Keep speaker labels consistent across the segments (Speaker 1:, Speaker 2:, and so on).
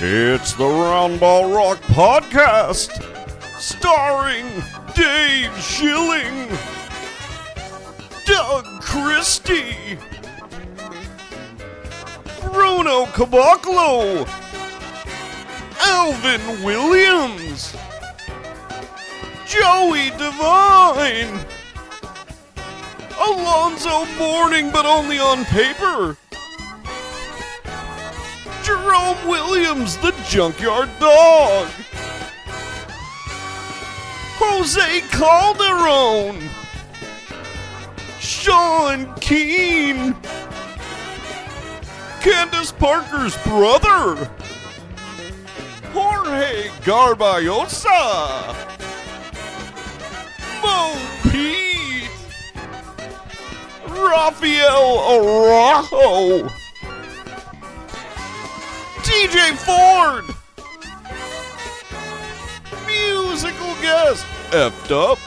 Speaker 1: It's the Roundball Rock Podcast, starring Dave Schilling, Doug Christie, Bruno Caboclo, Alvin Williams, Joey Devine, Alonzo Mourning, but only on paper. Jerome Williams, the junkyard dog. Jose Calderon. Sean Keane. Candace Parker's brother. Jorge Garbayosa. Mo Pete. Rafael Araujo. DJ Ford! Musical guest, effed up.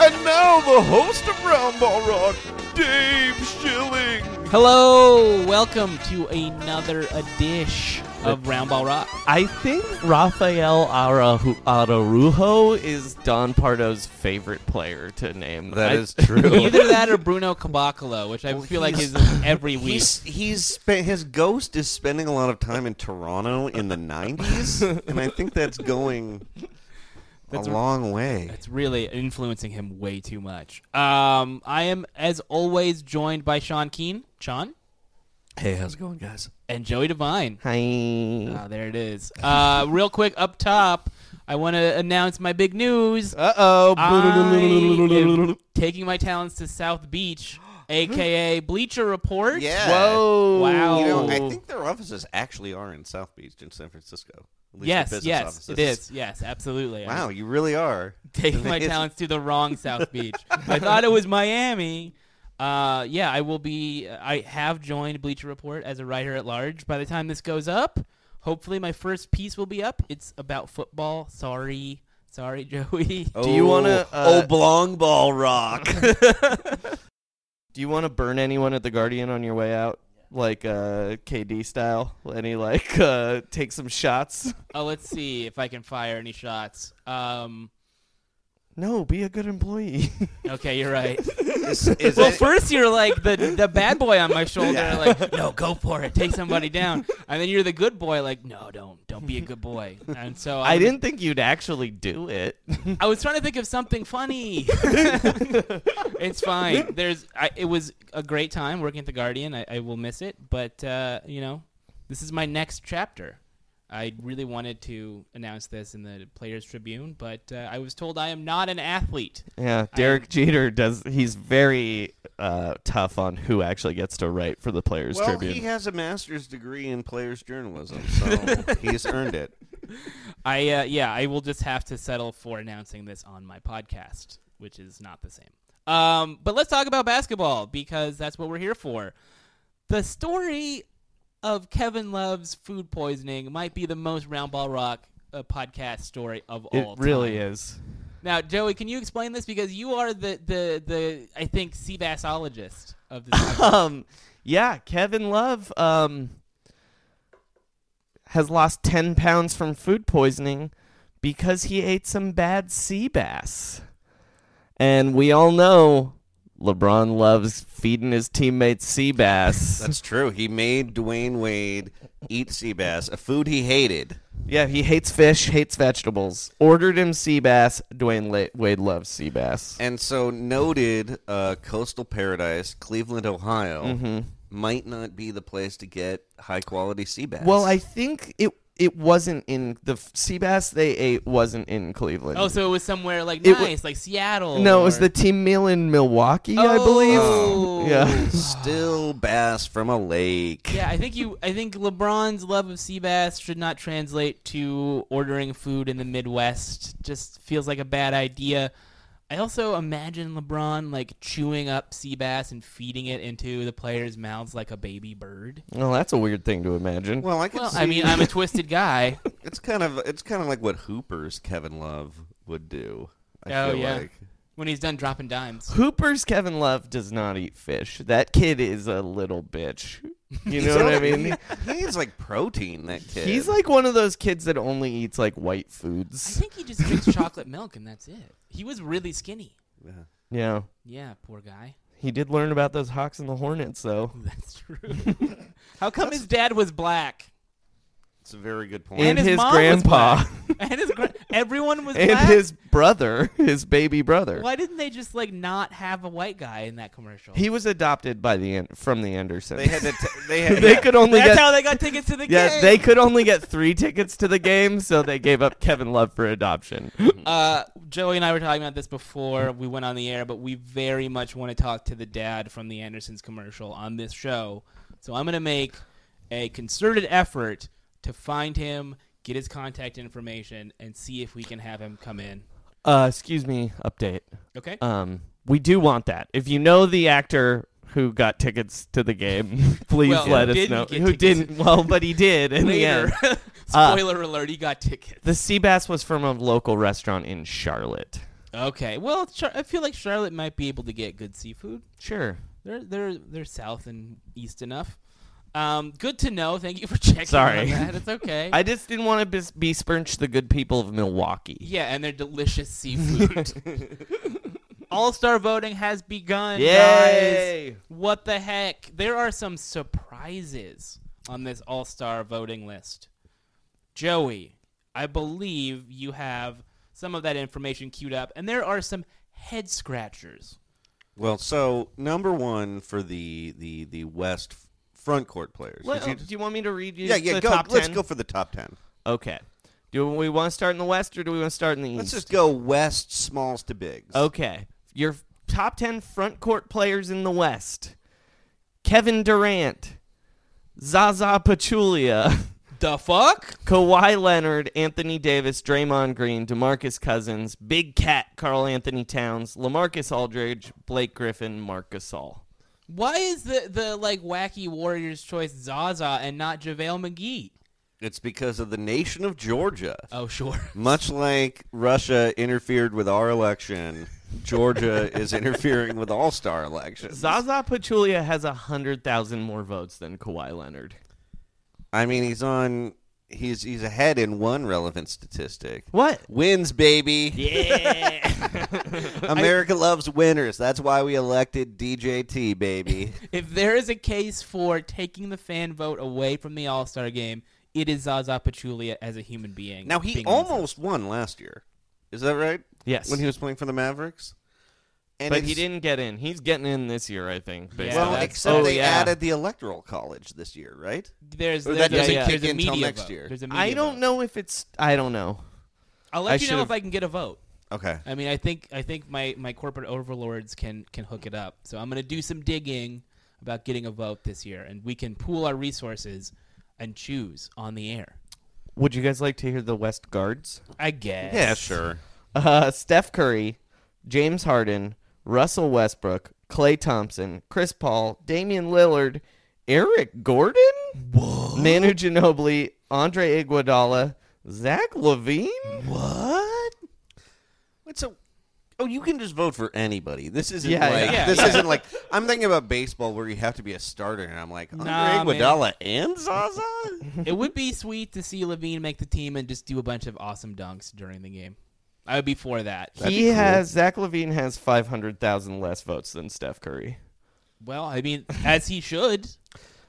Speaker 1: And now the host of Roundball Rock, Dave Schilling.
Speaker 2: Hello, welcome to another edition of Roundball Rock.
Speaker 3: I think Rafael Arahu- Araújo is Don Pardo's favorite player to name.
Speaker 4: That
Speaker 3: I-
Speaker 4: is true.
Speaker 2: Either that or Bruno Caboclo, which I feel like is every week.
Speaker 4: he's he's spent, his ghost is spending a lot of time in Toronto in the '90s, and I think that's going
Speaker 2: That's
Speaker 4: a
Speaker 2: a-
Speaker 4: long way.
Speaker 2: It's really influencing him way too much. Um, I am, as always, joined by Sean Keane, Sean,
Speaker 4: Hey, how's it going, guys?
Speaker 2: and Joey Devine.
Speaker 3: Hi.
Speaker 2: Ah, there it is. Uh, real quick, up top, I want to announce my big news.
Speaker 3: Uh oh.
Speaker 2: I am taking my talents to South Beach, aka Bleacher Report.
Speaker 4: Yeah.
Speaker 3: Whoa.
Speaker 2: Wow.
Speaker 4: You know, I
Speaker 2: Oh.
Speaker 4: think their offices actually are in South Beach in San Francisco. At least
Speaker 2: Yes,
Speaker 4: their business
Speaker 2: yes,
Speaker 4: offices.
Speaker 2: it is. Yes, absolutely.
Speaker 4: Wow,
Speaker 2: I'm
Speaker 4: you really are.
Speaker 2: taking my
Speaker 4: Amazing.
Speaker 2: talents to the wrong South Beach. I thought it was Miami. Uh, yeah, I will be. I have joined Bleacher Report as a writer at large. By the time this goes up, hopefully my first piece will be up. It's about football. Sorry, sorry, Joey.
Speaker 4: Oh.
Speaker 3: Do you want to? Uh,
Speaker 4: oblong ball rock?
Speaker 3: do you want to burn anyone at the Guardian on your way out, like uh, KD style? Any like uh, take some shots?
Speaker 2: Oh, let's see if I can fire any shots. Um,
Speaker 3: No, be a good employee.
Speaker 2: okay, you're right.
Speaker 4: is, is
Speaker 2: Well,
Speaker 4: that-
Speaker 2: first you're like the the bad boy on my shoulder,
Speaker 4: Yeah.
Speaker 2: like no, go for it, take somebody down, and then you're the good boy, like no, don't, don't be a good boy. And so
Speaker 3: I
Speaker 2: was-
Speaker 3: didn't think you'd actually do it.
Speaker 2: I was trying to think of something funny. it's fine. There's. I, it was a great time working at the Guardian. I, I will miss it, but uh, you know, this is my next chapter. I really wanted to announce this in the Players Tribune, but uh, I was told I am not an athlete.
Speaker 3: Yeah, Derek Jeter does. He's very uh, tough on who actually gets to write for the Players
Speaker 4: well,
Speaker 3: Tribune.
Speaker 4: he has a master's degree in players journalism, so he's earned it.
Speaker 2: I uh, yeah, I will just have to settle for announcing this on my podcast, which is not the same. Um, but let's talk about basketball because that's what we're here for. The story of Kevin Love's food poisoning might be the most Roundball Rock uh, podcast story of
Speaker 3: it
Speaker 2: all.
Speaker 3: really
Speaker 2: time.
Speaker 3: is.
Speaker 2: Now, Joey, can you explain this because you are the the the I think sea bassologist of this. podcast.
Speaker 3: um, yeah, Kevin Love um, has lost 10 pounds from food poisoning because he ate some bad sea bass. And we all know LeBron loves feeding his teammates sea bass.
Speaker 4: That's true. He made Dwayne Wade eat sea bass, a food he hated.
Speaker 3: yeah, he hates fish, hates vegetables. Ordered him sea bass. Dwayne La- Wade loves sea bass.
Speaker 4: And so, noted uh, coastal paradise, Cleveland, Ohio, might not be the place to get high quality sea bass.
Speaker 3: Well, I think it it wasn't in the f- sea bass they ate wasn't in Cleveland.
Speaker 2: oh, so it was somewhere like
Speaker 3: It
Speaker 2: nice,
Speaker 3: wa-
Speaker 2: like Seattle.
Speaker 3: No, it was
Speaker 2: or-
Speaker 3: the team meal in Milwaukee, I
Speaker 2: Oh.
Speaker 3: believe. Yeah.
Speaker 4: still bass from a lake.
Speaker 2: Yeah, I think you. I think LeBron's love of sea bass should not translate to ordering food in the Midwest. Just feels like a bad idea. I also imagine LeBron like chewing up sea bass and feeding it into the players' mouths like a baby bird.
Speaker 3: Well, that's a weird thing to imagine.
Speaker 4: Well, I can
Speaker 2: Well,
Speaker 4: see.
Speaker 2: I mean, I'm a twisted guy.
Speaker 4: it's kind of it's kind of like what Hooper's Kevin Love would do. I
Speaker 2: Oh,
Speaker 4: feel
Speaker 2: yeah.
Speaker 4: like.
Speaker 2: When he's done dropping dimes,
Speaker 3: Hooper's Kevin Love does not eat fish. That kid is a little bitch. You know what I mean?
Speaker 4: He needs like protein. That kid.
Speaker 3: He's like one of those kids that only eats like white
Speaker 2: I
Speaker 3: foods.
Speaker 2: think he just drinks chocolate milk and that's it. He was really skinny.
Speaker 4: Yeah.
Speaker 3: Yeah.
Speaker 2: Yeah, poor guy.
Speaker 3: He did learn about those Hawks and the Hornets though.
Speaker 2: That's true. How come his dad was black?
Speaker 4: it's a very good point.
Speaker 3: And
Speaker 2: his
Speaker 3: his
Speaker 2: mom was
Speaker 3: grandpa.
Speaker 2: black. And his gra- everyone was
Speaker 3: And
Speaker 2: black.
Speaker 3: his brother, his baby brother.
Speaker 2: Why didn't they just like not have a white guy in that commercial?
Speaker 3: He was adopted by the An- from the Andersons.
Speaker 4: they had to. T- they had.
Speaker 3: They could only
Speaker 2: That's
Speaker 3: get
Speaker 2: how they got tickets to the
Speaker 3: Yeah,
Speaker 2: game.
Speaker 3: they could only get 3 tickets to the game, so they gave up Kevin Love for adoption.
Speaker 2: Uh, Joey and I were talking about this before we went on the air, but we very much want to talk to the dad from the Andersons commercial on this show. So I'm going to make a concerted effort to find him, get his contact information, and see if we can have him come in.
Speaker 3: Uh, excuse me, update.
Speaker 2: Okay?
Speaker 3: Um, we do want that. If you know the actor who got tickets to the game, please
Speaker 2: Well,
Speaker 3: let
Speaker 2: who
Speaker 3: us
Speaker 2: didn't
Speaker 3: know.
Speaker 2: get
Speaker 3: Who
Speaker 2: tickets.
Speaker 3: didn't? Well, but he did in the
Speaker 2: Later.
Speaker 3: end. Uh,
Speaker 2: Spoiler alert, he got tickets.
Speaker 3: The sea bass was from a local restaurant in Charlotte.
Speaker 2: okay. Well, Char- I feel like Charlotte might be able to get good seafood.
Speaker 3: Sure.
Speaker 2: They're they're they're south and east enough. Um, good to know. Thank you for checking
Speaker 3: Sorry.
Speaker 2: on that. It's okay.
Speaker 3: I just didn't want to bis- besmirch the good people of Milwaukee.
Speaker 2: Yeah, and their delicious seafood. All star voting has begun, guys.
Speaker 3: Yay!
Speaker 2: What the heck? There are some surprises on this all star voting list. Joey, I believe you have some of that information queued up, and there are some head scratchers.
Speaker 4: well, so number one for the the the West f- front court players. 'Cause
Speaker 3: Let- oh,
Speaker 4: you
Speaker 3: do
Speaker 4: just-
Speaker 3: you want me to read you
Speaker 4: yeah, yeah.
Speaker 3: the
Speaker 4: Go.
Speaker 3: top
Speaker 4: Let's
Speaker 3: 10?
Speaker 4: go for the top ten.
Speaker 3: Okay. Do we want to start in the West or do we want to start in the East?
Speaker 4: Let's just go West smalls to bigs.
Speaker 3: Okay. Your top 10 front court players in the West Kevin Durant, Zaza Pachulia,
Speaker 2: The fuck?
Speaker 3: Kawhi Leonard, Anthony Davis, Draymond Green, Demarcus Cousins, Big Cat, Carl Anthony Towns, Lamarcus Aldridge, Blake Griffin, Marc Gasol.
Speaker 2: Why is the the like wacky Warriors choice Zaza and not JaVale McGee?
Speaker 4: It's because of the nation of Georgia.
Speaker 2: Oh sure.
Speaker 4: Much like Russia interfered with our election, Georgia is interfering with all star elections.
Speaker 3: Zaza Pachulia has 100,000 more votes than Kawhi Leonard.
Speaker 4: I mean, he's on. He's he's ahead in one relevant statistic.
Speaker 3: What?
Speaker 4: Wins, baby.
Speaker 3: Yeah.
Speaker 4: America loves winners. That's why we elected DJT, baby.
Speaker 2: If there is a case for taking the fan vote away from the All Star game, it is Zaza Pachulia as a human being.
Speaker 4: now he
Speaker 2: being
Speaker 4: almost won last year. Is that right?
Speaker 3: yes.
Speaker 4: When he was playing for the Mavericks. And
Speaker 3: but he
Speaker 4: it's-
Speaker 3: didn't get in. He's getting in this year, I think. based
Speaker 2: Yeah,
Speaker 3: on
Speaker 4: Well,
Speaker 3: that.
Speaker 2: that's-
Speaker 4: except
Speaker 3: Oh,
Speaker 4: they
Speaker 3: yeah.
Speaker 4: added the electoral college this year, right?
Speaker 2: there's,
Speaker 4: Or that
Speaker 2: there's, there's,
Speaker 3: doesn't
Speaker 2: a, there's
Speaker 4: kick
Speaker 2: a
Speaker 4: in till
Speaker 2: media
Speaker 4: next
Speaker 2: vote.
Speaker 4: year.
Speaker 2: There's a media
Speaker 3: I don't
Speaker 2: vote.
Speaker 3: know if it's. I don't know.
Speaker 2: I'll
Speaker 3: I
Speaker 2: let you know
Speaker 3: should've-
Speaker 2: if I can get a vote.
Speaker 4: Okay.
Speaker 2: I mean, I think I think my, my corporate overlords can can hook it up. So I'm gonna do some digging about getting a vote this year, and we can pool our resources and choose on the air.
Speaker 3: Would you guys like to hear the West guards?
Speaker 2: I guess.
Speaker 4: Yeah, sure.
Speaker 3: Uh, Steph Curry, James Harden, Russell Westbrook, Clay Thompson, Chris Paul, Damian Lillard, Eric Gordon, Manu Ginobili, Andre Iguodala, Zach Levine.
Speaker 4: What? It's a. Oh, you can just vote for anybody. This isn't
Speaker 3: Yeah,
Speaker 4: like
Speaker 2: yeah.
Speaker 4: this
Speaker 2: Yeah.
Speaker 4: isn't like I'm thinking about baseball where you have to be a starter, and I'm like Andre
Speaker 2: Nah, man.
Speaker 4: Iguodala and Zaza.
Speaker 2: It would be sweet to see Levine make the team and just do a bunch of awesome dunks during the game. I would be for that.
Speaker 4: That'd
Speaker 3: he
Speaker 4: be cool.
Speaker 3: has Zach Levine has five hundred thousand less votes than Steph Curry.
Speaker 2: Well, I mean, as he should.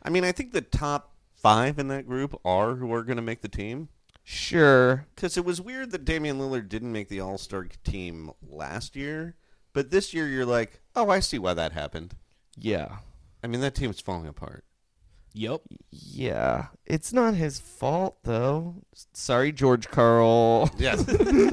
Speaker 4: I mean, I think the top five in that group are who are going to make the team.
Speaker 3: Sure,
Speaker 4: Because it was weird that Damian Lillard didn't make the All Star team last year, but this year you're like, oh, I see why that happened.
Speaker 3: yeah.
Speaker 4: I mean, that team's falling apart.
Speaker 2: Yep.
Speaker 3: Yeah, it's not his fault though. S- Sorry, George Carl.
Speaker 4: Yes.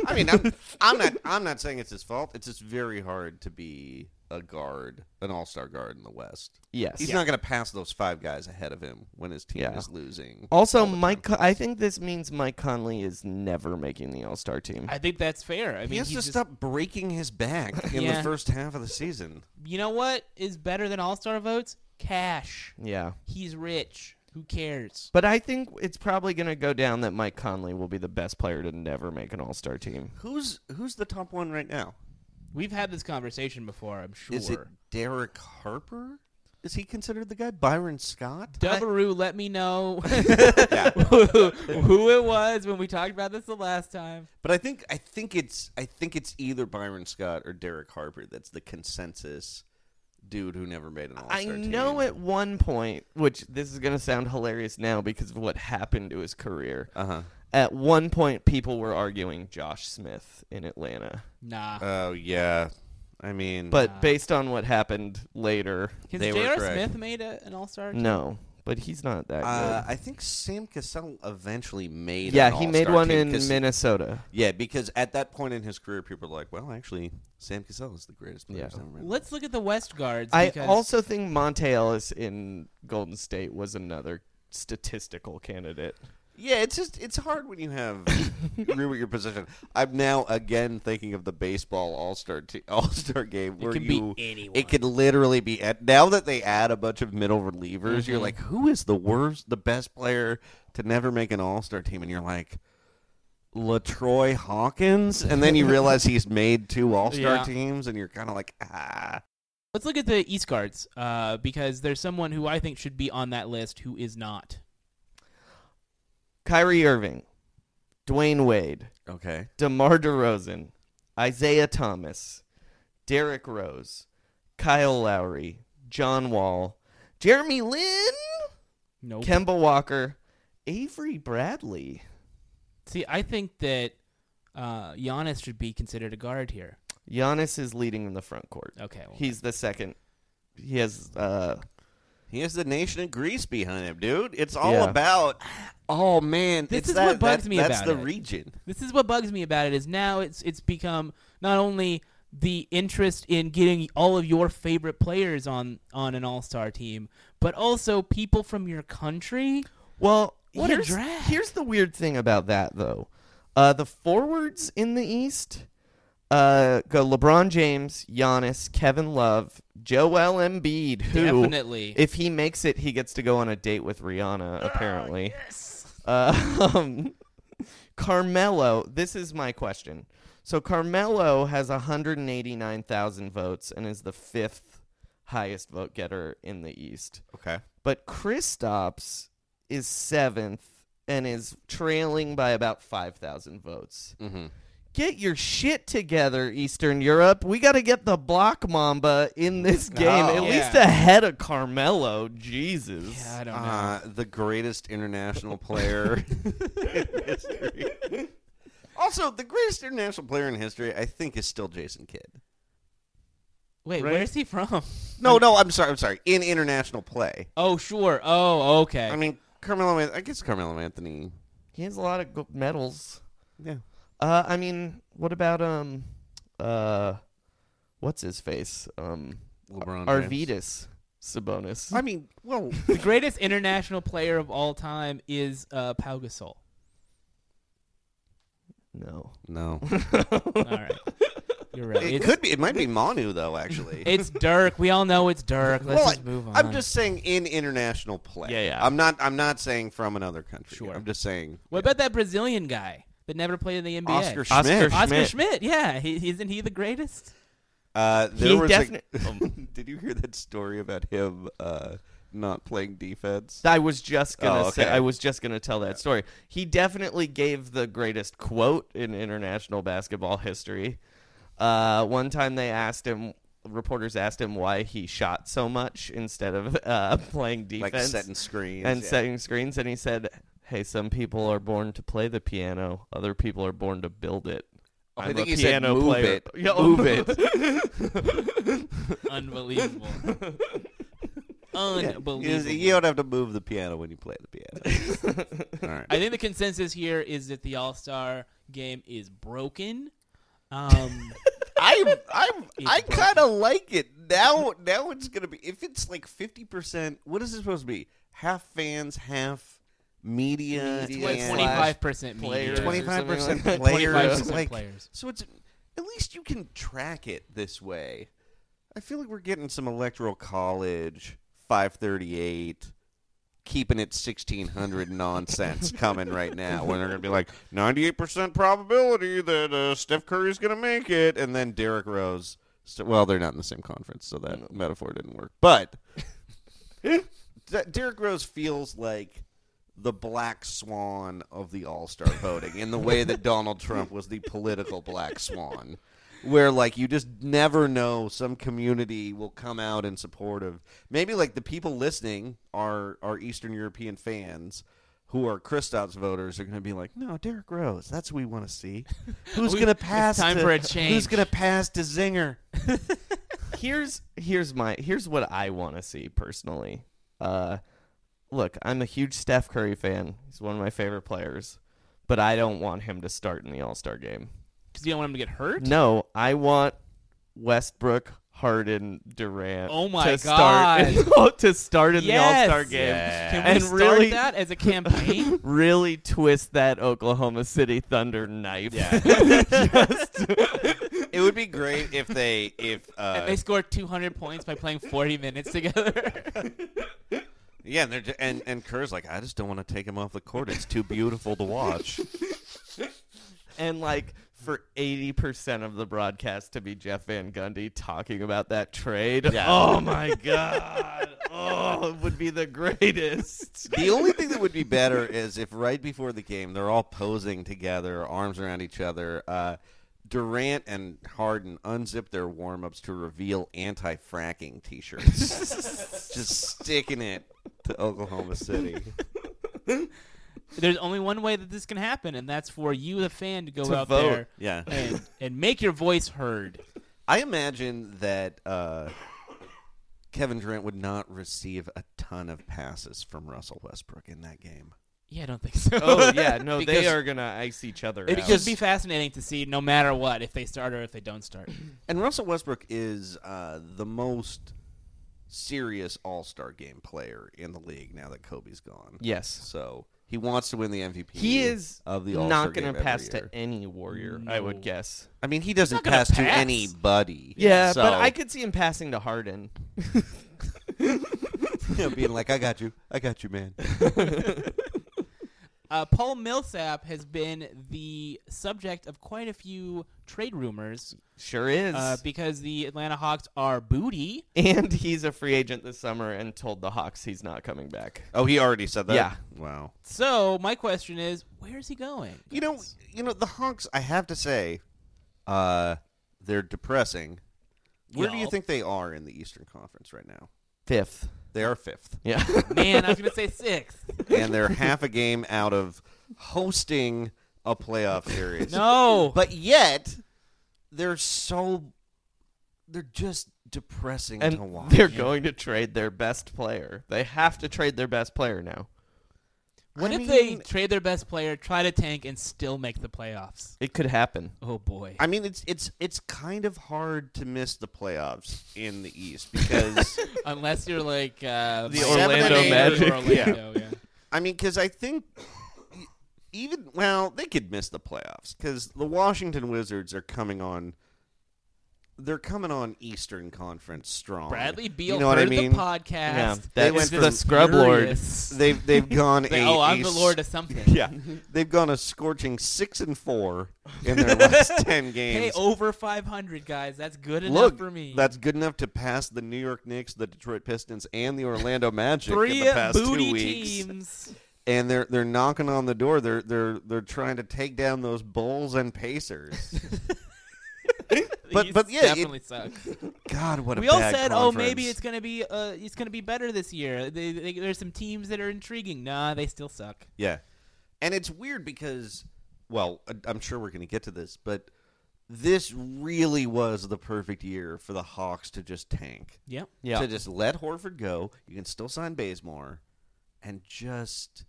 Speaker 4: I mean, I'm, I'm not. I'm not saying it's his fault. It's just very hard to be a guard, an All Star guard in the West.
Speaker 3: Yes.
Speaker 4: He's not going to pass those five guys ahead of him when his team
Speaker 3: Yeah.
Speaker 4: is losing.
Speaker 3: also, Mike. Con- I think this means Mike Conley is never making the All Star team.
Speaker 2: I think that's fair. I mean,
Speaker 4: he has to
Speaker 2: he's just-
Speaker 4: stop breaking his back in
Speaker 2: Yeah.
Speaker 4: the first half of the season.
Speaker 2: You know what is better than All Star votes? Cash.
Speaker 3: yeah,
Speaker 2: He's rich. Who cares?
Speaker 3: but I think it's probably going to go down that Mike Conley will be the best player to never make an All Star team.
Speaker 4: Who's who's the top one right now?
Speaker 2: We've had this conversation before, I'm sure.
Speaker 4: Is it Derek Harper? Is he considered the guy Byron Scott?
Speaker 2: Dubberoo, let me know
Speaker 4: yeah.
Speaker 2: who, who it was when we talked about this the last time.
Speaker 4: But I think I think it's I think it's either Byron Scott or Derek Harper that's the consensus dude who never made an All Star
Speaker 3: I know at one point, which this is going to sound hilarious now because of what happened to his career.
Speaker 4: Uh huh.
Speaker 3: At one point, people were arguing Josh Smith in Atlanta.
Speaker 2: Nah.
Speaker 4: Oh yeah. I mean,
Speaker 3: But
Speaker 2: Nah.
Speaker 3: based on what happened later,
Speaker 2: Has
Speaker 4: they were
Speaker 2: J.R.
Speaker 4: correct.
Speaker 2: Smith made a, an All Star?
Speaker 3: no. But he's not that
Speaker 4: uh,
Speaker 3: good.
Speaker 4: I think Sam Cassell eventually made.
Speaker 3: yeah,
Speaker 4: an
Speaker 3: he made
Speaker 4: All-Star
Speaker 3: one
Speaker 4: team
Speaker 3: in
Speaker 4: 'cause-
Speaker 3: Minnesota.
Speaker 4: Yeah, because at that point in his career, people were like, "Well, actually, Sam Cassell is the greatest player."
Speaker 3: Yeah.
Speaker 4: who's ever been."
Speaker 2: Let's look at the West guards.
Speaker 3: I
Speaker 2: because-
Speaker 3: also think Monte Ellis in Golden State was another statistical candidate.
Speaker 4: Yeah, it's just it's hard when you have agree with your position. I'm now again thinking of the baseball All Star te- All Star game where
Speaker 2: can be
Speaker 4: you
Speaker 2: anyone.
Speaker 4: it could literally be at, now that they add a bunch of middle relievers, you're
Speaker 2: Mm-hmm.
Speaker 4: like, who is the worst, the best player to never make an All Star team? And you're like. Latroy Hawkins, and then you realize he's made two All Star
Speaker 2: Yeah.
Speaker 4: teams, and you're kind of like, ah,
Speaker 2: Let's look at the East guards uh, because there's someone who I think should be on that list who is not.
Speaker 3: Kyrie Irving, Dwayne Wade,
Speaker 4: okay,
Speaker 3: DeMar DeRozan, Isaiah Thomas, Derrick Rose, Kyle Lowry, John Wall, Jeremy Lin,
Speaker 2: No.
Speaker 3: Kemba Walker, Avery Bradley.
Speaker 2: See, I think that uh, Giannis should be considered a guard here.
Speaker 3: Giannis is leading in the front court.
Speaker 2: Oh, Okay. Well,
Speaker 3: He's the second. He has uh
Speaker 4: He has the nation of Greece behind him, dude. It's all
Speaker 3: Yeah.
Speaker 4: about. Oh man,
Speaker 2: This
Speaker 4: it's
Speaker 2: is
Speaker 4: that,
Speaker 2: what bugs
Speaker 4: that-
Speaker 2: me
Speaker 4: That's
Speaker 2: about
Speaker 4: the
Speaker 2: it.
Speaker 4: region.
Speaker 2: this is what bugs me about it is now it's it's become not only the interest in getting all of your favorite players on on an all-star team, but also people from your country.
Speaker 3: Well,
Speaker 2: What a
Speaker 3: here's,
Speaker 2: drag.
Speaker 3: Here's the weird thing about that, though. Uh, the forwards in the East uh, go LeBron James, Giannis, Kevin Love, Joel Embiid, who,
Speaker 2: Definitely.
Speaker 3: if he makes it, he gets to go on a date with
Speaker 2: Ah,
Speaker 3: Rihanna, apparently. Uh, um, Carmelo, this is my question. So Carmelo has 189,000 votes and is the fifth highest vote getter in the East.
Speaker 4: Okay.
Speaker 3: But Kristaps is seventh and is trailing by about five thousand votes.
Speaker 4: Mm-hmm.
Speaker 3: Get your shit together, Eastern Europe. We got to get the block Mamba in this game,
Speaker 4: Oh.
Speaker 3: at
Speaker 2: Yeah.
Speaker 3: least ahead of Carmelo. Jesus.
Speaker 2: Yeah, I don't know.
Speaker 4: Uh, the greatest international player in history. Also, the greatest international player in history, I think, is still Jason Kidd.
Speaker 2: Wait,
Speaker 3: right?
Speaker 2: where's he from?
Speaker 4: No, no, I'm sorry, I'm sorry. In international play,
Speaker 2: Oh, sure. Oh, okay.
Speaker 4: I mean Carmelo. An- I guess Carmelo Anthony.
Speaker 3: He has a lot of go- medals.
Speaker 4: Yeah.
Speaker 3: Uh, I mean, what about um, uh, what's his face? Um,
Speaker 4: LeBron. James.
Speaker 3: Arvidas Sabonis.
Speaker 4: I mean, well,
Speaker 2: the greatest international player of all time is uh, Pau Gasol.
Speaker 3: no.
Speaker 4: no.
Speaker 2: All right, you're right.
Speaker 4: It
Speaker 2: It's,
Speaker 4: could be. It might be Manu though. Actually,
Speaker 2: it's Dirk. We all know it's Dirk. Let's
Speaker 4: Well,
Speaker 2: just move on.
Speaker 4: I'm just saying in international play.
Speaker 3: Yeah, yeah.
Speaker 4: I'm not. I'm not saying from another country.
Speaker 2: Sure.
Speaker 4: I'm just saying.
Speaker 2: What about that Brazilian guy that never played in the NBA?
Speaker 4: Oscar Schmidt?
Speaker 3: Oscar
Speaker 2: Oscar Schmidt.
Speaker 3: Schmidt.
Speaker 2: Yeah, he, isn't he the greatest?
Speaker 4: Uh, there
Speaker 3: He
Speaker 4: was
Speaker 3: definite-
Speaker 4: a, Did you hear that story about him uh, not playing defense?
Speaker 3: I was just gonna
Speaker 4: Oh,
Speaker 3: say
Speaker 4: okay.
Speaker 3: I was just gonna tell that story. He definitely gave the greatest quote in international basketball history. Uh, one time they asked him, reporters asked him why he shot so much instead of uh, playing
Speaker 4: Like
Speaker 3: defense
Speaker 4: setting screens
Speaker 3: and
Speaker 4: yeah.
Speaker 3: setting screens, and he said, "Hey, some people are born to play the piano, other people are born to build it."
Speaker 4: Oh, I
Speaker 3: I'm
Speaker 4: think
Speaker 3: a
Speaker 4: he said,
Speaker 3: piano
Speaker 4: "Move
Speaker 3: player."
Speaker 4: it.
Speaker 3: Yeah,
Speaker 4: Move it.
Speaker 2: Unbelievable.
Speaker 4: You just-
Speaker 2: Unbelievable.
Speaker 4: You don't have to move the piano when you play the piano. All right.
Speaker 2: I think the consensus here is that the All Star game is broken. Um,
Speaker 4: I I'm,
Speaker 2: It's
Speaker 4: I kind of like it now. Now it's gonna be if it's like fifty percent. What is it supposed to be? Half fans, half media.
Speaker 3: Media
Speaker 4: and-
Speaker 3: slash
Speaker 2: twenty-five
Speaker 3: 25
Speaker 2: percent
Speaker 3: players.
Speaker 2: media.
Speaker 4: 25 percent
Speaker 3: Something like that.
Speaker 4: players.
Speaker 2: 25%
Speaker 4: like-
Speaker 2: players.
Speaker 4: So it's at least you can track it this way. I feel like we're getting some electoral college 538 keeping it 1600 nonsense coming right now when they're going to be like 98% probability that uh, Steph Curry's going to make it and then Derrick Rose so, well they're not in the same conference so that metaphor didn't work but D- Derrick Rose feels like the black swan of the All Star voting in the way that Donald Trump was the political black swan, where like you just never know some community will come out in support of maybe like the people listening are are Eastern European fans. Who are Kristaps voters are going to be like, no, Derrick Rose. That's who we want to see. Who's
Speaker 2: We-
Speaker 4: going to
Speaker 2: it's
Speaker 4: pass?
Speaker 2: time
Speaker 4: to-
Speaker 2: for a
Speaker 4: Who's
Speaker 2: change.
Speaker 4: going to pass to Zinger?
Speaker 3: here's here's my here's what I want to see personally. Uh, look, I'm a huge Steph Curry fan. He's one of my favorite players, but I don't want him to start in the All Star game.
Speaker 2: Because you don't want him to get hurt.
Speaker 3: No, I want Westbrook, Harden, Durant.
Speaker 2: Oh my
Speaker 3: to Start in- to start in
Speaker 2: Yes.
Speaker 3: the All Star game.
Speaker 2: Can we
Speaker 3: And
Speaker 2: start
Speaker 3: really-
Speaker 2: that as a campaign?
Speaker 3: Really twist that Oklahoma City Thunder knife.
Speaker 4: It would be great if they if uh,
Speaker 2: they scored 200 points by playing 40 minutes together.
Speaker 4: Yeah, and they're ju- and and Kerr's like, I just don't want to take him off the court. It's too beautiful to watch.
Speaker 3: and like for 80% of the broadcast to be Jeff Van Gundy talking about that trade. Oh my god. oh, it would be the greatest.
Speaker 4: the only thing that would be better is if right before the game they're all posing together, arms around each other. Uh, Durant and Harden unzip their warm-ups to reveal anti-fracking T-shirts, just sticking it to Oklahoma City.
Speaker 2: There's only one way that this can happen, and that's for you, the fan, to go
Speaker 3: To
Speaker 2: out
Speaker 3: vote.
Speaker 2: there
Speaker 4: Yeah.
Speaker 2: and, and make your voice heard.
Speaker 4: I imagine that uh, Kevin Durant would not receive a ton of passes from Russell Westbrook in that game.
Speaker 2: Yeah, I don't think so.
Speaker 3: Oh yeah, no,
Speaker 2: Because
Speaker 3: they are going to ice each other
Speaker 2: It
Speaker 3: out.
Speaker 2: should be fascinating to see, no matter what, if they start or if they don't start.
Speaker 4: And Russell Westbrook is uh, the most serious All Star game player in the league now that Kobe's gone.
Speaker 3: yes.
Speaker 4: So he wants to win the MVP.
Speaker 3: He is
Speaker 4: of the All-Star
Speaker 3: not going
Speaker 4: game
Speaker 3: to
Speaker 4: every
Speaker 3: pass
Speaker 4: year.
Speaker 3: to any warrior, I would
Speaker 2: No.
Speaker 3: guess.
Speaker 4: I mean, he doesn't
Speaker 2: not gonna
Speaker 4: pass, to
Speaker 2: pass.
Speaker 4: anybody.
Speaker 3: Yeah,
Speaker 4: so,
Speaker 3: but I could see him passing to Harden.
Speaker 4: you know, being like, "I got you, I got you, man."
Speaker 2: Uh, Paul Millsap has been the subject of quite a few trade rumors
Speaker 3: Sure is.
Speaker 2: uh, because the Atlanta Hawks are booty.
Speaker 3: and he's a free agent this summer and told the Hawks he's not coming back.
Speaker 4: Oh, he already said that.
Speaker 3: Yeah.
Speaker 4: Wow.
Speaker 2: So my question is, where is he going?
Speaker 4: You know, you know the Hawks. I have to say, uh, they're depressing. Where do you
Speaker 2: No.
Speaker 4: think they are in the Eastern Conference right now?
Speaker 3: Fifth.
Speaker 4: They are fifth.
Speaker 3: Yeah.
Speaker 2: Man, I was gonna say six.
Speaker 4: and they're half a game out of hosting a playoff series.
Speaker 2: No,
Speaker 4: But yet, they're so they're just depressing to
Speaker 3: and
Speaker 4: watch.
Speaker 3: they're going to trade their best player. They have to trade their best player now.
Speaker 2: what
Speaker 4: I
Speaker 2: if
Speaker 4: mean,
Speaker 2: they trade their best player, try to tank, and still make the playoffs?
Speaker 3: It could happen.
Speaker 2: Oh boy.
Speaker 4: I mean, it's it's it's kind of hard to miss the playoffs in the East because
Speaker 2: Unless you're like uh,
Speaker 3: The
Speaker 2: Miami
Speaker 3: Orlando
Speaker 2: or
Speaker 3: Magic.
Speaker 2: Orlando, yeah.
Speaker 4: I mean, because I think e, even well, they could miss the playoffs because the Washington Wizards are coming on. They're coming on Eastern Conference strong.
Speaker 2: Bradley Beal
Speaker 4: you know what I
Speaker 2: heard
Speaker 4: mean?
Speaker 2: the podcast.
Speaker 3: Yeah,
Speaker 4: They
Speaker 3: that's
Speaker 4: went
Speaker 3: the
Speaker 4: from
Speaker 3: scrub lord.
Speaker 2: Furious.
Speaker 4: They've they've gone.
Speaker 2: Like,
Speaker 4: a-
Speaker 2: oh, I'm
Speaker 4: a
Speaker 2: the
Speaker 4: s-
Speaker 2: lord of something.
Speaker 4: Yeah, they've gone a scorching six and four in their last ten
Speaker 2: Hey,
Speaker 4: games.
Speaker 2: over 500 guys. That's good enough
Speaker 4: Look,
Speaker 2: for me.
Speaker 4: that's good enough to pass the New York Knicks, the Detroit Pistons, and the Orlando Magic
Speaker 2: three
Speaker 4: in the past
Speaker 2: booty
Speaker 4: two weeks.
Speaker 2: teams.
Speaker 4: And they're they're knocking on the door. They're they're they're trying to take down those Bulls and Pacers. But-
Speaker 2: These
Speaker 4: but, yeah, it-
Speaker 2: definitely sucks.
Speaker 4: God, what a
Speaker 2: We all
Speaker 4: bad
Speaker 2: said, oh, maybe
Speaker 4: conference.
Speaker 2: it's gonna be uh, it's gonna be better this year. They, they, there's some teams that are intriguing. Nah, they still suck.
Speaker 4: Yeah. And it's weird because, well, I- I'm sure we're going to get to this, but this really was the perfect year for the Hawks to just tank.
Speaker 2: Yep.
Speaker 3: Yeah.
Speaker 4: To just let Horford go. You can still sign Bazemore and just,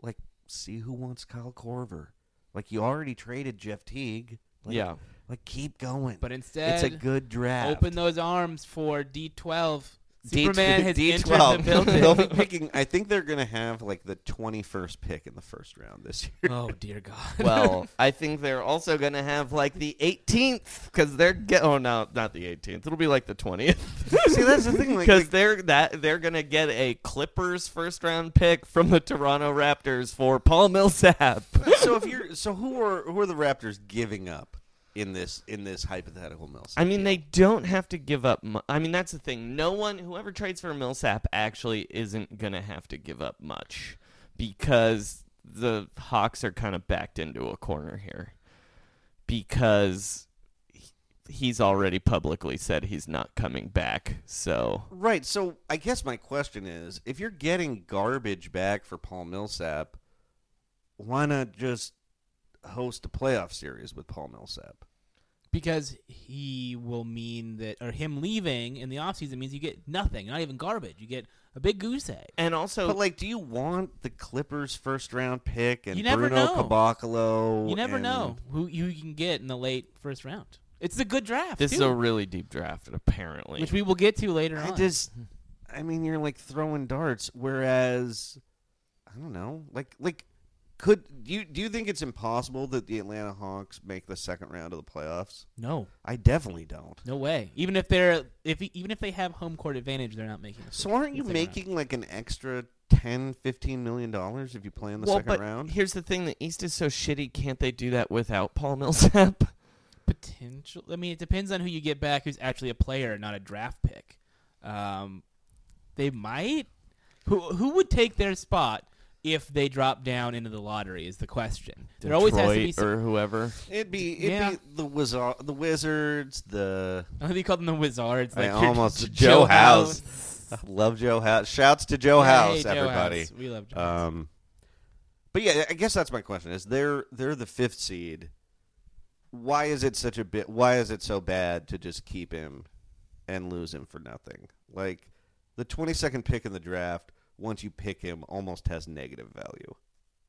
Speaker 4: like, see who wants Kyle Corver. Like, you already traded Jeff Teague. Like,
Speaker 3: Yeah.
Speaker 4: Like, keep going.
Speaker 2: But instead,
Speaker 4: it's a good draft.
Speaker 2: open those arms for D12.
Speaker 4: D-
Speaker 2: Superman has entered the
Speaker 4: They'll
Speaker 2: building.
Speaker 4: be picking. I think they're going to have like the twenty-first pick in the first round this year.
Speaker 2: oh dear God.
Speaker 3: well, I think they're also going to have like the 18th because they're get. Oh no, not the 18th. It'll be like the 20th
Speaker 4: See, that's the thing. Like,
Speaker 3: because they're that they're going to get a Clippers first round pick from the Toronto Raptors for Paul Millsap.
Speaker 4: so if you're so who are who are the Raptors giving up? in this in this hypothetical Millsap.
Speaker 3: I mean, they don't have to give up. Mu- I mean, that's the thing. No one, whoever trades for Millsap, actually isn't gonna have to give up much because the Hawks are kind of backed into a corner here because he- he's already publicly said he's not coming back. So
Speaker 4: Right. So I guess my question is, if you're getting garbage back for Paul Millsap, why not just host a playoff series with Paul Millsap?
Speaker 2: because he will mean that, or him leaving in the offseason means you get nothing, not even garbage. You get a big goose egg.
Speaker 3: and also
Speaker 4: But like, do you want the Clippers' first round pick and
Speaker 2: You never
Speaker 4: Bruno
Speaker 2: know.
Speaker 4: Caboclo?
Speaker 2: You
Speaker 4: Oh,
Speaker 2: never
Speaker 4: and-
Speaker 2: know who you can get in the late first round. It's a good draft,
Speaker 3: this is
Speaker 2: too,
Speaker 3: a really deep draft, apparently.
Speaker 2: which we will get to later
Speaker 4: I
Speaker 2: on.
Speaker 4: just, I mean, you're like throwing darts. Whereas, I don't know, like, like, could do you do you think it's impossible that the Atlanta Hawks make the second round of the playoffs?
Speaker 2: no,
Speaker 4: I definitely don't.
Speaker 2: no way. Even if they're if even if they have home court advantage, they're not making. it.
Speaker 4: So aren't you
Speaker 2: the second round.
Speaker 4: making like an extra 10, 15 million dollars if you play in the
Speaker 3: well,
Speaker 4: second
Speaker 3: but
Speaker 4: round?
Speaker 3: here's the thing: the East is so shitty. Can't they do that without Paul Millsap?
Speaker 2: potential? I mean, it depends on who you get back, who's actually a player, not a draft pick. Um, they might. Who who would take their spot if they drop down into the lottery? Is the question. there always has to be.
Speaker 3: Detroit
Speaker 2: Some,
Speaker 3: or whoever.
Speaker 4: It'd be it'd
Speaker 2: Yeah.
Speaker 4: be the wizard, the wizards, the
Speaker 2: I think you oh, call them the Wizards.
Speaker 4: I
Speaker 2: Like your
Speaker 4: almost-
Speaker 2: J-
Speaker 4: Joe House. I love Joe House. Shouts to Joe
Speaker 2: Yay,
Speaker 4: House,
Speaker 2: Joe
Speaker 4: everybody.
Speaker 2: House. We love Joe. House.
Speaker 4: Um, but yeah, I guess that's my question: is they're they're the fifth seed. Why is it such a bit? Why is it so bad to just keep him and lose him for nothing? Like the twenty second pick in the draft, once you pick him, almost has negative value.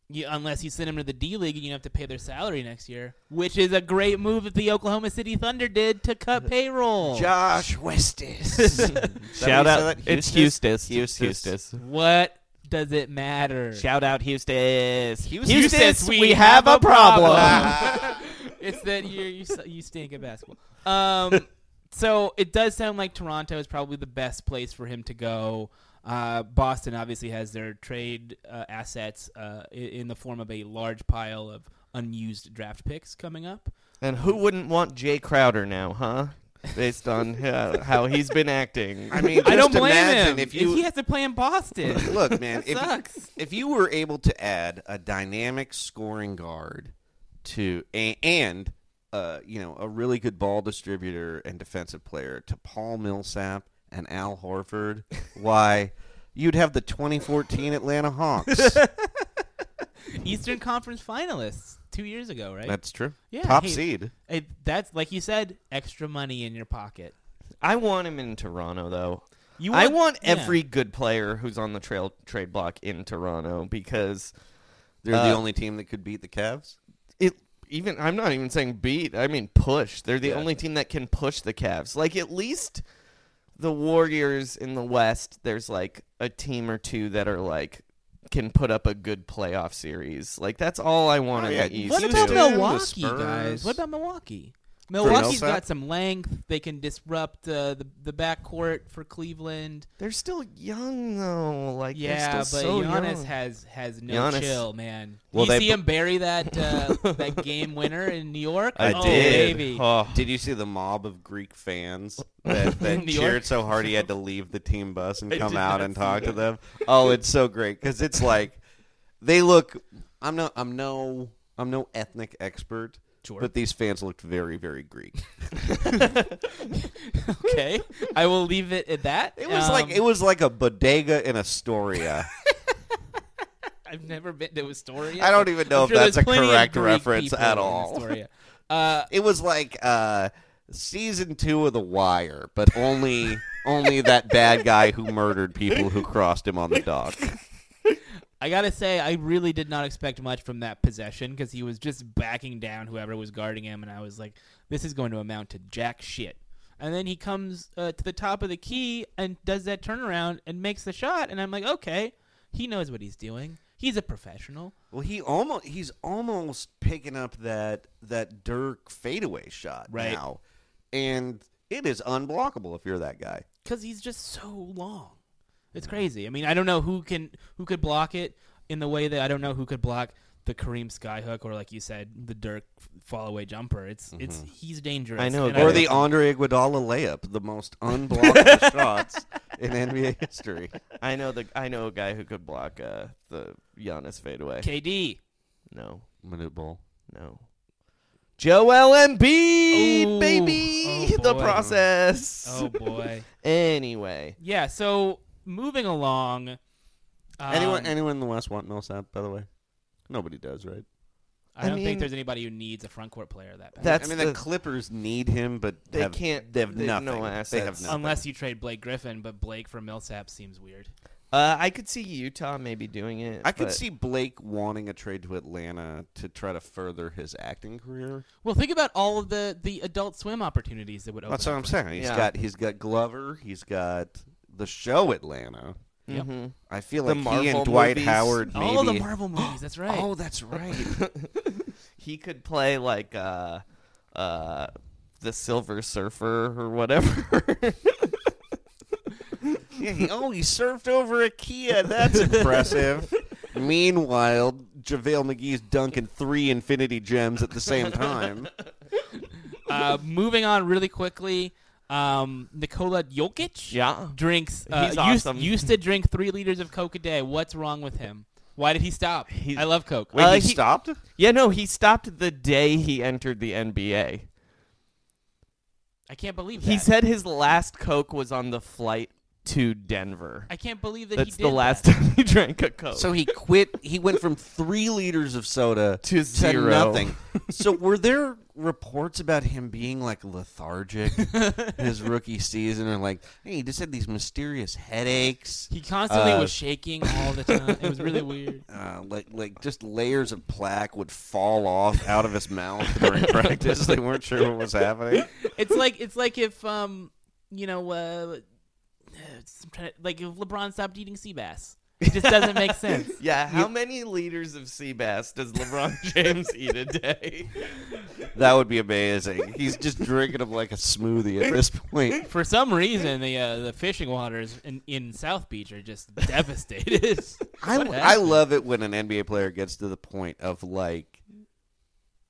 Speaker 2: You, unless you send him to the D League and you have to pay their salary next year, which is a great move that the Oklahoma City Thunder did to cut payroll.
Speaker 4: Josh Westis.
Speaker 3: Shout out! It's Hustis.
Speaker 4: Hustis.
Speaker 2: what does it matter?
Speaker 3: Shout out Hustis.
Speaker 2: Hustis, we have a it's that you you s- you stink at basketball. Um, so it does sound like Toronto is probably the best place for him to go. Uh, Boston obviously has their trade uh, assets uh, i- in the form of a large pile of unused draft picks coming up.
Speaker 3: and who wouldn't want Jay Crowder now, huh? Based on uh, how he's been acting.
Speaker 4: I mean,
Speaker 2: I don't
Speaker 4: just
Speaker 2: blame
Speaker 4: imagine
Speaker 2: him.
Speaker 4: if you
Speaker 2: he has to play in Boston.
Speaker 4: look, man, if,
Speaker 2: sucks.
Speaker 4: if you were able to add a dynamic scoring guard to a, and uh, you know a really good ball distributor and defensive player to Paul Millsap and Al Horford, why you'd have the 2014 Atlanta Hawks.
Speaker 2: Eastern Conference finalists two years ago, right?
Speaker 4: That's true.
Speaker 2: Yeah,
Speaker 4: Top
Speaker 2: hey.
Speaker 4: seed.
Speaker 2: It, that's like you said, extra money in your pocket.
Speaker 3: I want him in Toronto though.
Speaker 2: You
Speaker 3: I want
Speaker 2: yeah.
Speaker 3: every good player who's on the trail trade block in Toronto because
Speaker 4: They're
Speaker 3: Uh,
Speaker 4: the only team that could beat the Cavs.
Speaker 3: it even I'm not even saying beat, I mean push. They're the
Speaker 4: Yeah.
Speaker 3: only team that can push the Cavs. Like at least the Warriors in the West, there's like a team or two that are like can put up a good playoff series. Like that's all I want
Speaker 4: Oh,
Speaker 3: in
Speaker 4: yeah.
Speaker 3: the East.
Speaker 2: What
Speaker 4: Houston,
Speaker 2: about
Speaker 4: the
Speaker 2: Milwaukee,
Speaker 4: Spurs.
Speaker 2: guys? What about Milwaukee? Milwaukee's
Speaker 4: Millsap?
Speaker 2: got some length. They can disrupt uh, the the backcourt for Cleveland.
Speaker 3: They're still young though. Like
Speaker 2: yeah,
Speaker 3: they're
Speaker 2: but
Speaker 3: still so
Speaker 2: Giannis
Speaker 3: young.
Speaker 2: has has no
Speaker 3: Giannis-
Speaker 2: chill, man.
Speaker 4: Well,
Speaker 2: you
Speaker 4: they
Speaker 2: see
Speaker 4: bu-
Speaker 2: him bury that uh, that game winner in New York.
Speaker 4: I
Speaker 2: oh,
Speaker 4: did.
Speaker 2: Baby.
Speaker 3: Oh.
Speaker 4: Did you see the mob of Greek fans that,
Speaker 2: In
Speaker 4: that
Speaker 2: New York?
Speaker 4: cheered so hard he had to leave the team bus and
Speaker 2: I
Speaker 4: come
Speaker 2: did
Speaker 4: out
Speaker 2: not
Speaker 4: and
Speaker 2: see
Speaker 4: talk to
Speaker 2: that.
Speaker 4: them? Oh, it's so great because it's like they look. I'm no, I'm no, I'm no ethnic expert,
Speaker 2: Sure.
Speaker 4: but these fans looked very, very Greek.
Speaker 2: Okay, I will leave it at that.
Speaker 4: It was like
Speaker 2: Um,
Speaker 4: it was like a bodega in Astoria.
Speaker 2: I've never been to Astoria.
Speaker 4: I don't even know
Speaker 2: I'm
Speaker 4: if
Speaker 2: sure
Speaker 4: that's
Speaker 2: there's
Speaker 4: a
Speaker 2: plenty of
Speaker 4: correct
Speaker 2: Greek
Speaker 4: reference
Speaker 2: people
Speaker 4: at
Speaker 2: in
Speaker 4: all.
Speaker 2: Astoria. Uh,
Speaker 4: It was like uh, season two of The Wire, but only only that bad guy who murdered people who crossed him on the dock.
Speaker 2: I gotta say, I really did not expect much from that possession because he was just backing down whoever was guarding him, and I was like, "This is going to amount to jack shit." And then he comes uh, to the top of the key and does that turnaround and makes the shot, and I'm like, "Okay, he knows what he's doing. He's a professional."
Speaker 4: Well, he almost he's almost picking up that that Dirk fadeaway shot
Speaker 2: Right.
Speaker 4: now, and it is unblockable if you're that guy.
Speaker 2: because he's just so long.
Speaker 3: Mm-hmm.
Speaker 2: It's crazy. I mean, I don't know who can who could block it in the way that I don't know who could block the Kareem skyhook or like you said the Dirk fall away jumper. It's it's he's dangerous.
Speaker 3: Mm-hmm. I know a
Speaker 2: And
Speaker 3: guy
Speaker 4: Or
Speaker 3: Yeah.
Speaker 4: the Andre Iguodala layup, the most unblockable shots in NBA history.
Speaker 3: I know the I know a guy who could block uh, the Giannis fadeaway.
Speaker 2: KD.
Speaker 3: No,
Speaker 4: Minute ball.
Speaker 3: no. Joel Embiid,
Speaker 2: Ooh.
Speaker 3: baby,
Speaker 2: Oh,
Speaker 3: the
Speaker 2: boy.
Speaker 3: process.
Speaker 2: Oh boy.
Speaker 3: Anyway,
Speaker 2: yeah. So moving along. um,
Speaker 4: anyone, anyone in the West want Millsap? By the way, nobody does, right?
Speaker 2: I
Speaker 3: I
Speaker 2: don't
Speaker 3: mean-
Speaker 2: think there's anybody who needs a front court player that bad.
Speaker 3: That's
Speaker 4: I mean,
Speaker 3: the-
Speaker 4: the Clippers need him, but
Speaker 3: They
Speaker 4: have-
Speaker 3: can't-
Speaker 4: They have
Speaker 3: they have
Speaker 4: nothing.
Speaker 3: no
Speaker 4: They have
Speaker 3: assets. Um,
Speaker 4: nothing.
Speaker 2: Unless you trade Blake Griffin, but Blake for Millsap seems weird.
Speaker 3: uh, I could see Utah maybe doing it.
Speaker 4: I could
Speaker 3: but-
Speaker 4: see Blake wanting a trade to Atlanta to try to further his acting career.
Speaker 2: Well, think about all of the the Adult Swim opportunities that would open.
Speaker 4: That's what
Speaker 2: up
Speaker 4: I'm
Speaker 2: for
Speaker 4: saying. He's
Speaker 3: Yeah.
Speaker 4: got he's got Glover. He's got the show Atlanta.
Speaker 2: Yep.
Speaker 3: Mhm.
Speaker 4: I feel
Speaker 3: The
Speaker 4: like he
Speaker 3: Marvel
Speaker 4: and Dwight
Speaker 3: movies.
Speaker 4: Howard.
Speaker 2: him. all Oh, the
Speaker 4: maybe-
Speaker 2: Marvel movies. That's right.
Speaker 4: Oh, that's right.
Speaker 3: He could play like uh, uh, the Silver Surfer or whatever.
Speaker 4: yeah, he, oh, he surfed over a Kia. That's impressive. Meanwhile, JaVale McGee's dunking three infinity gems at the same time.
Speaker 2: uh, moving on really quickly. Um, Nikola Jokic
Speaker 3: yeah.
Speaker 2: drinks. Uh,
Speaker 3: He's
Speaker 2: used,
Speaker 3: awesome.
Speaker 2: used to drink three liters of Coke a day. What's wrong with him? Why did he stop?
Speaker 3: He's-
Speaker 2: I love Coke.
Speaker 4: Wait,
Speaker 3: Uh,
Speaker 4: he
Speaker 3: he-
Speaker 4: stopped?
Speaker 3: Yeah, no, he stopped the day he entered the NBA.
Speaker 2: I can't believe that.
Speaker 3: He said his last Coke was on the flight to Denver.
Speaker 2: I can't believe that he
Speaker 3: That's
Speaker 2: did
Speaker 3: the last
Speaker 2: that.
Speaker 3: time he drank a Coke.
Speaker 4: So he quit. He went from three liters of soda
Speaker 3: To zero.
Speaker 4: nothing. So were there reports about him being like lethargic his rookie season, and like, hey, he just had these mysterious headaches,
Speaker 2: He constantly
Speaker 4: Uh,
Speaker 2: was shaking all the time. It was really weird.
Speaker 4: uh, like like just layers of plaque would fall off out of his mouth during practice. They weren't sure what was happening.
Speaker 2: It's like it's like if um you know uh, it's- I'm trying to- like if LeBron stopped eating sea bass. It just doesn't make sense.
Speaker 3: yeah, how many liters of sea bass does LeBron James eat a day?
Speaker 4: That would be amazing. He's just drinking them like a smoothie at this point.
Speaker 2: For some reason, the uh, the fishing waters in, in South Beach are just devastated.
Speaker 4: I,
Speaker 2: What
Speaker 4: I
Speaker 2: happened?
Speaker 4: love it when an NBA player gets to the point of like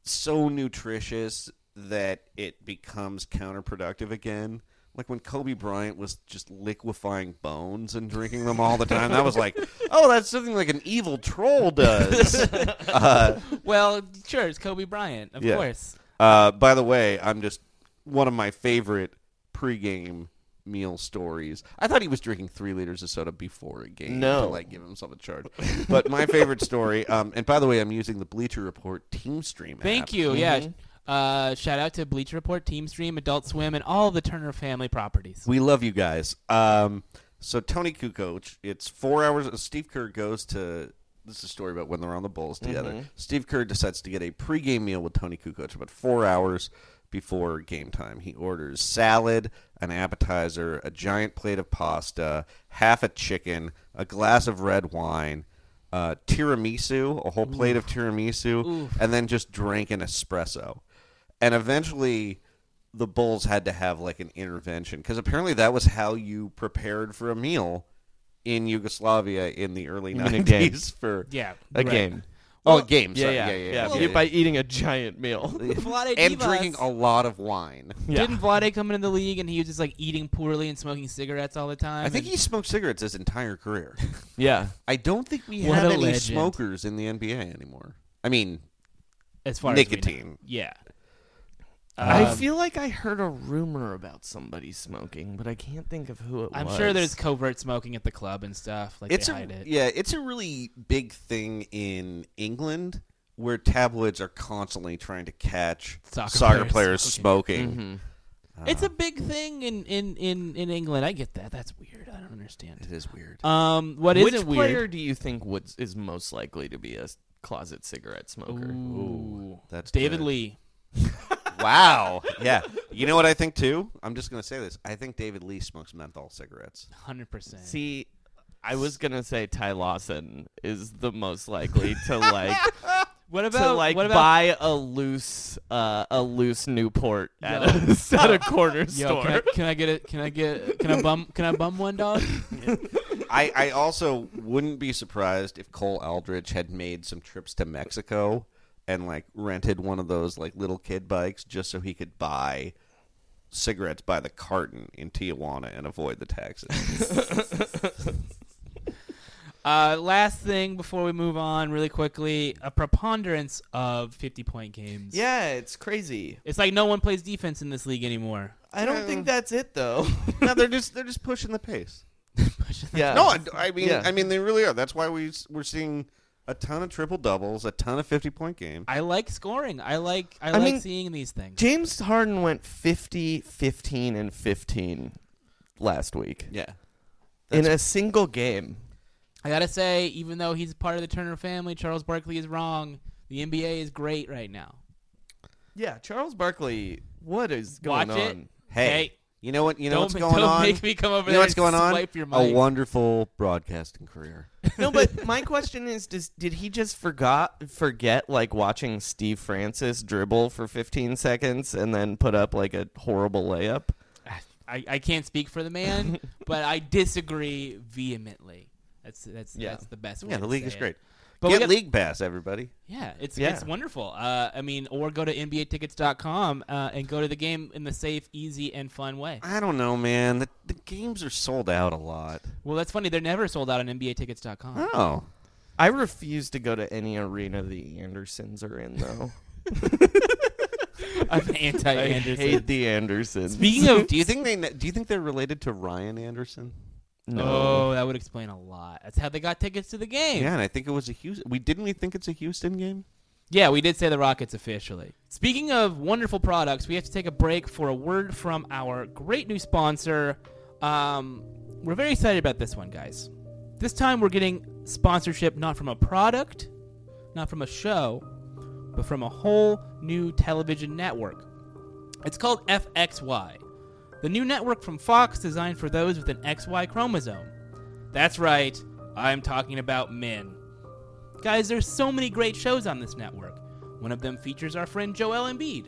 Speaker 4: so nutritious that it becomes counterproductive again. Like when Kobe Bryant was just liquefying bones and drinking them all the time. That was like, oh, that's something like an evil troll does. uh,
Speaker 2: Well, sure, it's Kobe Bryant, of
Speaker 4: Yeah.
Speaker 2: course.
Speaker 4: uh, by the way, I'm just one of my favorite pregame meal stories. I thought he was drinking three liters of soda before a game
Speaker 3: No.
Speaker 4: to like give himself a charge. but my favorite story, um, and by the way, I'm using the Bleacher Report team stream.
Speaker 2: Thank
Speaker 4: app.
Speaker 2: you. Yeah. Uh, shout out to Bleach Report, Team Stream, Adult Swim, and all the Turner family properties.
Speaker 4: We love you guys. Um, so Tony Kukoc, it's four hours. uh, Steve Kerr goes to. This is a story about when they're on the Bulls together. Steve Kerr decides to get a pregame meal with Tony Kukoc about four hours before game time. He orders salad, an appetizer, a giant plate of pasta, half a chicken, a glass of red wine, uh, tiramisu, a whole plate of tiramisu, and then just drank an espresso. And eventually, the Bulls had to have like an intervention because apparently that was how you prepared for a meal in Yugoslavia in the early
Speaker 3: mean a
Speaker 4: nineties for
Speaker 2: Yeah.
Speaker 3: A
Speaker 2: right.
Speaker 3: game.
Speaker 4: oh a game
Speaker 3: Yeah,
Speaker 4: sorry.
Speaker 3: yeah,
Speaker 4: yeah yeah yeah, yeah,
Speaker 3: By eating a giant meal.
Speaker 2: Vlade
Speaker 4: and
Speaker 2: Divac-
Speaker 4: drinking a lot of wine.
Speaker 3: Yeah.
Speaker 2: Didn't Vlade come into the league and he was just like eating poorly and smoking cigarettes all the time?
Speaker 4: I think
Speaker 2: and-
Speaker 4: he smoked cigarettes his entire career.
Speaker 3: yeah.
Speaker 4: I don't think we
Speaker 2: What
Speaker 4: have
Speaker 2: a
Speaker 4: any
Speaker 2: legend.
Speaker 4: smokers in the NBA anymore. I mean,
Speaker 2: as far as we know.
Speaker 4: nicotine.
Speaker 2: yeah.
Speaker 3: I
Speaker 2: Um,
Speaker 3: feel like I heard a rumor about somebody smoking, but I can't think of who it
Speaker 2: I'm
Speaker 3: was.
Speaker 2: sure there's covert smoking at the club and stuff. Like
Speaker 4: it's
Speaker 2: they
Speaker 4: a
Speaker 2: hide it.
Speaker 4: yeah, it's a really big thing in England where tabloids are constantly trying to catch
Speaker 2: Soccer players Mm-hmm.
Speaker 4: players
Speaker 2: smoking.
Speaker 4: smoking.
Speaker 3: Mhm.
Speaker 2: It's a big thing in, in, in, in England. I get that. That's weird. I don't understand.
Speaker 4: It is weird.
Speaker 2: Um, what
Speaker 3: Which
Speaker 2: isn't
Speaker 3: player
Speaker 2: weird?
Speaker 3: do you think would is most likely to be a s- closet cigarette smoker?
Speaker 2: Ooh,
Speaker 4: that's
Speaker 2: David
Speaker 4: good.
Speaker 2: Lee.
Speaker 4: Wow. Yeah. You know what I think too? I'm just gonna say this. I think David Lee smokes menthol cigarettes.
Speaker 2: Hundred percent.
Speaker 3: See, I was gonna say Ty Lawson is the most likely to like
Speaker 2: what about
Speaker 3: to like
Speaker 2: what about
Speaker 3: buy a loose uh, a loose Newport at
Speaker 2: Yo.
Speaker 3: a, at a corner
Speaker 2: Yo,
Speaker 3: store.
Speaker 2: can I, can I get it? Can I get? Can I bum? Can I bum one dog?
Speaker 4: I, I also wouldn't be surprised if Cole Aldrich had made some trips to Mexico and like rented one of those like little kid bikes just so he could buy cigarettes by the carton in Tijuana and avoid the taxes.
Speaker 2: Uh, last thing before we move on, really quickly, a preponderance of fifty-point games.
Speaker 3: Yeah, it's crazy.
Speaker 2: it's like no one plays defense in this league anymore.
Speaker 3: I don't think that's it though.
Speaker 4: no, they're just they're just pushing the pace.
Speaker 3: yeah.
Speaker 4: No, I, I mean
Speaker 3: Yeah.
Speaker 4: I mean they really are. That's why we s- we're seeing a ton of triple doubles, a ton of fifty point games.
Speaker 2: I like scoring. I like I,
Speaker 3: I
Speaker 2: like
Speaker 3: mean,
Speaker 2: seeing these things.
Speaker 3: James Harden went 50, 15 and 15 last week
Speaker 4: Yeah.
Speaker 3: in a single game.
Speaker 2: I gotta say, even though he's part of the Turner family, Charles Barkley is wrong. The NBA is great right now.
Speaker 3: Yeah, Charles Barkley, what is
Speaker 2: Watch
Speaker 3: going
Speaker 2: it.
Speaker 3: on?
Speaker 4: Hey, you know what? You know
Speaker 2: don't
Speaker 4: what's going
Speaker 2: don't
Speaker 4: on.
Speaker 2: make me come over
Speaker 4: you know
Speaker 2: there
Speaker 4: what's
Speaker 2: and
Speaker 4: going on?
Speaker 2: swipe your
Speaker 4: A
Speaker 2: mic.
Speaker 4: wonderful broadcasting career.
Speaker 3: No, but my question is does did he just forgot forget like watching Steve Francis dribble for 15 seconds and then put up like a horrible layup?
Speaker 2: I, I can't speak for the man, but I disagree vehemently. That's that's
Speaker 3: Yeah.
Speaker 2: that's the best way.
Speaker 4: Yeah, the
Speaker 2: to
Speaker 4: league
Speaker 2: say
Speaker 4: is
Speaker 2: it.
Speaker 4: great.
Speaker 2: But we
Speaker 4: Get
Speaker 2: got-
Speaker 4: league pass, everybody.
Speaker 2: Yeah, it's
Speaker 3: Yeah.
Speaker 2: it's wonderful. Uh, I mean, or go to NBAtickets.com uh, and go to the game in the safe, easy, and fun way.
Speaker 4: I don't know, man. The, the games are sold out a lot.
Speaker 2: Well, that's funny. They're never sold out on NBAtickets.com.
Speaker 4: Oh,
Speaker 3: I refuse to go to any arena the Andersons are in though.
Speaker 2: I'm anti
Speaker 3: I
Speaker 2: Anderson.
Speaker 3: hate the Andersons.
Speaker 2: Speaking of,
Speaker 4: do you think they? Do you think they're related to Ryan Anderson?
Speaker 3: no.
Speaker 2: oh, that would explain a lot. That's how they got tickets to the game.
Speaker 4: Yeah, and I think it was a Houston. We didn't we think it's a Houston game?
Speaker 2: Yeah, we did say the Rockets officially. Speaking of wonderful products, we have to take a break for a word from our great new sponsor. Um, we're very excited about this one, guys. This time we're getting sponsorship not from a product, not from a show, but from a whole new television network. It's called FXY, the new network from Fox designed for those with an XY chromosome. That's right, I'm talking about men. Guys, there's so many great shows on this network. One of them features our friend Joel Embiid.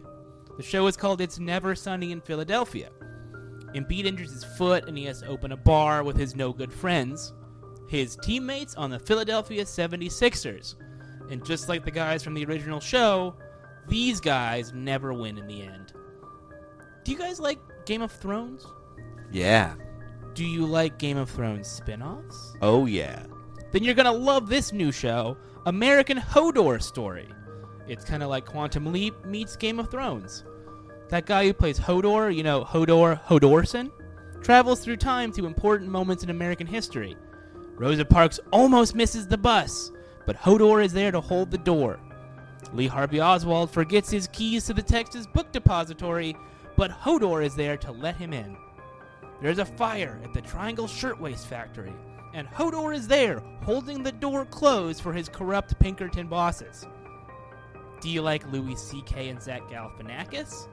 Speaker 2: The show is called It's Never Sunny in Philadelphia. Embiid injures his foot and he has to open a bar with his no good friends, his teammates on the Philadelphia 76ers. And just like the guys from the original show, these guys never win in the end. Do you guys like Game of Thrones?
Speaker 4: Yeah.
Speaker 2: Do you like Game of Thrones spin offs?
Speaker 4: Oh yeah.
Speaker 2: then you're gonna love this new show, American Hodor Story. It's kind of like Quantum Leap meets Game of Thrones. That guy who plays Hodor, you know, Hodor Hodorson, travels through time to important moments in American history. Rosa Parks almost misses the bus, but Hodor is there to hold the door. Lee Harvey Oswald forgets his keys to the Texas Book Depository, but Hodor is there to let him in. There's a fire at the Triangle Shirtwaist Factory, and Hodor is there, holding the door closed for his corrupt Pinkerton bosses. Do you like Louis C.K. and Zach Galifianakis?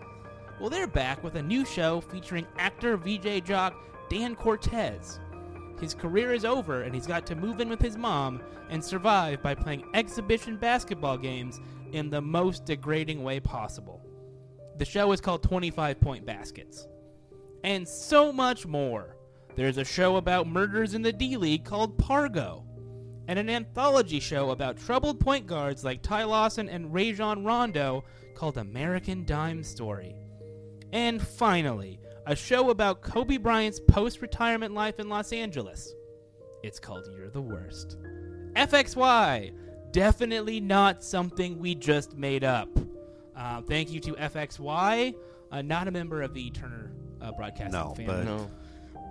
Speaker 2: Well, they're back with a new show featuring actor VJ jock Dan Cortez. His career is over, and he's got to move in with his mom and survive by playing exhibition basketball games in the most degrading way possible. The show is called 25 Point Baskets and so much more. There's a show about murders in the D League called Pargo, and an anthology show about troubled point guards like Ty Lawson and Rajon Rondo called American Dime Story. And finally, a show about Kobe Bryant's post retirement life in Los Angeles. It's called You're the Worst. FXY, definitely not something we just made up. Uh, thank you to FXY, uh, not a member of the Turner uh, Broadcasting
Speaker 4: No,
Speaker 2: family
Speaker 4: but-
Speaker 3: no.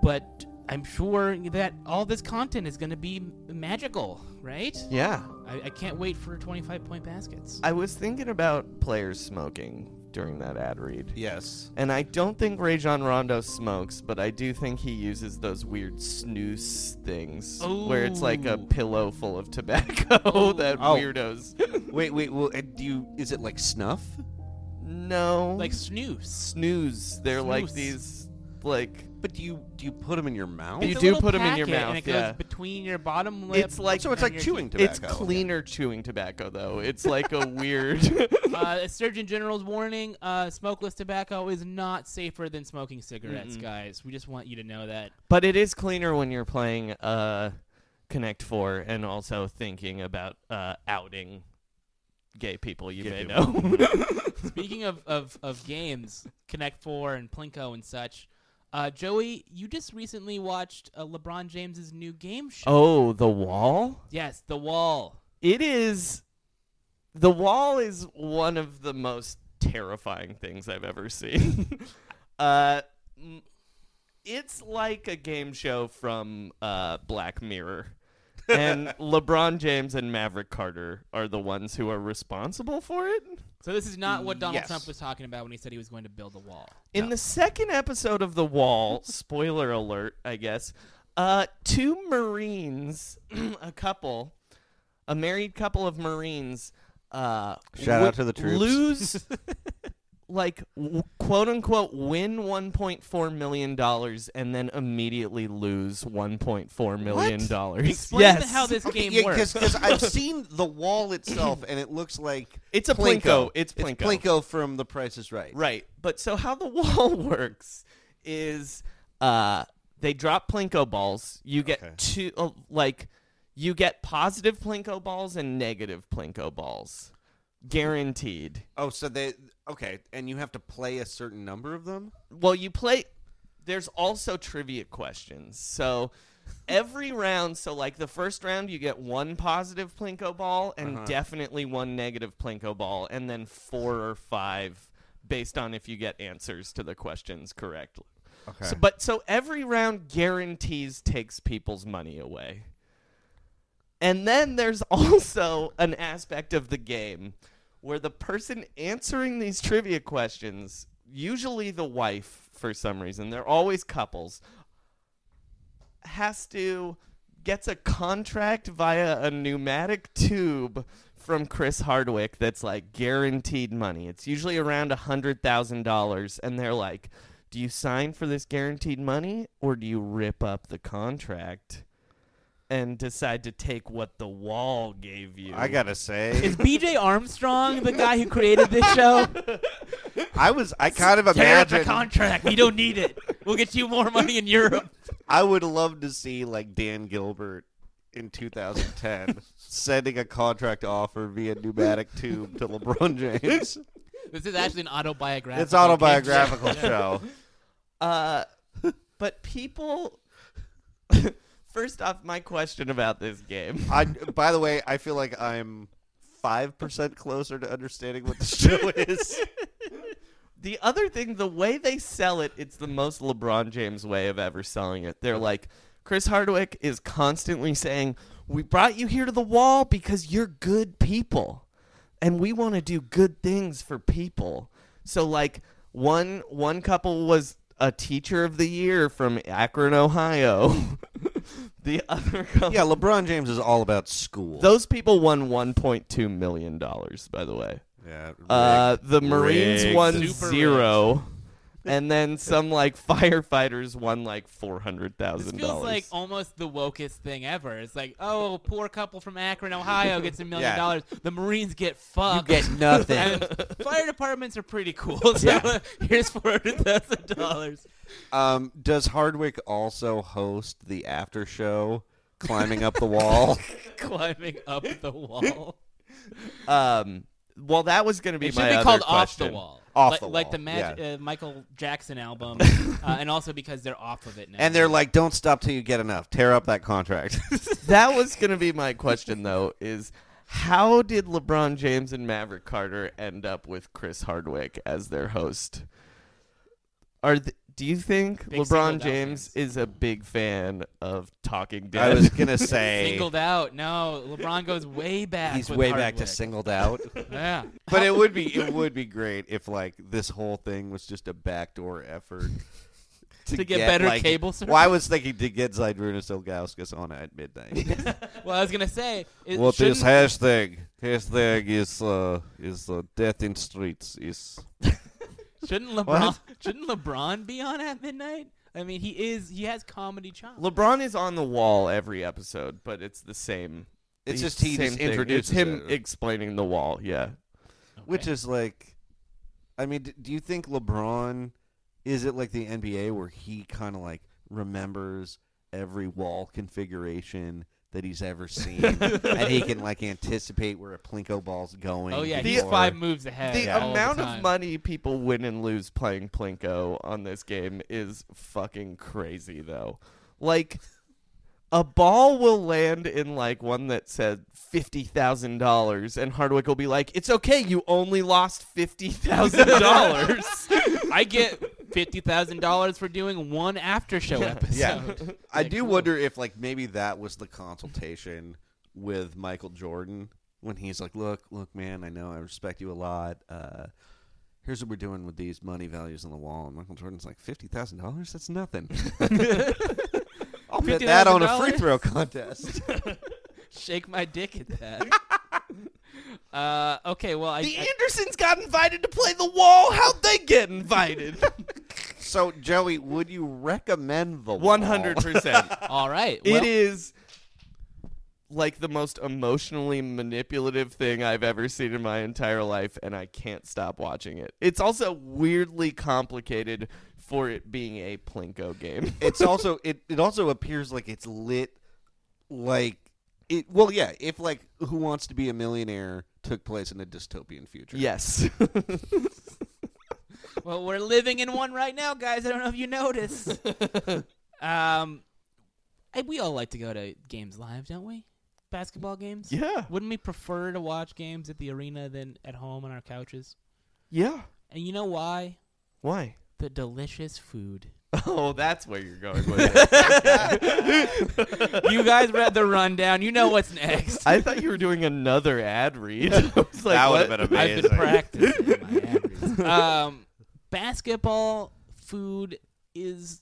Speaker 2: but I'm sure that all this content is going to be m- magical, right?
Speaker 3: Yeah.
Speaker 2: I, I can't wait for 25 point baskets.
Speaker 3: I was thinking about players smoking during that ad read.
Speaker 4: Yes.
Speaker 3: And I don't think Rajon Rondo smokes, but I do think he uses those weird snooze things where it's like a
Speaker 2: Ooh.
Speaker 3: pillow full of tobacco that
Speaker 4: Oh.
Speaker 3: weirdos.
Speaker 4: Wait, wait. Well, uh, do you? Is it like snuff?
Speaker 3: no.
Speaker 2: Like snooze.
Speaker 3: snooze. They're like
Speaker 2: Snooze.
Speaker 3: these Like
Speaker 4: But do you do you put them in your mouth?
Speaker 3: You
Speaker 2: It's a
Speaker 3: do
Speaker 2: little
Speaker 3: put 'em in your
Speaker 2: packet,
Speaker 3: mouth,
Speaker 2: And it goes
Speaker 3: yeah.
Speaker 2: between your bottom lip.
Speaker 3: it's like
Speaker 4: so it's
Speaker 2: on
Speaker 4: like
Speaker 2: your
Speaker 4: chewing tobacco.
Speaker 3: it's cleaner chewing tobacco though. It's like a weird.
Speaker 2: uh, Surgeon General's warning: uh, smokeless tobacco is not safer than smoking cigarettes, guys. We just want you to know that.
Speaker 3: But it is cleaner when you're playing uh, Connect Four and also thinking about uh, outing gay people you may
Speaker 4: Gay
Speaker 3: know.
Speaker 2: Speaking of, of, of games, Connect Four and Plinko and such, uh, Joey, you just recently watched uh, LeBron James's new game show.
Speaker 3: oh, the wall!
Speaker 2: Yes, The Wall.
Speaker 3: It is. The wall is one of the most terrifying things I've ever seen. uh, m- it's like a game show from uh, Black Mirror. and LeBron James and Maverick Carter are the ones who are responsible for it.
Speaker 2: So this is not what Donald
Speaker 4: Yes.
Speaker 2: Trump was talking about when he said he was going to build a wall.
Speaker 3: In the second episode of The Wall, spoiler alert, I guess, uh, two Marines, a couple, a married couple of Marines, uh,
Speaker 4: Shout out to the troops.
Speaker 3: lose, like, w- quote unquote, win $1.4 million and then immediately lose $1.4 million.
Speaker 2: Explain
Speaker 3: yes.
Speaker 2: to how this game works.
Speaker 4: because I've seen the wall itself, and it looks like
Speaker 3: It's a Plinko. It's Plinko.
Speaker 4: Plinko from The Price Is Right.
Speaker 3: Right. But so how the wall works is uh they drop plinko balls. You get
Speaker 4: Okay.
Speaker 3: two uh, like you get positive plinko balls and negative plinko balls. Guaranteed.
Speaker 4: Oh, so they okay, and you have to play a certain number of them.
Speaker 3: Well, you play there's also trivia questions. So every round, so like the first round you get one positive plinko ball and definitely one negative plinko ball and then four or five based on if you get answers to the questions correctly.
Speaker 4: Okay.
Speaker 3: So, but so every round guarantees takes people's money away. And then there's also an aspect of the game where the person answering these trivia questions, usually the wife for some reason, they're always couples, has to gets a contract via a pneumatic tube from Chris Hardwick that's like guaranteed money. It's usually around a hundred thousand dollars, and they're like, "Do you sign for this guaranteed money, or do you rip up the contract and decide to take what the wall gave you?"
Speaker 4: I gotta say,
Speaker 2: Is BJ Armstrong the guy who created this show?
Speaker 4: I was I kind of
Speaker 2: Tear up the
Speaker 4: imagined
Speaker 2: contract. We don't need it. We'll get you more money in Europe.
Speaker 4: I would love to see like Dan Gilbert in 2010 sending a contract offer via pneumatic tube to LeBron James.
Speaker 2: This is actually an autobiographical.
Speaker 4: It's autobiographical show.
Speaker 3: Uh, but people. First off, my question about this game.
Speaker 4: I by the way, I feel like I'm five percent closer to understanding what the show is.
Speaker 3: The other thing, the way they sell it, it's the most LeBron James way of ever selling it. They're like, Chris Hardwick is constantly saying, We brought you here to the wall because you're good people. And we want to do good things for people. So like one one couple was a teacher of the year from Akron, Ohio. the other couple
Speaker 4: yeah, LeBron James is all about school.
Speaker 3: those people won one point two million dollars, by the way.
Speaker 4: yeah,
Speaker 3: Uh, the Marines
Speaker 4: Rigged.
Speaker 3: won
Speaker 2: Super
Speaker 3: zero, and then some like firefighters won like four hundred
Speaker 2: This
Speaker 3: thousand
Speaker 2: feels
Speaker 3: dollars.
Speaker 2: like almost the wokest thing ever. It's like, oh, poor couple from Akron, Ohio gets a million
Speaker 4: Yeah.
Speaker 2: dollars. The Marines get fucked.
Speaker 4: nothing.
Speaker 2: And fire departments are pretty cool. So
Speaker 3: Yeah.
Speaker 2: here's four hundred thousand dollars.
Speaker 4: um, does Hardwick also host the after show, climbing up the wall?
Speaker 2: Climbing up the wall.
Speaker 3: um, well, that was going to be
Speaker 2: It
Speaker 3: my
Speaker 2: should be
Speaker 3: other
Speaker 2: called off
Speaker 3: question.
Speaker 2: the wall.
Speaker 4: Off
Speaker 2: like,
Speaker 4: the
Speaker 2: like
Speaker 4: Wall,
Speaker 2: the Mag-
Speaker 4: yeah.
Speaker 2: uh, Michael Jackson album, uh, and also because they're off of it now.
Speaker 4: and they're like, "Don't stop till you get enough. Tear up that contract."
Speaker 3: That was going to be my question though. Is how did LeBron James and Maverick Carter end up with Chris Hardwick as their host? Are th- do you think
Speaker 2: Big
Speaker 3: LeBron
Speaker 2: singled out
Speaker 3: James
Speaker 2: fans.
Speaker 3: is a big fan of Talking Dead?
Speaker 4: I was gonna say
Speaker 2: singled out. No, LeBron goes way back.
Speaker 4: he's
Speaker 2: with
Speaker 4: way back to
Speaker 2: Hardwick.
Speaker 4: singled out.
Speaker 2: Yeah.
Speaker 4: But it would be it would be great if like this whole thing was just a backdoor effort
Speaker 2: To get better
Speaker 4: like-
Speaker 2: cable service?
Speaker 4: Well, I was thinking to get Zydrunas Ilgauskas on at midnight.
Speaker 2: Well, I was gonna say, it
Speaker 4: well,
Speaker 2: shouldn't,
Speaker 4: this hashtag hashtag is uh, is uh, death in streets is
Speaker 2: Shouldn't LeBron shouldn't LeBron be on at midnight? I mean, he is. He has comedy chops.
Speaker 3: LeBron is on the wall every episode, but it's the same.
Speaker 4: It's
Speaker 3: the
Speaker 4: just he
Speaker 3: same
Speaker 4: just
Speaker 3: thing.
Speaker 4: introduces
Speaker 3: it's him
Speaker 4: it.
Speaker 3: explaining the wall. Yeah,
Speaker 4: Which
Speaker 2: Okay.
Speaker 4: is like, I mean, d- do you think LeBron is it like the NBA where he kind of like remembers every wall configuration that he's ever seen, and he can like anticipate where a plinko ball's going?
Speaker 2: oh yeah,
Speaker 3: The-
Speaker 2: he's
Speaker 4: before-
Speaker 2: five moves ahead.
Speaker 3: the
Speaker 2: all
Speaker 3: amount
Speaker 2: time.
Speaker 3: of money people win and lose playing plinko on this game is fucking crazy, though. Like. A ball will land in like one that said fifty thousand dollars, and Hardwick will be like, "It's okay, you only lost fifty thousand dollars."
Speaker 2: I get fifty thousand dollars for doing one after show episode.
Speaker 4: I do wonder if like maybe that was the consultation with Michael Jordan when he's like, "Look, look, man, I know I respect you a lot. Uh, here's what we're doing with these money values on the wall." And Michael Jordan's like, 50000 dollars? That's nothing. I'll bet that on a free
Speaker 2: $50,000?
Speaker 4: throw contest."
Speaker 2: Shake my dick at that. uh, okay, well, I,
Speaker 3: the
Speaker 2: I-
Speaker 3: Andersons got invited to play the wall. How'd they get invited?
Speaker 4: so, Joey, would you recommend the wall?
Speaker 3: One hundred percent.
Speaker 2: all right.
Speaker 3: It
Speaker 2: well-
Speaker 3: is like the most emotionally manipulative thing I've ever seen in my entire life, and I can't stop watching it. It's also weirdly complicated for it being a plinko game.
Speaker 4: it's also it, it also appears like it's lit like it well yeah if like who wants to be a millionaire took place in a dystopian future
Speaker 3: yes.
Speaker 2: Well, we're living in one right now, guys. I don't know if you noticed. um, I- we all like to go to games live, don't we? Basketball games.
Speaker 3: yeah.
Speaker 2: Wouldn't we prefer to watch games at the arena than at home on our couches?
Speaker 3: Yeah.
Speaker 2: And you know why?
Speaker 3: Why?
Speaker 2: The delicious food.
Speaker 3: Oh, that's where you're going with it.
Speaker 2: you guys read the rundown. You know what's next.
Speaker 3: I thought you were doing another ad read. I was like,
Speaker 1: that would
Speaker 3: what?
Speaker 1: have been
Speaker 2: I've
Speaker 1: amazing.
Speaker 2: been practicing my ad reads. um, basketball food is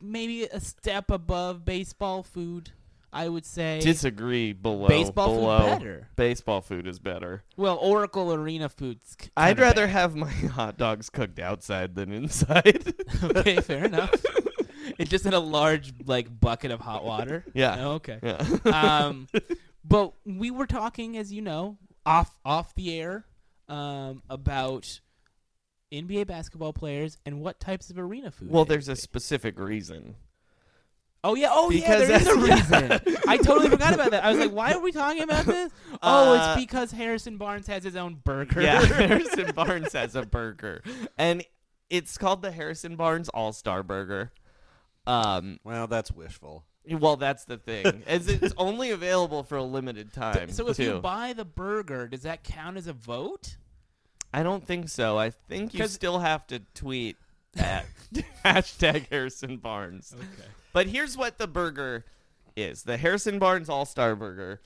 Speaker 2: maybe a step above baseball food. I would say
Speaker 3: Disagree below.
Speaker 2: baseball
Speaker 3: below.
Speaker 2: food better.
Speaker 3: Baseball food is better.
Speaker 2: Well, Oracle Arena foods. k-
Speaker 3: I'd
Speaker 2: kinda
Speaker 3: rather have my hot dogs cooked outside than inside.
Speaker 2: bad. okay, fair enough. it's just in a large like bucket of hot water.
Speaker 3: Yeah.
Speaker 2: Oh, okay.
Speaker 3: yeah.
Speaker 2: Um, but we were talking, as you know, off off the air, um, about NBA basketball players and what types of arena food.
Speaker 3: Well,
Speaker 2: they
Speaker 3: there's a
Speaker 2: would be.
Speaker 3: specific reason.
Speaker 2: Oh yeah. Oh yeah.
Speaker 3: Because
Speaker 2: There is a
Speaker 3: that's-
Speaker 2: reason. I totally forgot about that. I was like, why are we talking about this? Oh,
Speaker 3: Uh,
Speaker 2: it's because Harrison Barnes has his own burger.
Speaker 3: Yeah, Harrison Barnes has a burger, and it's called the Harrison Barnes All Star Burger. Um,
Speaker 4: well that's wishful
Speaker 3: well, that's the thing, is it's only available for a limited time.
Speaker 2: so if you
Speaker 3: too.
Speaker 2: buy the burger, does that count as a vote?
Speaker 3: I don't think so. I think you
Speaker 2: 'Cause-
Speaker 3: still have to tweet at hashtag Harrison Barnes.
Speaker 2: Okay.
Speaker 3: But here's what the burger is: the Harrison Barnes All Star Burger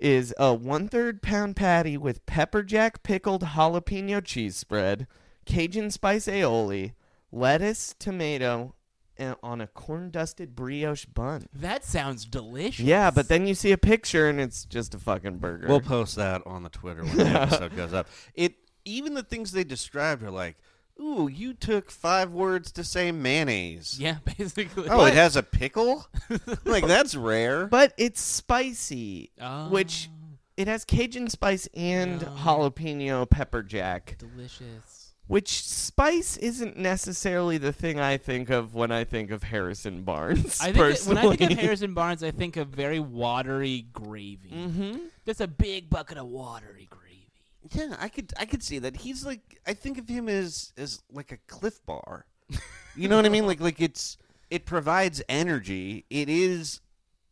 Speaker 3: is a one-third pound patty with pepper jack pickled jalapeno cheese spread, Cajun spice aioli, lettuce, tomato, and on a corn-dusted brioche bun.
Speaker 2: That sounds delicious.
Speaker 3: Yeah, but then you see a picture and it's just a fucking burger.
Speaker 4: we'll post that on the twitter when the episode goes up it even the things they described are like ooh you took five words to say mayonnaise
Speaker 2: yeah, basically.
Speaker 4: oh it has a pickle like that's rare
Speaker 3: but it's spicy,
Speaker 2: Oh,
Speaker 3: which it has Cajun spice and
Speaker 2: Yeah.
Speaker 3: jalapeno pepper jack.
Speaker 2: delicious.
Speaker 3: Which spice isn't necessarily the thing I think of when I think of Harrison Barnes.
Speaker 2: I think that-
Speaker 3: personally.
Speaker 2: when I think of Harrison Barnes, I think of very watery gravy.
Speaker 3: Mm-hmm.
Speaker 2: Just a big bucket of watery gravy.
Speaker 4: Yeah, I could I could see that. He's like I think of him as as like a cliff bar. You know what I mean? Like like it's it provides energy. It is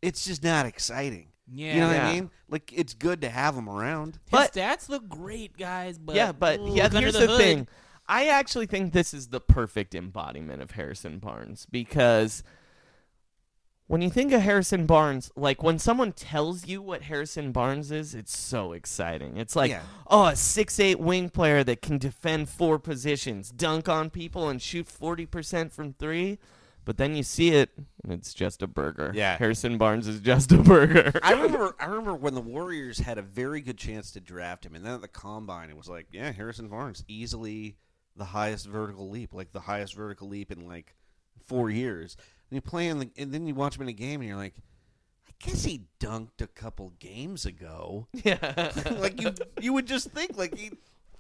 Speaker 4: it's just not exciting.
Speaker 2: Yeah.
Speaker 4: You know what
Speaker 3: Yeah.
Speaker 4: I mean? Like it's good to have him around.
Speaker 2: His
Speaker 3: But-
Speaker 2: stats look great, guys. But
Speaker 3: yeah, but
Speaker 2: ooh,
Speaker 3: yeah,
Speaker 2: look under
Speaker 3: here's
Speaker 2: the,
Speaker 3: the,
Speaker 2: hood.
Speaker 3: thing. I actually think this is the perfect embodiment of Harrison Barnes because when you think of Harrison Barnes, like when someone tells you what Harrison Barnes is, it's so exciting. It's like,
Speaker 4: Yeah.
Speaker 3: oh, a six-eight wing player that can defend four positions, dunk on people, and shoot 40% from three. But then you see it, and it's just a burger.
Speaker 4: Yeah.
Speaker 3: Harrison Barnes is just a burger.
Speaker 4: I remember I remember when the Warriors had a very good chance to draft him and then at the combine it was like, yeah, Harrison Barnes easily the highest vertical leap, like the highest vertical leap in like four years. And you play in the, and then you watch him in a game, and you're like, I guess he dunked a couple games ago.
Speaker 3: Yeah.
Speaker 4: like you, you would just think like he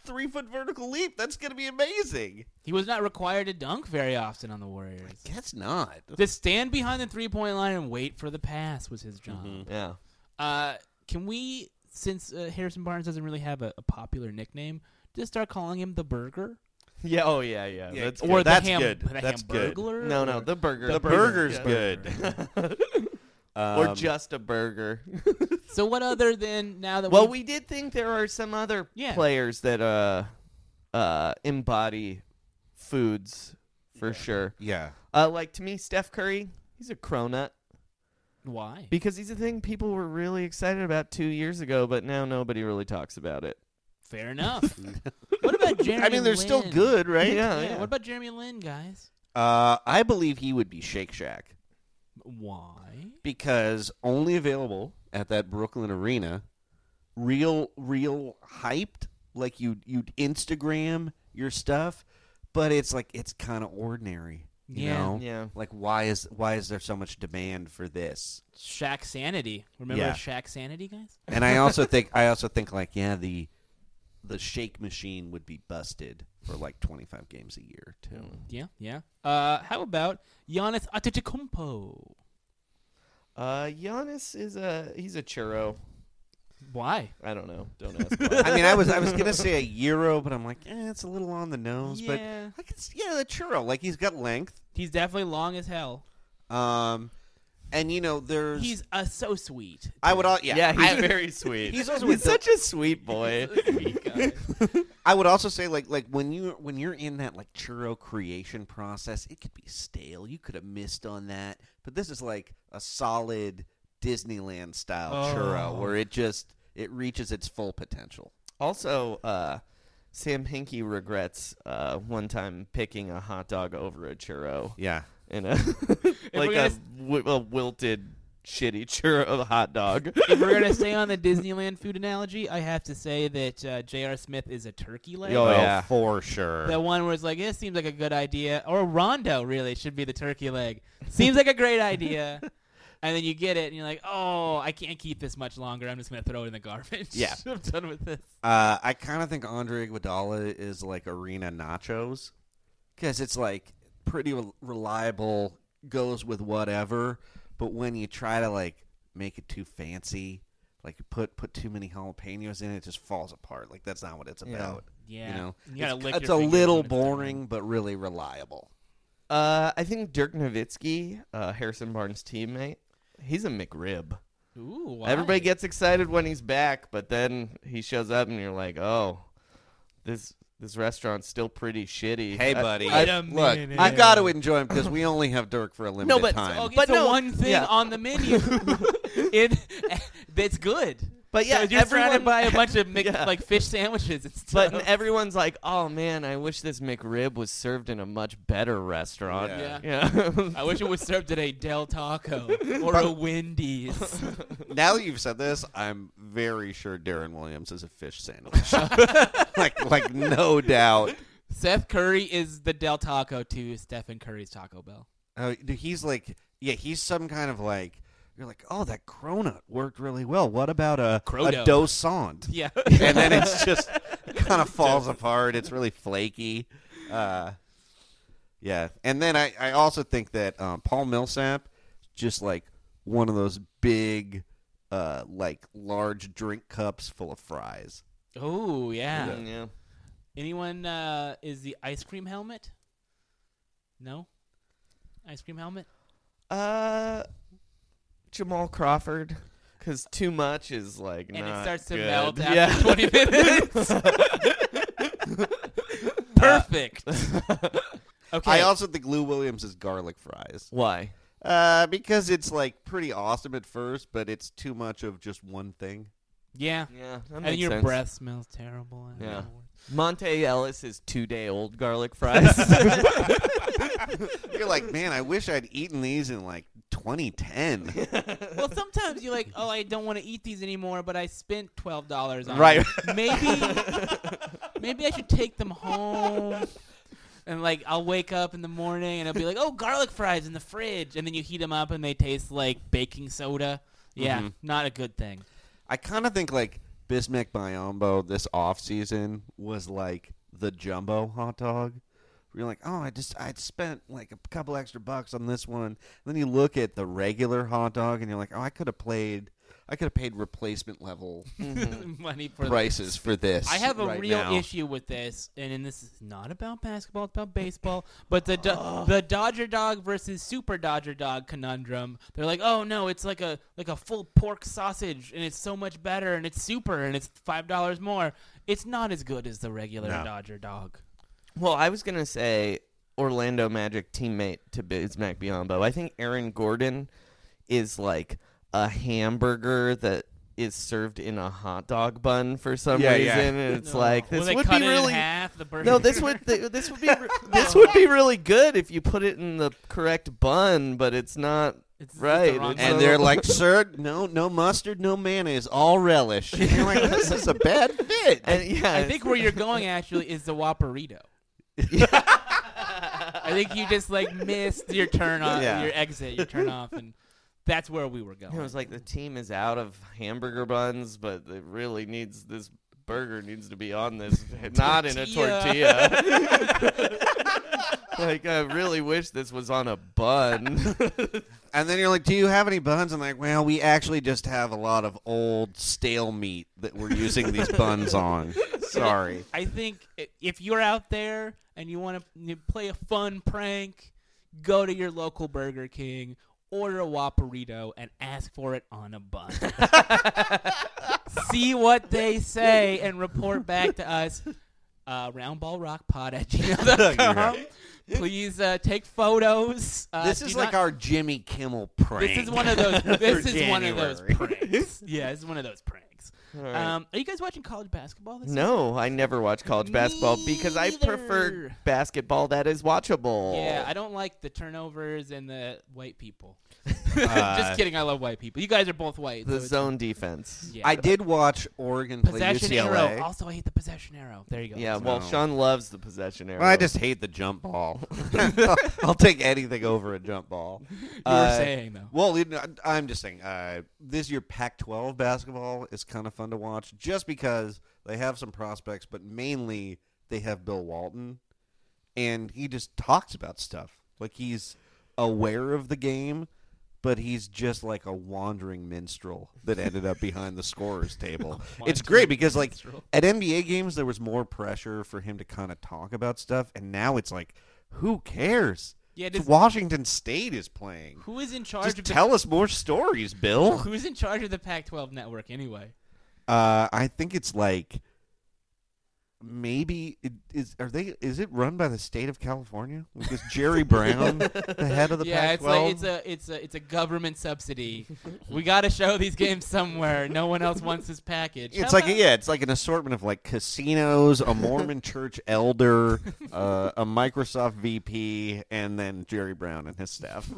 Speaker 4: three foot vertical leap. That's gonna be amazing.
Speaker 2: He was not required to dunk very often on the Warriors.
Speaker 4: Guess not.
Speaker 2: To stand behind the three point line and wait for the pass was his job.
Speaker 3: yeah.
Speaker 2: Uh, can we, since uh, Harrison Barnes doesn't really have a, a popular nickname, just start calling him the Burger
Speaker 3: Yeah. Oh yeah. Yeah.
Speaker 4: Yeah,
Speaker 3: That's
Speaker 4: Good.
Speaker 2: or
Speaker 4: That's
Speaker 2: the ham?
Speaker 4: good.
Speaker 2: The
Speaker 4: That's good.
Speaker 2: Hamburglar?
Speaker 3: no,
Speaker 2: Or-
Speaker 3: no. The burger.
Speaker 4: The burger's good.
Speaker 3: or
Speaker 4: Um,
Speaker 3: just a burger.
Speaker 2: So what other than now that
Speaker 3: well,
Speaker 2: we
Speaker 3: we did think there are some other
Speaker 2: Yeah.
Speaker 3: players that uh uh embody foods for sure.
Speaker 4: yeah.
Speaker 3: Uh, like to me, Steph Curry, he's a cronut
Speaker 2: why
Speaker 3: because he's a thing people were really excited about two years ago, but now nobody really talks about it.
Speaker 2: fair enough. what about Jeremy?
Speaker 4: I mean, they're still
Speaker 2: Lin?
Speaker 4: good, right?
Speaker 3: Yeah,
Speaker 2: Yeah,
Speaker 3: yeah.
Speaker 2: What about Jeremy Lin, guys?
Speaker 4: Uh, I believe he would be Shake Shack
Speaker 2: Why?
Speaker 4: because only available at that Brooklyn arena. Real, real hyped. Like you, you'd Instagram your stuff, but it's like it's kind of ordinary. You
Speaker 2: Yeah.
Speaker 4: know?
Speaker 3: Yeah.
Speaker 4: Like why is why is there so much demand for this?
Speaker 2: Shaq Sanity. Remember
Speaker 4: Yeah.
Speaker 2: Shaq Sanity, guys?
Speaker 4: And I also think I also think like yeah the the shake machine would be busted for like 25 games a year too.
Speaker 2: Yeah, yeah. Uh, how about Giannis Antetokounmpo?
Speaker 3: Uh, Giannis is a he's a churro.
Speaker 2: Why?
Speaker 3: I don't know. Don't ask. why.
Speaker 4: I mean, I was I was gonna say a euro, but I'm like, eh, it's a little on the nose.
Speaker 2: Yeah.
Speaker 4: But I could, see- yeah, a churro. Like he's got length.
Speaker 2: He's definitely long as hell.
Speaker 4: Um, and you know, there's
Speaker 2: He's uh, so sweet.
Speaker 4: I would all yeah,
Speaker 3: yeah, he's
Speaker 4: I,
Speaker 3: very sweet.
Speaker 4: He's also a-
Speaker 3: such a sweet boy.
Speaker 4: I would also say like like when you when you're in that like churro creation process, it could be stale. You could have missed on that, but this is like a solid Disneyland style churro
Speaker 2: Oh.
Speaker 4: where it just it reaches its full potential.
Speaker 3: Also, uh, Sam Hinkie regrets uh, one time picking a hot dog over a churro
Speaker 4: Yeah.
Speaker 3: in a like
Speaker 2: we're
Speaker 3: a,
Speaker 2: gonna
Speaker 3: wi- a wilted, shitty churro of a hot dog.
Speaker 2: if we're gonna stay on the Disneyland food analogy, I have to say that uh, J.R. Smith is a turkey leg.
Speaker 3: Oh, yeah.
Speaker 4: for sure.
Speaker 2: The one where it's like, it seems like a good idea, or Rondo really should be the turkey leg. Seems like a great idea, and then you get it, and you're like, oh, I can't keep this much longer. I'm just gonna throw it in the garbage.
Speaker 4: Yeah.
Speaker 2: I'm done with this.
Speaker 4: Uh, I kind of think Andre Iguodala is like arena nachos because it's like pretty re- reliable, goes with whatever. But when you try to like make it too fancy, like you put put too many jalapenos in it, it just falls apart. Like that's not what it's about.
Speaker 2: Yeah,
Speaker 4: You know,
Speaker 2: You gotta
Speaker 4: it's,
Speaker 2: lick
Speaker 4: it's
Speaker 2: your
Speaker 4: a
Speaker 2: fingers
Speaker 4: little
Speaker 2: when it's done.
Speaker 4: boring, but really reliable.
Speaker 3: Uh, I think Dirk Nowitzki, uh, Harrison Barnes' teammate, he's a McRib.
Speaker 2: Ooh, why?
Speaker 3: Everybody gets excited when he's back, but then he shows up and you're like, oh, this this restaurant's still pretty shitty.
Speaker 4: Hey,
Speaker 3: I-
Speaker 4: buddy,
Speaker 2: Wait a
Speaker 4: look,
Speaker 2: minute.
Speaker 4: I've got to enjoy him because we only have Dirk for a limited
Speaker 3: but-
Speaker 4: time.
Speaker 2: Okay,
Speaker 3: But
Speaker 2: so
Speaker 3: no,
Speaker 2: one thing
Speaker 3: yeah.
Speaker 2: on the menu, it that's good.
Speaker 3: But yeah,
Speaker 2: so you're
Speaker 3: everyone,
Speaker 2: surrounded by a bunch of mc,
Speaker 3: Yeah.
Speaker 2: like fish sandwiches. and
Speaker 3: But
Speaker 2: stuff.
Speaker 3: everyone's like, oh man, I wish this McRib was served in a much better restaurant.
Speaker 4: Yeah.
Speaker 3: Yeah.
Speaker 2: I wish it was served at a Del Taco or a Wendy's.
Speaker 4: Now that you've said this, I'm very sure Darren Williams is a fish sandwich. like, like no doubt.
Speaker 2: Seth Curry is the Del Taco to Stephen Curry's Taco Bell.
Speaker 4: Uh, dude, he's like, yeah, he's some kind of like. You're like, oh, that cronut worked really well. What about a
Speaker 2: Crodo.
Speaker 4: a dosant?
Speaker 2: Yeah.
Speaker 4: And then it's just kind of falls apart. It's really flaky. Uh, yeah, and then I, I also think that um, Paul Millsap, just like one of those big, uh, like large drink cups full of fries.
Speaker 2: oh yeah.
Speaker 3: yeah.
Speaker 2: Anyone uh, is the ice cream helmet? No. Ice cream helmet.
Speaker 3: Uh, Jamal Crawford, because too much is like,
Speaker 2: And
Speaker 3: not
Speaker 2: it starts to
Speaker 3: good.
Speaker 2: melt after
Speaker 3: Yeah.
Speaker 2: 20 minutes. Perfect. okay.
Speaker 4: I also think Lou Williams is garlic fries.
Speaker 3: Why?
Speaker 4: Uh, because it's like pretty awesome at first, but it's too much of just one thing.
Speaker 2: yeah.
Speaker 3: Yeah, that
Speaker 2: And
Speaker 3: makes
Speaker 2: your
Speaker 3: sense.
Speaker 2: breath smells terrible. I don't
Speaker 3: Yeah.
Speaker 2: know.
Speaker 3: Monte Ellis is two day old garlic fries.
Speaker 4: You're like, man, I wish I'd eaten these in like 2010.
Speaker 2: well, sometimes you're like, oh, I don't want to eat these anymore, but I spent twelve dollars on
Speaker 4: Right.
Speaker 2: them. Maybe, maybe I should take them home. And like, I'll wake up in the morning and I'll be like, oh, garlic fries in the fridge, and then you heat them up and they taste like baking soda. Yeah,
Speaker 4: Mhm.
Speaker 2: not a good thing.
Speaker 4: I kind of think like Bismack Biombo this off season was like the jumbo hot dog. Where You're like, oh, I just I spent like a couple extra bucks on this one. And then you look at the regular hot dog, and you're like, oh, I could have played, I could have paid replacement level
Speaker 2: Money for the-
Speaker 4: prices for this.
Speaker 2: I have a
Speaker 4: right
Speaker 2: real
Speaker 4: now.
Speaker 2: issue with this, and, and this is not about basketball; it's about baseball. But the do- the Dodger dog versus Super Dodger dog conundrum. They're like, oh no, it's like a like a full pork sausage, and it's so much better, and it's super, and it's five dollars more. It's not as good as the regular
Speaker 4: No.
Speaker 2: Dodger dog.
Speaker 3: Well, I was gonna say Orlando Magic teammate to Bismack Biombo. I think Aaron Gordon is like a hamburger that is served in a hot dog bun for some
Speaker 4: Yeah, yeah.
Speaker 3: reason, and it's
Speaker 2: No.
Speaker 3: like
Speaker 2: Well,
Speaker 3: this
Speaker 2: they
Speaker 3: would
Speaker 2: cut
Speaker 3: be
Speaker 2: it
Speaker 3: really
Speaker 2: in half. The burger.
Speaker 3: no. This would th- this would be re- this would be really good if you put it in the correct bun, but it's not
Speaker 2: It's the
Speaker 3: right.
Speaker 2: wrong
Speaker 3: It's
Speaker 2: bun.
Speaker 4: And
Speaker 3: not-
Speaker 4: they're like, sir, no, no mustard, no mayonnaise, all relish. And you're like, this is a bad fit.
Speaker 3: and, yeah,
Speaker 2: I think where you're going actually is the Whopperito. I think you just like missed your turn off,
Speaker 4: Yeah.
Speaker 2: your exit, your turn off, and that's where we were going.
Speaker 3: It was like the team is out of hamburger buns, but it really needs this burger needs to be on this, not in a
Speaker 2: Tortilla.
Speaker 3: tortilla. like I really wish this was on a bun.
Speaker 4: And then you're like, "Do you have any buns?" I'm like, "Well, we actually just have a lot of old stale meat that we're using these buns on." Sorry.
Speaker 2: I think i- if you're out there and you want to play a fun prank, go to your local Burger King, order a Whopperito, and ask for it on a bun. See what they say and report back to us. Uh, roundballrockpod at gmail.com. Please uh, take photos. Uh,
Speaker 4: this
Speaker 2: do
Speaker 4: is
Speaker 2: not-
Speaker 4: like our Jimmy Kimmel prank.
Speaker 2: This is one of those. This
Speaker 4: for
Speaker 2: is one of those
Speaker 4: January.
Speaker 2: pranks. Yeah, this is one of those pranks.
Speaker 3: All right.
Speaker 2: Um, are you guys watching college basketball? This
Speaker 3: no, I never watch college basketball because I prefer
Speaker 2: Neither.
Speaker 3: basketball that is watchable.
Speaker 2: year? Yeah, I don't like the turnovers and the white people.
Speaker 4: Uh,
Speaker 2: Just kidding. I love white people. You guys are both white. so
Speaker 3: the
Speaker 2: it's-
Speaker 3: zone defense.
Speaker 2: Yeah.
Speaker 4: I did watch Oregon play
Speaker 2: possession arrow.
Speaker 4: UCLA.
Speaker 2: Also, I hate the possession arrow. There you go.
Speaker 3: Yeah, well,
Speaker 4: No.
Speaker 3: Sean loves the possession arrow.
Speaker 4: Well, I just hate the jump ball. I'll, I'll take anything over a jump ball.
Speaker 2: you were
Speaker 4: Uh,
Speaker 2: saying though.
Speaker 4: Well, you know, I'm just saying, uh, this year Pac-12 basketball is kind of fun to watch, just because they have some prospects, but mainly they have Bill Walton, and he just talks about stuff like he's aware of the game, but he's just like a wandering minstrel that ended up behind the scorer's table. it's great because like
Speaker 2: minstrel.
Speaker 4: at NBA games there was more pressure for him to kind of talk about stuff, and now it's like, who cares?
Speaker 2: Yeah, it
Speaker 4: It's
Speaker 2: is-
Speaker 4: Washington State is playing.
Speaker 2: Who is in charge
Speaker 4: Just
Speaker 2: of the,
Speaker 4: tell us more stories, Bill.
Speaker 2: Who's in charge of the Pac-12 network anyway?
Speaker 4: Uh, I think it's like maybe it is. Are they? Is it run by the state of California? Like, is Jerry Brown the head of the
Speaker 2: yeah, it's
Speaker 4: Pac-12?
Speaker 2: like it's a it's a it's a government subsidy. we got to show these games somewhere. No one else wants this package.
Speaker 4: It's
Speaker 2: How
Speaker 4: like
Speaker 2: about-
Speaker 4: yeah, it's like an assortment of like casinos, a Mormon church elder, uh, a Microsoft VP, and then Jerry Brown and his staff.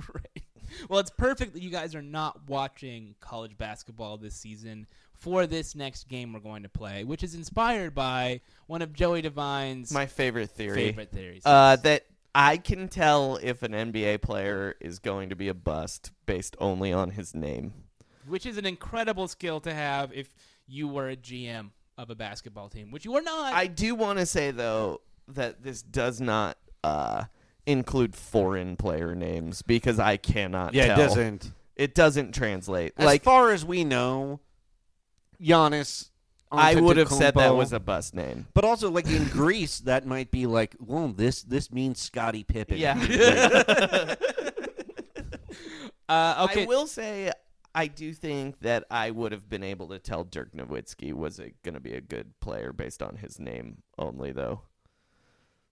Speaker 2: Well, it's perfect that you guys are not watching college basketball this season for this next game we're going to play, which is inspired by one of Joey Devine's
Speaker 3: my favorite theory.
Speaker 2: favorite theories.
Speaker 3: Uh, that I can tell if an NBA player is going to be a bust based only on his name.
Speaker 2: which is an incredible skill to have if you were a GM of a basketball team, which you are not.
Speaker 3: I do want to say though that this does not uh, include foreign player names because I cannot.
Speaker 4: Yeah, it
Speaker 3: tell.
Speaker 4: doesn't.
Speaker 3: It doesn't translate.
Speaker 4: As
Speaker 3: like
Speaker 4: far as we know, Giannis.
Speaker 3: I would have said that
Speaker 4: Antetokounmpo-
Speaker 3: was a bust name.
Speaker 4: But also, like in Greece, that might be like, well, this this means Scottie Pippen.
Speaker 3: Yeah.
Speaker 2: uh, okay.
Speaker 3: I will say I do think that I would have been able to tell Dirk Nowitzki was going to be a good player based on his name only, though.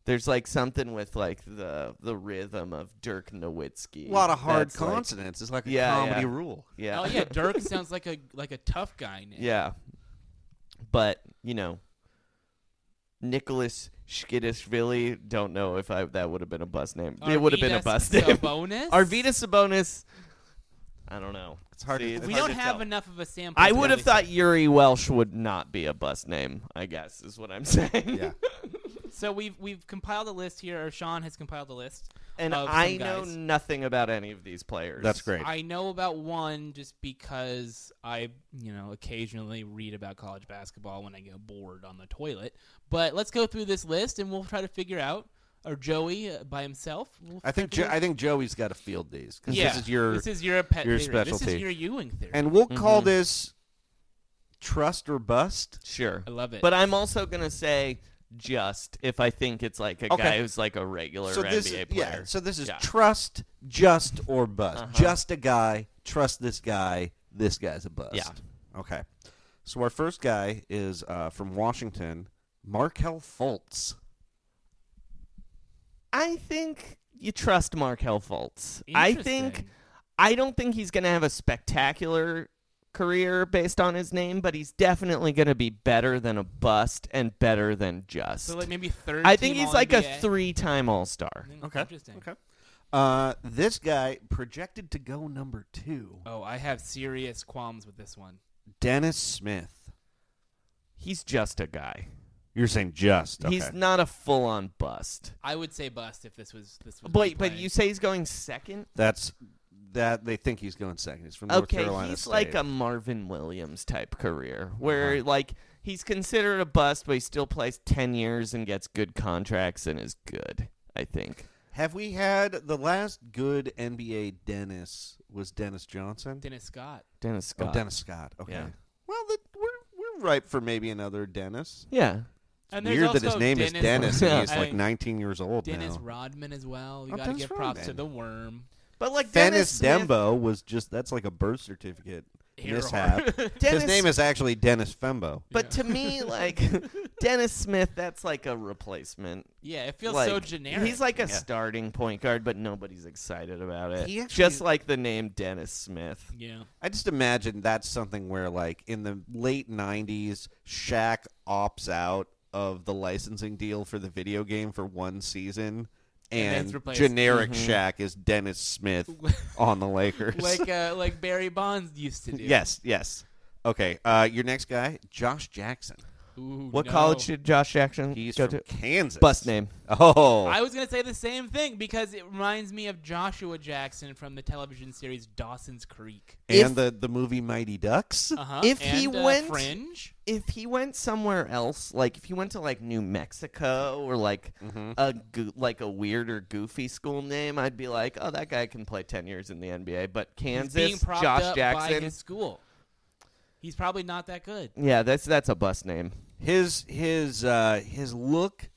Speaker 3: There's like something with like the the rhythm of Dirk Nowitzki.
Speaker 4: a lot of hard
Speaker 3: that's, like-
Speaker 4: consonants. it's like a
Speaker 3: Yeah,
Speaker 4: comedy
Speaker 3: yeah.
Speaker 4: rule.
Speaker 3: yeah,
Speaker 2: Oh yeah, Dirk sounds like a like a tough guy now.
Speaker 3: yeah. But you know, Nicholas Skidishvili. Don't know if I that would have been a bus name. it would have been a
Speaker 2: Arvidas
Speaker 3: bus name.
Speaker 2: Sabonis?
Speaker 3: Arvidas Sabonis I don't know.
Speaker 4: It's hard
Speaker 3: See,
Speaker 4: to.
Speaker 3: it's
Speaker 2: we
Speaker 4: hard
Speaker 2: don't
Speaker 4: to
Speaker 2: have
Speaker 4: tell.
Speaker 2: enough of a sample.
Speaker 3: I
Speaker 2: to
Speaker 3: would
Speaker 2: really
Speaker 3: have
Speaker 2: say.
Speaker 3: thought Yuri Welsh would not be a bus name. I guess is what I'm saying.
Speaker 4: Yeah.
Speaker 2: So we've we've compiled a list here, or Sean has compiled a list.
Speaker 3: and
Speaker 2: of some
Speaker 3: I know
Speaker 2: guys.
Speaker 3: nothing about any of these players.
Speaker 4: That's great.
Speaker 2: I know about one just because I, you know, occasionally read about college basketball when I get bored on the toilet. But let's go through this list and we'll try to figure out. Or Joey uh, by himself. We'll
Speaker 4: I think
Speaker 2: figure
Speaker 4: jo-
Speaker 2: out-
Speaker 4: I think Joey's got to field these because
Speaker 2: yeah,
Speaker 4: this is your
Speaker 2: this is your pet
Speaker 4: your
Speaker 2: theory. This
Speaker 4: specialty.
Speaker 2: is your Ewing theory.
Speaker 4: and we'll call
Speaker 3: Mm-hmm.
Speaker 4: this trust or bust.
Speaker 3: Sure.
Speaker 2: I love it.
Speaker 3: But I'm also gonna say just if I think it's like a
Speaker 4: Okay.
Speaker 3: guy who's like a regular
Speaker 4: so
Speaker 3: NBA
Speaker 4: this
Speaker 3: player.
Speaker 4: is, yeah. So this is
Speaker 3: Yeah.
Speaker 4: trust, just or bust.
Speaker 3: Uh-huh.
Speaker 4: Just a guy. Trust this guy. This guy's a bust.
Speaker 3: Yeah.
Speaker 4: Okay. So our first guy is uh, from Washington, Markel Fultz.
Speaker 3: I think you trust Markel Fultz. I think
Speaker 2: Interesting.
Speaker 3: I don't think he's gonna have a spectacular career based on his name, but he's definitely gonna be better than a bust and better than just.
Speaker 2: so. Like maybe third.
Speaker 3: I think
Speaker 2: team
Speaker 3: he's like a
Speaker 2: All-NBA.
Speaker 3: three-time All-Star.
Speaker 2: Mm,
Speaker 4: Okay.
Speaker 2: Interesting.
Speaker 4: Okay. Uh, this guy projected to go number two,
Speaker 2: Oh, I have serious qualms with this one.
Speaker 4: Dennis Smith.
Speaker 3: He's just a guy.
Speaker 4: You're saying just? Okay.
Speaker 3: He's not a full-on bust.
Speaker 2: I would say bust if this was this was.
Speaker 3: But but
Speaker 2: replayed.
Speaker 3: you say he's going second?
Speaker 4: That's that they think he's going second. He's from North
Speaker 3: Okay,
Speaker 4: Carolina
Speaker 3: he's
Speaker 4: State. Uh-huh.
Speaker 3: like a Marvin Williams type career where like he's considered a bust, but he still plays ten years and gets good contracts and is good. I think.
Speaker 4: Have we had the last good NBA Dennis was Dennis Johnson?
Speaker 2: Dennis Scott.
Speaker 3: Dennis Scott.
Speaker 4: Oh, Dennis Scott. Okay.
Speaker 3: Yeah.
Speaker 4: Well, that, we're we're ripe for maybe another Dennis.
Speaker 3: Yeah.
Speaker 2: And there's
Speaker 4: Weird that his
Speaker 2: also
Speaker 4: name is Dennis and he's
Speaker 2: I
Speaker 4: like
Speaker 2: mean,
Speaker 4: 19 years old
Speaker 2: Dennis
Speaker 4: now.
Speaker 2: Rodman as well. You
Speaker 4: Oh,
Speaker 2: got to
Speaker 4: Dennis
Speaker 2: give props to
Speaker 4: Rodman.
Speaker 2: the worm.
Speaker 3: But like
Speaker 4: Dennis,
Speaker 3: Dennis, Smith-
Speaker 4: Dembo was just that's like a birth certificate
Speaker 2: Hero.
Speaker 4: mishap.
Speaker 3: Dennis,
Speaker 4: his name is actually Dennis Fembo.
Speaker 3: But to me, like Dennis Smith, that's like a replacement.
Speaker 2: yeah, it feels
Speaker 3: like,
Speaker 2: so generic.
Speaker 3: He's like a
Speaker 4: Yeah.
Speaker 3: starting point guard, but nobody's excited about it.
Speaker 4: He actually-
Speaker 3: Just like the name Dennis Smith.
Speaker 2: yeah,
Speaker 4: I just imagine that's something where, like, in the late 90s, Shaq opts out of the licensing deal for the video game for one season,
Speaker 2: And
Speaker 4: and,
Speaker 2: it's replaced.
Speaker 4: generic
Speaker 3: Mm-hmm.
Speaker 4: Shaq is Dennis Smith on the Lakers.
Speaker 2: like uh, like Barry Bonds used to do.
Speaker 4: yes, yes. Okay, uh, your next guy, Josh Jackson.
Speaker 2: Ooh,
Speaker 3: What
Speaker 2: no.
Speaker 3: college did Josh Jackson
Speaker 4: He's
Speaker 3: go
Speaker 4: from
Speaker 3: to?
Speaker 4: Kansas.
Speaker 3: Bus name.
Speaker 4: Oh,
Speaker 2: I was gonna say the same thing because it reminds me of Joshua Jackson from the television series Dawson's Creek.
Speaker 4: and the, the movie Mighty Ducks.
Speaker 2: Uh-huh.
Speaker 3: If he
Speaker 2: and, uh,
Speaker 3: went-
Speaker 2: Fringe,
Speaker 3: if he went somewhere else, like if he went to like New Mexico or like
Speaker 2: Mm-hmm.
Speaker 3: a goo like a weird or goofy school name, I'd be like, oh, that guy can play ten years in the NBA. But
Speaker 2: he's
Speaker 3: Kansas,
Speaker 2: being propped
Speaker 3: Josh
Speaker 2: up by
Speaker 3: Jackson,
Speaker 2: his school. He's probably not that good.
Speaker 3: yeah, that's that's a bus name.
Speaker 4: his his uh his look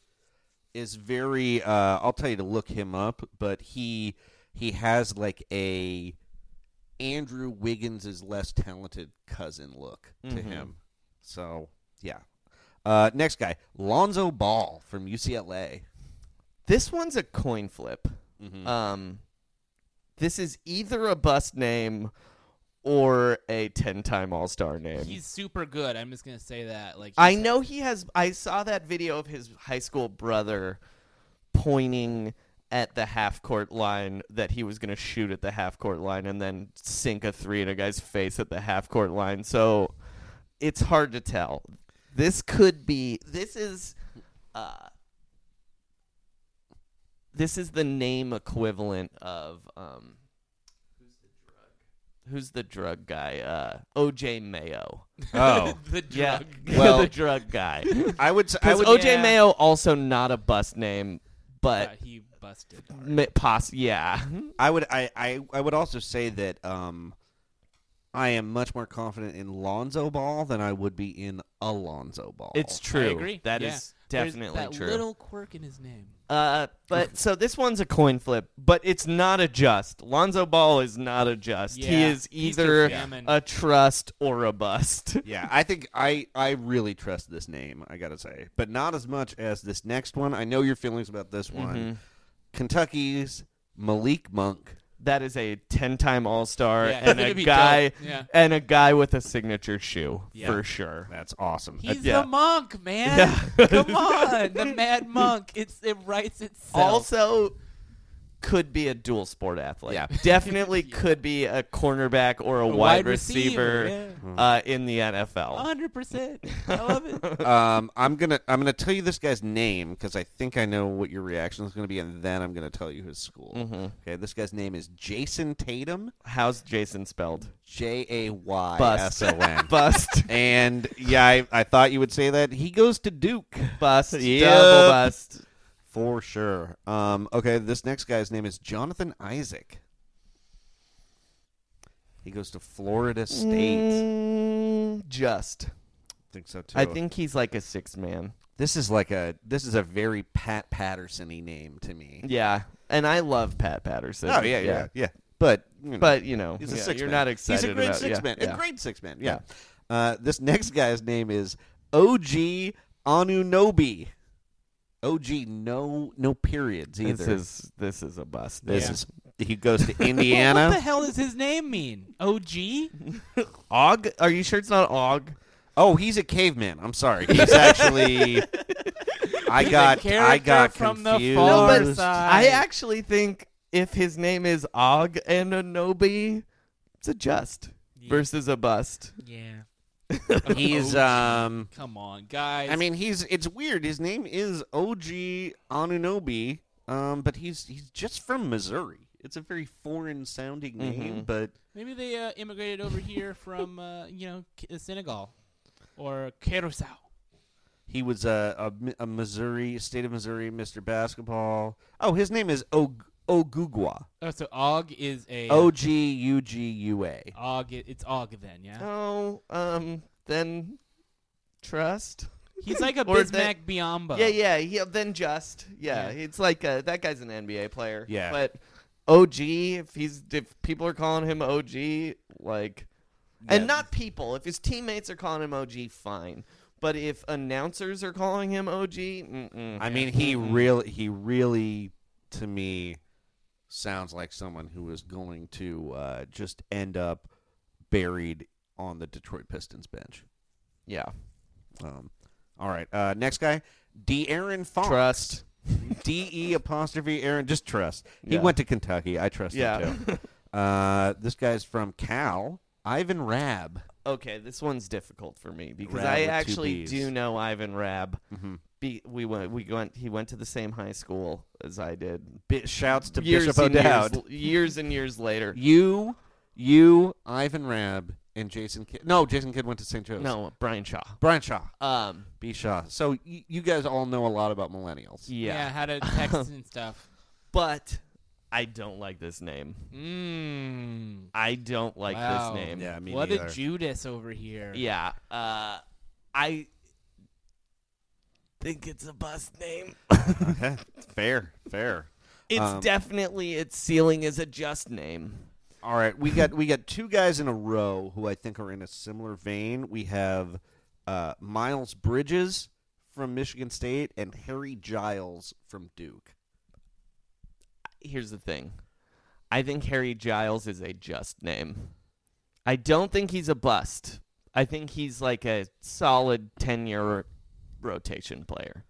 Speaker 4: is very uh I'll tell you to look him up, but he he has like a Andrew Wiggins is less talented cousin look to him. So, yeah. Uh next guy, Lonzo Ball from UCLA.
Speaker 3: This one's a coin flip.
Speaker 2: Hmm.
Speaker 4: Mm-hmm.
Speaker 3: Um, this is either a bus name or a ten-time All Star name.
Speaker 2: He's super good. I'm just gonna say that. Like
Speaker 3: I know he has. I saw that video of his high school brother pointing at the half court line that he was going to shoot at the half court line and then sink a three in a guy's face at the half court line. So it's hard to tell. This could be. This is. Uh, this is the name equivalent of. Um, Who's the drug guy? Uh, O.J. Mayo.
Speaker 4: Oh.
Speaker 2: the drug.
Speaker 3: Yeah,
Speaker 4: Well-
Speaker 3: the drug guy.
Speaker 4: I would s- I
Speaker 3: Because
Speaker 4: would
Speaker 3: OJ
Speaker 2: Yeah.
Speaker 3: Mayo also not a bust name,
Speaker 2: Uh,
Speaker 3: but
Speaker 2: he busted.
Speaker 3: mi- poss- yeah.
Speaker 4: I would I, I I would also say that um I am much more confident in Lonzo Ball than I would be in Alonzo Ball.
Speaker 3: It's true.
Speaker 2: I agree.
Speaker 3: That
Speaker 2: yeah.
Speaker 3: is
Speaker 2: There's
Speaker 3: definitely
Speaker 2: that
Speaker 3: true.
Speaker 2: little quirk in his name.
Speaker 3: Uh, but so this one's a coin flip, but it's not a just. Lonzo Ball is not a just. He
Speaker 2: Yeah,
Speaker 3: is
Speaker 2: he's
Speaker 3: either
Speaker 2: just jamming.
Speaker 3: a trust or a bust.
Speaker 4: yeah, I think I I really trust this name. I gotta say, but not as much as this next one. I know your feelings about this one. Kentucky's Malik Monk.
Speaker 3: That is a ten-time All-Star
Speaker 2: Yeah,
Speaker 3: and
Speaker 2: it
Speaker 3: a
Speaker 2: would be
Speaker 3: guy
Speaker 2: dope. Yeah.
Speaker 3: and a guy with a signature shoe
Speaker 2: Yeah.
Speaker 3: for sure.
Speaker 4: That's awesome.
Speaker 2: He's
Speaker 3: Uh, yeah.
Speaker 2: the monk, man.
Speaker 3: Yeah.
Speaker 2: Come on, the mad monk. It's it writes itself.
Speaker 3: Also, could be a dual sport athlete.
Speaker 4: Yeah.
Speaker 3: Definitely could be a cornerback or a, wide, receiver, uh, in the NFL.
Speaker 4: Uh,
Speaker 2: hundred percent. I love it.
Speaker 4: Um, I'm gonna I'm gonna tell you this guy's name because I think I know what your reaction is gonna be, and then I'm gonna tell you his school. Okay, this guy's name is Jason Tatum,
Speaker 3: How's Jason spelled?
Speaker 4: J A Y S O N.
Speaker 3: Bust.
Speaker 4: And yeah, I, I thought you would say that. He goes to Duke
Speaker 3: Bust.
Speaker 4: Yep.
Speaker 3: Double bust.
Speaker 4: for sure. Um, okay, this next guy's name is Jonathan Isaac. He goes to Florida State.
Speaker 3: Mm, just.
Speaker 4: think so too.
Speaker 3: I think he's like a six man.
Speaker 4: this is like a this is a very Pat Patterson-y name to me.
Speaker 3: Yeah. And I love Pat Patterson.
Speaker 4: Oh yeah, yeah, yeah. But you know,
Speaker 3: But, you know,
Speaker 4: he's
Speaker 3: yeah,
Speaker 4: a six.
Speaker 3: you're
Speaker 4: man.
Speaker 3: not excited
Speaker 4: He's a great
Speaker 3: about
Speaker 4: six
Speaker 3: yeah,
Speaker 4: man.
Speaker 3: yeah.
Speaker 4: A great six man. Yeah. Uh, this next guy's name is OG Anunobi. OG no no periods either.
Speaker 3: This is this is a bust.
Speaker 4: This
Speaker 2: Yeah.
Speaker 4: is- he goes to
Speaker 2: What the
Speaker 4: Indiana.
Speaker 2: hell does his name mean? OG?
Speaker 3: Og. Are you sure it's not Og?
Speaker 4: oh, he's a caveman. I'm sorry. He's actually I got I
Speaker 2: character
Speaker 4: got
Speaker 2: from the
Speaker 4: confused.
Speaker 2: far
Speaker 3: No, but
Speaker 2: side.
Speaker 3: I actually think if his name is Og and Anobi, it's a just versus a bust.
Speaker 2: Yeah.
Speaker 4: he's
Speaker 2: OG.
Speaker 4: um
Speaker 2: Come on, guys.
Speaker 4: I mean, he's it's weird. His name is OG Anunobi, um, but he's he's just from Missouri. It's a very foreign sounding name, but
Speaker 2: maybe they uh, immigrated over here from uh, you know K- Senegal or Curacao.
Speaker 4: he was a, a Mi- a Missouri state of Missouri Mr. Basketball. Oh, his name is Og Ogugwa.
Speaker 2: Oh, so Og is a
Speaker 4: O G U G U A.
Speaker 2: Og. i- It's Og then, yeah.
Speaker 3: Oh, um, then trust.
Speaker 2: He's like a
Speaker 3: Or
Speaker 2: Bismack
Speaker 3: that-
Speaker 2: Biombo.
Speaker 3: Yeah, yeah, yeah. Then just. Yeah,
Speaker 2: Yeah.
Speaker 3: it's like uh that guy's an NBA player.
Speaker 4: Yeah.
Speaker 3: but OG. If he's if people are calling him OG, like, and
Speaker 4: Yeah.
Speaker 3: not people. If his teammates are calling him OG, fine. But if announcers are calling him OG, mm-mm.
Speaker 4: I mean, he
Speaker 3: Mm-hmm.
Speaker 4: really he really to me sounds like someone who is going to uh, just end up buried on the Detroit Pistons bench.
Speaker 3: yeah,
Speaker 4: Um, all right. Uh, next guy, D. Aaron Fox.
Speaker 3: trust.
Speaker 4: D. E. apostrophe Aaron. Just trust. He
Speaker 3: Yeah.
Speaker 4: went to Kentucky. I trust
Speaker 3: Yeah.
Speaker 4: him too. uh, this guy's from Cal. Ivan Rab.
Speaker 3: Okay, this one's difficult for me because
Speaker 4: Rab
Speaker 3: I
Speaker 4: with two
Speaker 3: actually
Speaker 4: Bs.
Speaker 3: do know Ivan Rab. Be, we went. We went. He went to the same high school as I did.
Speaker 4: Bi- shouts to
Speaker 3: Years
Speaker 4: Bishop
Speaker 3: and years
Speaker 4: O'Dowd.
Speaker 3: l- years and years later.
Speaker 4: You, you, Ivan Rab, and Jason Kidd. No, Jason Kidd went to St. Joe's.
Speaker 3: No, Brian Shaw.
Speaker 4: Brian Shaw.
Speaker 3: Um,
Speaker 4: B. Shaw. So y- you guys all know a lot about millennials.
Speaker 2: Yeah.
Speaker 3: yeah.
Speaker 2: how to text and stuff.
Speaker 3: but I don't like this name.
Speaker 2: Mmm.
Speaker 3: I don't like
Speaker 2: Wow.
Speaker 3: this name.
Speaker 4: Yeah, me
Speaker 2: What
Speaker 4: neither.
Speaker 2: a Judas over here.
Speaker 3: Yeah, Uh, I think it's a bust name.
Speaker 4: fair, fair.
Speaker 3: It's
Speaker 4: Um,
Speaker 3: definitely its ceiling is a just name.
Speaker 4: All right, we got we got two guys in a row who I think are in a similar vein. We have uh, Miles Bridges from Michigan State and Harry Giles from Duke.
Speaker 3: here's the thing. I think Harry Giles is a just name. I don't think he's a bust. I think he's like a solid 10 year rotation player.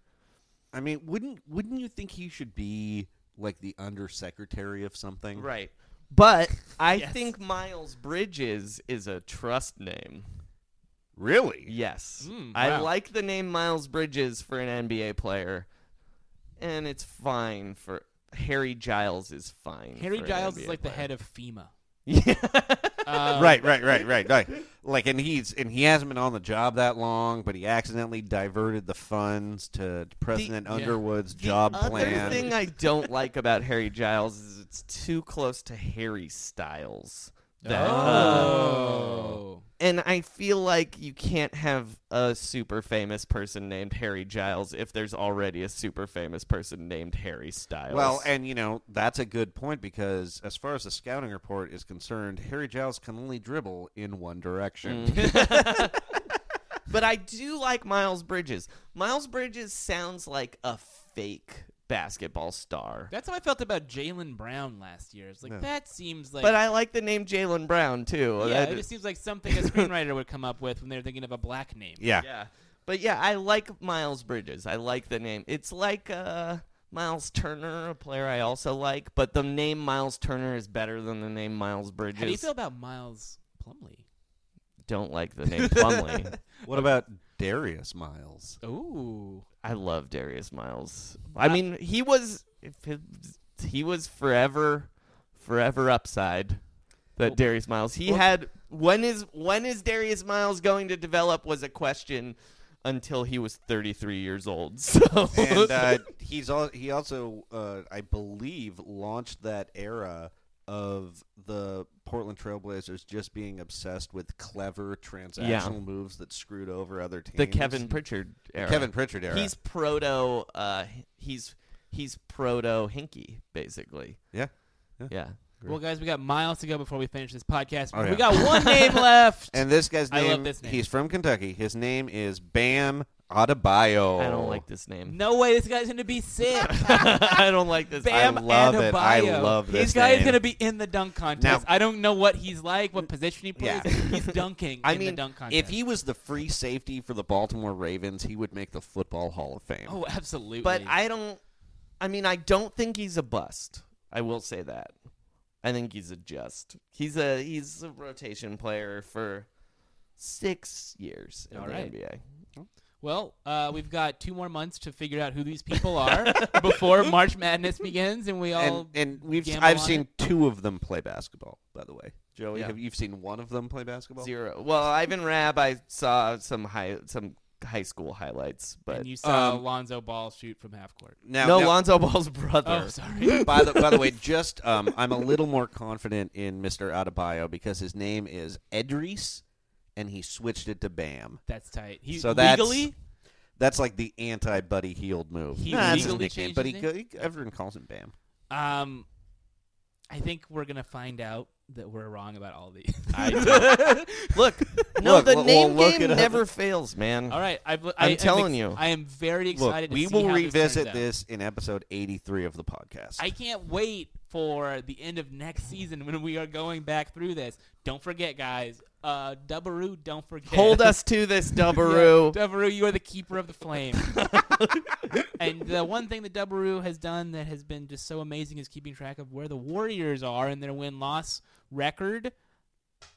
Speaker 4: I mean, wouldn't wouldn't you think he should be like the undersecretary of something?
Speaker 3: Right. But I
Speaker 2: Yes.
Speaker 3: think Miles Bridges is a trust name.
Speaker 4: Really?
Speaker 3: Yes.
Speaker 2: Mm,
Speaker 3: I
Speaker 2: wow.
Speaker 3: like the name Miles Bridges for an NBA player, and it's fine for. Harry Giles is fine.
Speaker 2: Harry
Speaker 3: for an
Speaker 2: Giles
Speaker 3: NBA
Speaker 2: is like the
Speaker 3: player.
Speaker 2: head of FEMA.
Speaker 3: Yeah. Uh,
Speaker 2: Um,
Speaker 4: Right, right, right, right, right. Like, and he's and he hasn't been on the job that long, but he accidentally diverted the funds to President
Speaker 2: yeah.
Speaker 4: Underwood's job
Speaker 3: other
Speaker 4: plan.
Speaker 3: thing I don't like about Harry Giles is it's too close to Harry Styles. That, uh,
Speaker 2: Oh.
Speaker 3: and I feel like you can't have a super famous person named Harry Giles if there's already a super famous person named Harry Styles.
Speaker 4: Well, and you know that's a good point because as far as the scouting report is concerned, Harry Giles can only dribble in one direction.
Speaker 3: Mm. but I do like Miles Bridges. Miles Bridges sounds like a fake basketball star.
Speaker 2: That's how I felt about Jalen Brown last year. It's like that seems like
Speaker 3: but I like the name Jalen Brown too.
Speaker 2: yeah,
Speaker 3: That-
Speaker 2: it just seems like something a screenwriter would come up with when they're thinking of a black name.
Speaker 4: Yeah.
Speaker 3: Yeah. But yeah, I like Miles Bridges. I like the name. It's like uh Miles Turner, a player I also like, but the name Miles Turner is better than the name Miles Bridges.
Speaker 2: How do you feel about Miles Plumley?
Speaker 3: Don't like the name Plumley.
Speaker 4: What about Darius Miles?
Speaker 2: Ooh,
Speaker 3: I love Darius Miles. I mean, he was if his- he was forever, forever upside. That
Speaker 2: Well-
Speaker 3: Darius Miles. He
Speaker 2: well-
Speaker 3: had when is when is Darius Miles going to develop was a question until he was 33 years old. So
Speaker 4: and uh, he's all, he also, uh, I believe, launched that era of the Portland Trailblazers just being obsessed with clever transactional moves that screwed over other teams.
Speaker 3: the Kevin Pritchard era.
Speaker 4: Kevin Pritchard era.
Speaker 3: He's proto. Uh, he's he's proto Hinky basically.
Speaker 4: yeah.
Speaker 3: Yeah.
Speaker 2: well, guys, we got miles to go before we finish this podcast.
Speaker 4: Oh,
Speaker 2: We
Speaker 4: yeah.
Speaker 2: got one name left.
Speaker 4: And this guy's
Speaker 2: I
Speaker 4: name,
Speaker 2: love this name.
Speaker 4: he's from Kentucky. His name is Bam Adebayo.
Speaker 3: I don't like this name.
Speaker 2: no way, this guy's gonna be sick.
Speaker 3: I don't like this.
Speaker 4: I
Speaker 2: Bam
Speaker 4: love it. I
Speaker 2: Adebayo.
Speaker 4: love
Speaker 2: This
Speaker 4: this
Speaker 2: guy is
Speaker 4: name.
Speaker 2: gonna be in the dunk contest.
Speaker 4: Now-
Speaker 2: I don't know what he's like, what position he plays.
Speaker 4: Yeah.
Speaker 2: He's dunking
Speaker 4: I
Speaker 2: in the
Speaker 4: mean,
Speaker 2: dunk contest.
Speaker 4: if he was the free safety for the Baltimore Ravens, he would make the Football Hall of Fame.
Speaker 2: oh, absolutely.
Speaker 3: But I don't. I mean, I don't think he's a bust. I will say that. I think he's a just. He's a he's a rotation player for six years in
Speaker 2: All
Speaker 3: the
Speaker 2: right.
Speaker 3: NBA.
Speaker 2: Well, uh, we've got two more months to figure out who these people are before March Madness begins, and we all
Speaker 4: and and we've
Speaker 2: gamble
Speaker 4: I've
Speaker 2: on
Speaker 4: seen two of them play basketball. By the way, Joey,
Speaker 3: Yeah.
Speaker 4: have you've seen one of them play basketball?
Speaker 3: Zero. Well, Ivan Rab, I saw some high some high school highlights, but
Speaker 2: and you saw
Speaker 4: um,
Speaker 2: Lonzo Ball shoot from half court.
Speaker 4: Now,
Speaker 3: no
Speaker 4: now,
Speaker 3: Lonzo Ball's
Speaker 2: Oh,
Speaker 3: brother.
Speaker 2: sorry.
Speaker 4: by the by the way, just um, I'm a little more confident in Mister Adebayo because his name is Edris, and he switched it to Bam.
Speaker 2: That's tight. He
Speaker 4: So that's-
Speaker 2: legally
Speaker 4: That's like the anti Buddy Healed move.
Speaker 2: He
Speaker 4: that's his
Speaker 2: legally
Speaker 4: nickname,
Speaker 2: changed
Speaker 4: but he,
Speaker 2: his
Speaker 4: go- he- everyone calls him Bam.
Speaker 2: um I think we're going to find out that we're wrong about all these.
Speaker 3: Look,
Speaker 4: Look,
Speaker 3: no, the
Speaker 4: we'll-
Speaker 3: name
Speaker 4: we'll look
Speaker 3: game
Speaker 4: it up.
Speaker 3: never fails, man.
Speaker 2: all right, I've, I,
Speaker 3: I'm
Speaker 2: am
Speaker 3: telling you.
Speaker 2: I am very
Speaker 4: Look,
Speaker 2: excited. to
Speaker 4: we
Speaker 2: see
Speaker 4: will
Speaker 2: how this turns
Speaker 4: revisit
Speaker 2: out.
Speaker 4: this, in episode 83 of the podcast.
Speaker 2: I can't wait for the end of next season when we are going back through this. Don't forget, guys. Uh, Dubbaroo, don't forget.
Speaker 3: Hold us to this, Dubbaroo.
Speaker 2: Yeah, Dubbaroo, you are the keeper of the flame. and the one thing that Dubbaroo has done that has been just so amazing is keeping track of where the Warriors are in their win loss record.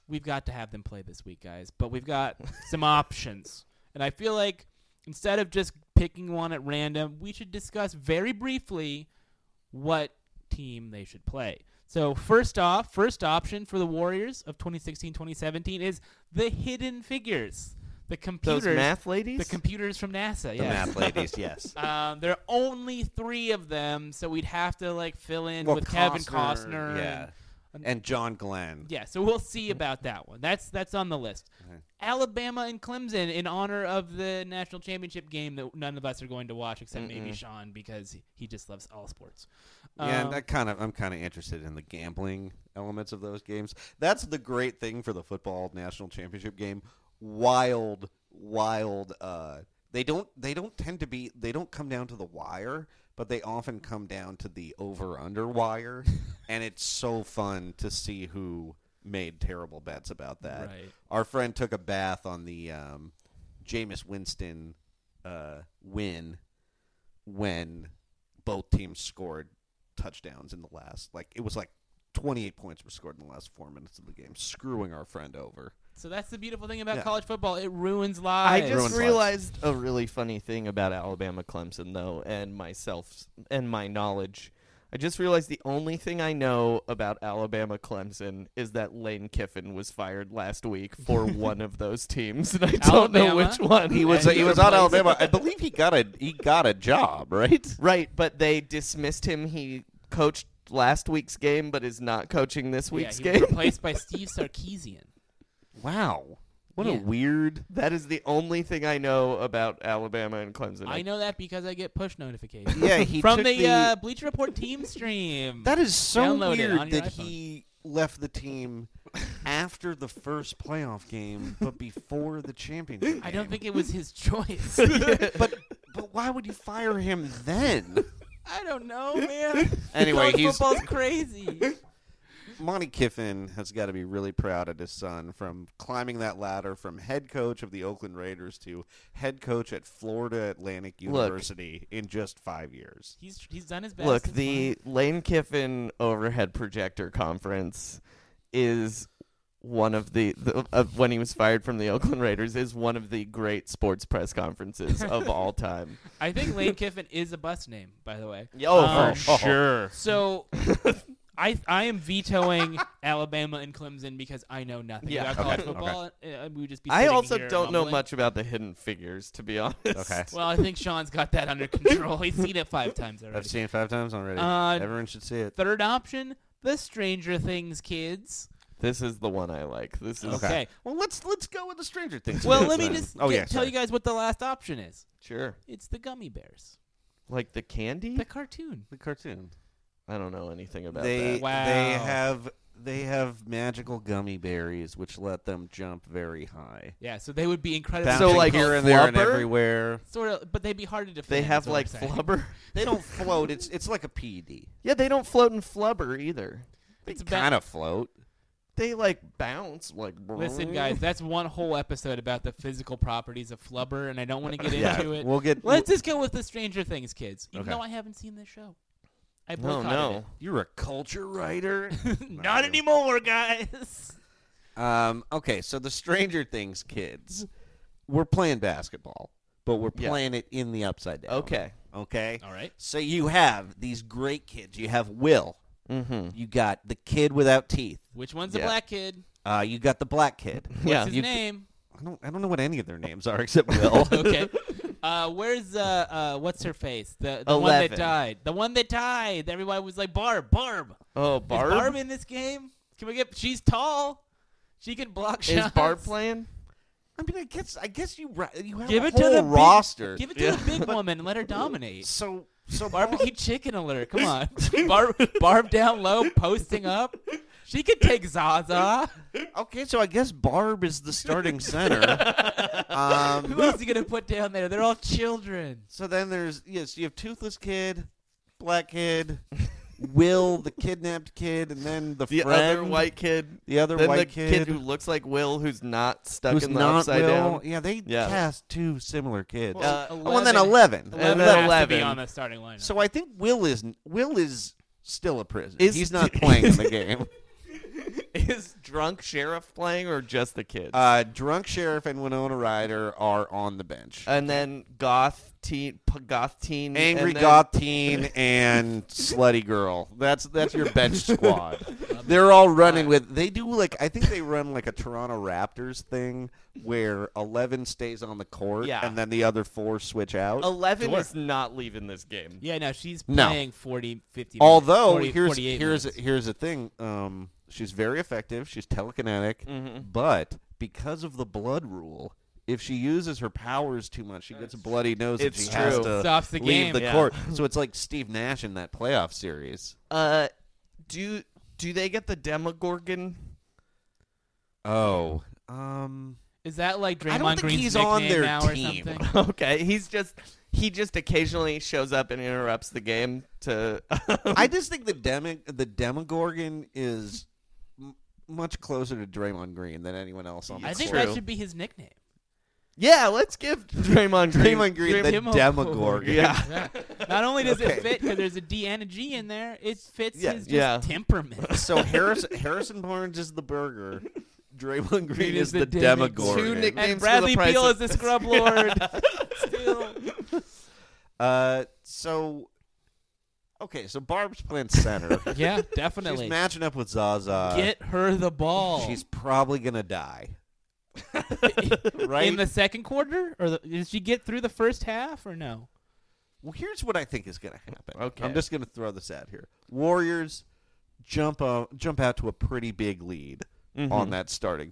Speaker 2: We've got to have them play this week, guys. But we've got some options. And I feel like instead of just picking one at random, we should discuss very briefly what team they should play. So first off, first option for the Warriors of 2016-2017 is the hidden figures, the computers,
Speaker 3: Those math ladies.
Speaker 2: the computers from NASA.
Speaker 4: the
Speaker 2: Yeah,
Speaker 4: math ladies, yes.
Speaker 2: um, there are only three of them, so we'd have to like fill in
Speaker 4: Well,
Speaker 2: with Kevin Costner.
Speaker 4: Yeah.
Speaker 2: and-
Speaker 4: And John Glenn.
Speaker 2: yeah. So we'll see about that one. That's that's on the list.
Speaker 4: Okay.
Speaker 2: Alabama and Clemson in honor of the national championship game that none of us are going to watch except maybe
Speaker 4: Mm-mm.
Speaker 2: Sean because he just loves all sports.
Speaker 4: Yeah,
Speaker 2: Um,
Speaker 4: and I kind of I'm kind of interested in the gambling elements of those games. That's the great thing for the football national championship game. Wild, wild. Uh, they don't they don't tend to be they don't come down to the wire, but they often come down to the over under wire, and it's so fun to see who made terrible bets about that.
Speaker 2: Right.
Speaker 4: Our friend took a bath on the um, Jameis Winston uh, win when both teams scored touchdowns in the last like it was like 28 points were scored in the last four minutes of the game screwing our friend over
Speaker 2: So that's the beautiful thing about
Speaker 4: Yeah.
Speaker 2: college football. It ruins
Speaker 3: I
Speaker 2: lives.
Speaker 3: just
Speaker 4: Everyone's
Speaker 3: realized a really funny thing about Alabama Clemson though and myself and my knowledge. I just realized the only thing I know about Alabama Clemson is that Lane Kiffin was fired last week for one of those teams and I don't know
Speaker 2: Alabama?
Speaker 3: which one.
Speaker 4: he was
Speaker 2: And
Speaker 4: he
Speaker 2: you
Speaker 4: was on
Speaker 2: replaced-
Speaker 4: alabama i believe he got a he got a job right
Speaker 3: Right, but they dismissed him. He coached last week's game but is not coaching this week's
Speaker 2: yeah, he was
Speaker 3: game.
Speaker 2: replaced by Steve Sarkeesian.
Speaker 4: wow what
Speaker 2: Yeah.
Speaker 4: a weird
Speaker 3: that is the only thing I know about Alabama and Clemson.
Speaker 2: I know that because I get push notifications
Speaker 4: yeah he
Speaker 2: from
Speaker 4: took
Speaker 2: the, uh, Bleacher Report team stream.
Speaker 4: that is so
Speaker 2: Download it on
Speaker 4: weird
Speaker 2: your
Speaker 4: that
Speaker 2: iPhone.
Speaker 4: he left the team after the first playoff game but before the championship
Speaker 2: I don't
Speaker 4: game.
Speaker 2: think it was his choice.
Speaker 4: but but why would you fire him then
Speaker 2: I don't know, man.
Speaker 4: Anyway,
Speaker 2: college
Speaker 4: he's-
Speaker 2: football's crazy.
Speaker 4: Monty Kiffin has got to be really proud of his son from climbing that ladder from head coach of the Oakland Raiders to head coach at Florida Atlantic University in just five years.
Speaker 2: He's he's done his best.
Speaker 3: Look,
Speaker 2: It's
Speaker 3: the Lane Kiffin overhead projector conference is one of the, the of when he was fired from the Oakland Raiders is one of the great sports press conferences of all time.
Speaker 2: fine. I think Lane Kiffin is a bus name, by the way.
Speaker 3: Oh,
Speaker 2: Um,
Speaker 3: for
Speaker 1: sure.
Speaker 2: So I I am vetoing Alabama and Clemson because I know nothing
Speaker 3: Yeah.
Speaker 2: about college
Speaker 4: Okay,
Speaker 2: football. Uh, we would just be.
Speaker 3: I
Speaker 2: sitting
Speaker 3: also
Speaker 2: here
Speaker 3: don't know
Speaker 2: mumbling.
Speaker 3: much about the hidden figures, to be honest.
Speaker 4: Okay.
Speaker 2: Well, I think Sean's got that under control. He's seen it five times
Speaker 4: I've
Speaker 2: already.
Speaker 4: seen it five times already.
Speaker 2: Uh,
Speaker 4: Everyone should see it.
Speaker 2: Third option, the Stranger Things kids.
Speaker 3: This is the one I like. This is
Speaker 2: Okay.
Speaker 4: Well, let's let's go with the Stranger Things.
Speaker 2: Well,
Speaker 4: kids
Speaker 2: let me
Speaker 4: then.
Speaker 2: just
Speaker 4: Oh
Speaker 2: get-
Speaker 4: yeah.
Speaker 2: tell you guys what the last option is.
Speaker 3: sure
Speaker 2: It's the gummy bears,
Speaker 3: like the candy.
Speaker 2: the cartoon.
Speaker 4: the cartoon.
Speaker 3: I don't know anything about
Speaker 4: They
Speaker 3: that.
Speaker 2: Wow.
Speaker 4: they have they have magical gummy berries which let them jump very high.
Speaker 2: Yeah, so they would be incredibly
Speaker 4: Bouncing
Speaker 3: like
Speaker 4: here and there and
Speaker 3: flubber?
Speaker 4: everywhere.
Speaker 2: sort of, but they'd be hard to defend.
Speaker 3: They
Speaker 2: is
Speaker 3: have
Speaker 2: what I'm
Speaker 3: like
Speaker 2: saying.
Speaker 3: flubber.
Speaker 4: They don't float. It's it's like a PD.
Speaker 3: Yeah, they don't float in flubber either.
Speaker 2: It's ba-
Speaker 4: Kind of float.
Speaker 3: They like bounce like.
Speaker 2: Listen, guys, that's one whole episode about the physical properties of flubber, and I don't want to get into it.
Speaker 4: We'll get.
Speaker 2: Let's just go with the Stranger Things kids, even
Speaker 4: Okay.
Speaker 2: though I haven't seen this show. I
Speaker 3: No,
Speaker 2: boycotted
Speaker 3: no.
Speaker 4: you're a culture writer.
Speaker 2: it. Not anymore, guys.
Speaker 4: um, okay, so the Stranger Things kids, we're playing basketball, but we're
Speaker 3: Yeah.
Speaker 4: playing it in the upside down.
Speaker 3: Okay.
Speaker 4: Okay.
Speaker 2: All right.
Speaker 4: So you have these great kids. You have Will.
Speaker 3: Mm-hmm.
Speaker 4: You got the kid without teeth.
Speaker 2: Which one's the
Speaker 4: Yeah.
Speaker 2: black kid?
Speaker 4: Uh, you got the black kid.
Speaker 3: Yeah.
Speaker 2: What's his
Speaker 4: you-
Speaker 2: name?
Speaker 4: I don't. I don't know what any of their names are except Will.
Speaker 2: Okay. Uh, where's uh, uh, what's her face? The, the one that
Speaker 3: Eleven.
Speaker 2: died. The one that died. Everybody was like Barb, Barb.
Speaker 3: Oh, Barb.
Speaker 2: Is Barb in this game? Can we get? She's tall. She can block shots.
Speaker 3: Is Barb playing?
Speaker 4: I mean, I guess. I guess you. ri- You have
Speaker 2: Give
Speaker 4: a
Speaker 2: it to
Speaker 4: whole
Speaker 2: the big-
Speaker 4: roster.
Speaker 2: Give it to the big woman and let her dominate.
Speaker 4: so so
Speaker 2: Barbecue chicken alert. Come on. Barb, Barb down low, posting up. She could take Zaza.
Speaker 4: Okay, so I guess Barb is the starting center.
Speaker 2: Who
Speaker 4: um,
Speaker 2: else you going to put down there? They're all children.
Speaker 4: so then there's yes, you have toothless kid, black kid, Will the kidnapped kid, and then the,
Speaker 3: The
Speaker 4: friend,
Speaker 3: other white kid.
Speaker 4: the other
Speaker 3: Then
Speaker 4: white
Speaker 3: the kid. who looks like Will, who's not stuck
Speaker 4: who's
Speaker 3: in the
Speaker 4: not
Speaker 3: upside
Speaker 4: Will.
Speaker 3: down.
Speaker 4: Yeah, they
Speaker 3: Yeah.
Speaker 4: cast two similar kids.
Speaker 3: Well, Uh,
Speaker 4: oh, and then eleven.
Speaker 3: Eleven.
Speaker 4: And then-
Speaker 2: has to be
Speaker 3: 11.
Speaker 2: on the starting lineup.
Speaker 4: So I think Will is Will is still a prisoner.
Speaker 3: Is-
Speaker 4: He's not playing in the game.
Speaker 3: Is drunk sheriff playing or just the kids?
Speaker 4: Uh, drunk sheriff and Winona Ryder are on the bench.
Speaker 3: and then goth teen, p- goth teen,
Speaker 4: Angry
Speaker 3: and then-
Speaker 4: goth teen and slutty girl. That's that's your bench squad. They're all running with. They do like I think they run like a Toronto Raptors thing where eleven stays on the court
Speaker 3: Yeah.
Speaker 4: and then the other four switch out.
Speaker 3: Eleven
Speaker 2: Sure.
Speaker 3: is not leaving this game.
Speaker 2: yeah, no, she's
Speaker 4: No.
Speaker 2: playing 40, 50
Speaker 4: Although
Speaker 2: minutes, 40,
Speaker 4: here's
Speaker 2: 48
Speaker 4: here's
Speaker 2: minutes.
Speaker 4: here's the thing. Um, she's very effective. She's telekinetic,
Speaker 3: Mhm.
Speaker 4: but because of the blood rule. If she uses her powers too much, she gets a bloody nose and
Speaker 3: It's
Speaker 4: she has
Speaker 3: true.
Speaker 4: to
Speaker 2: Stops the
Speaker 4: leave
Speaker 2: game.
Speaker 4: the
Speaker 3: Yeah.
Speaker 4: court. So it's like Steve Nash in that playoff series.
Speaker 3: Uh, do do they get the Demogorgon?
Speaker 4: Oh. Um.
Speaker 2: Is that like Draymond
Speaker 4: I don't think
Speaker 2: Green's
Speaker 4: he's on
Speaker 2: nickname
Speaker 4: their
Speaker 2: now
Speaker 4: team.
Speaker 2: or something?
Speaker 3: okay, he's just he just occasionally shows up and interrupts the game to.
Speaker 4: I just think the Demi- the Demogorgon is m- much closer to Draymond Green than anyone else on the
Speaker 2: I
Speaker 4: court.
Speaker 2: think
Speaker 3: true.
Speaker 2: that should be his nickname.
Speaker 3: yeah, let's give Draymond Green.
Speaker 4: Draymond Green, the
Speaker 2: Draymond-
Speaker 4: Demogorgon.
Speaker 3: Yeah.
Speaker 2: Yeah. Not only does
Speaker 4: Okay.
Speaker 2: it fit because there's a D and a G in there, it fits
Speaker 4: Yeah,
Speaker 2: his just
Speaker 3: yeah.
Speaker 2: temperament.
Speaker 4: So Harris- Harrison Barnes is the burger. Draymond Green
Speaker 2: Green
Speaker 4: is
Speaker 2: is
Speaker 4: the
Speaker 2: the Demi-
Speaker 3: Two
Speaker 4: Demogorgon.
Speaker 3: nick- Names for the
Speaker 2: and Bradley
Speaker 3: price
Speaker 2: Beal
Speaker 3: of-
Speaker 2: is the scrub lord. Still.
Speaker 4: uh, so okay, so Barb's playing center.
Speaker 2: Yeah,
Speaker 4: She's
Speaker 2: definitely.
Speaker 4: matching up with Zaza.
Speaker 2: Get her the ball.
Speaker 4: She's probably gonna die. right?
Speaker 2: in the second quarter, or the, did she get through the first half, or no?
Speaker 4: Well, here's what I think is going to happen.
Speaker 3: Okay.
Speaker 4: I'm just going to throw this out here. Warriors jump out, jump out to a pretty big lead
Speaker 3: Mm-hmm.
Speaker 4: on that starting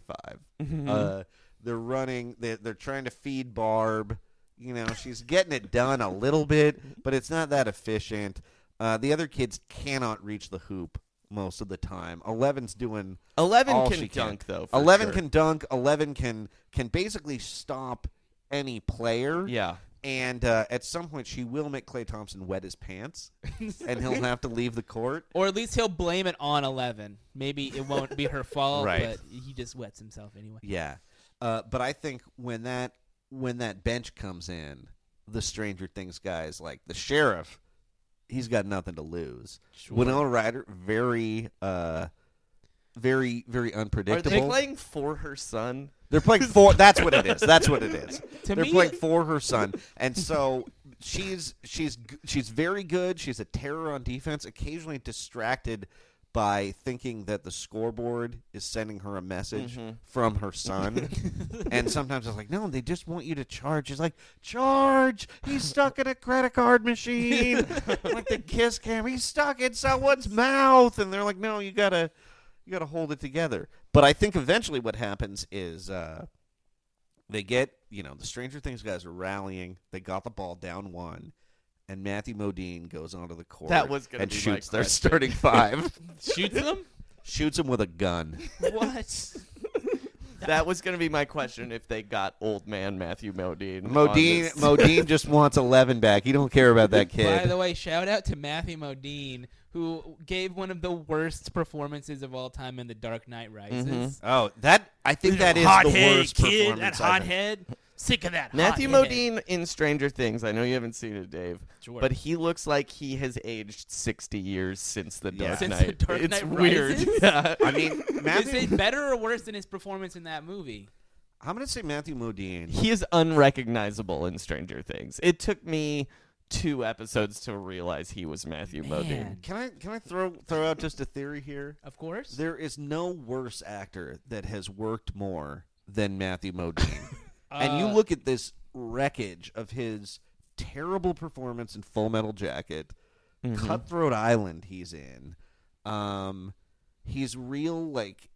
Speaker 4: 5 Uh, they're running. They're, they're trying to feed Barb. You know, she's getting it done a little bit, but it's not that efficient. Uh, the other kids cannot reach the hoop most of the time. 11's doing
Speaker 3: Eleven
Speaker 4: all
Speaker 3: can
Speaker 4: she
Speaker 3: dunk though. for
Speaker 4: Eleven
Speaker 3: sure.
Speaker 4: can dunk. Eleven can can basically stop any player.
Speaker 3: Yeah.
Speaker 4: And uh, at some point, she will make Clay Thompson wet his pants, and he'll have to leave the court.
Speaker 2: Or at least he'll blame it on Eleven. Maybe it won't be her fault,
Speaker 4: Right.
Speaker 2: but he just wets himself anyway.
Speaker 4: Yeah, uh, but I think when that when that bench comes in, the Stranger Things guys like the sheriff, he's got nothing to lose. Winona Ryder, very, uh, very, very
Speaker 3: Are
Speaker 4: unpredictable.
Speaker 3: they playing for her son?
Speaker 4: They're playing for. That's what it is. That's what it is.
Speaker 2: To
Speaker 4: They're
Speaker 2: me-
Speaker 4: playing for her son, and so she's she's g- she's very good. She's a terror on defense. Occasionally distracted by thinking that the scoreboard is sending her a message from her son, and sometimes it's like, no, they just want you to charge. She's like, charge. He's stuck in a credit card machine, like the kiss cam. He's stuck in someone's mouth, and they're like, no, you gotta you got to hold it together. But I think eventually what happens is uh, they get, you know, the Stranger Things guys are rallying. They got the ball down one, and Matthew Modine goes onto the court
Speaker 3: That was gonna
Speaker 4: and
Speaker 3: be my
Speaker 4: shoots their
Speaker 3: question.
Speaker 4: starting five,
Speaker 2: Shoots him?
Speaker 4: shoots him with a gun.
Speaker 2: What?
Speaker 3: That was going to be my question if they got old man Matthew Modine. on
Speaker 4: Modine,
Speaker 3: this.
Speaker 4: Modine just wants eleven back. He don't care about that
Speaker 2: By
Speaker 4: kid.
Speaker 2: the way, shout out to Matthew Modine, who gave one of the worst performances of all time in The Dark Knight Rises.
Speaker 4: Oh, that I think that is the worst performance. I've-
Speaker 2: hothead. Sick of that.
Speaker 3: Matthew Modine in Stranger Things. I know you haven't seen it, Dave,
Speaker 2: Sure.
Speaker 3: but he looks like he has aged 60 years since The
Speaker 4: Yeah.
Speaker 3: Dark
Speaker 2: Since The
Speaker 3: Knight.
Speaker 2: Dark
Speaker 3: it's
Speaker 2: Knight
Speaker 3: weird.
Speaker 2: Rises?
Speaker 3: Yeah.
Speaker 4: I mean,
Speaker 2: Is
Speaker 4: Matthew.
Speaker 2: it better or worse than his performance in that movie?
Speaker 4: I'm gonna say Matthew Modine.
Speaker 3: he is unrecognizable in Stranger Things. It took me two episodes to realize he was Matthew Modine.
Speaker 2: Man.
Speaker 4: Can I can I throw throw out just a theory here?
Speaker 2: Of course.
Speaker 4: There is no worse actor that has worked more than Matthew Modine. and you
Speaker 2: Uh,
Speaker 4: look at this wreckage of his terrible performance in Full Metal Jacket,
Speaker 3: Mm-hmm.
Speaker 2: Mm-hmm.
Speaker 4: Cutthroat Island he's in. Um he's real like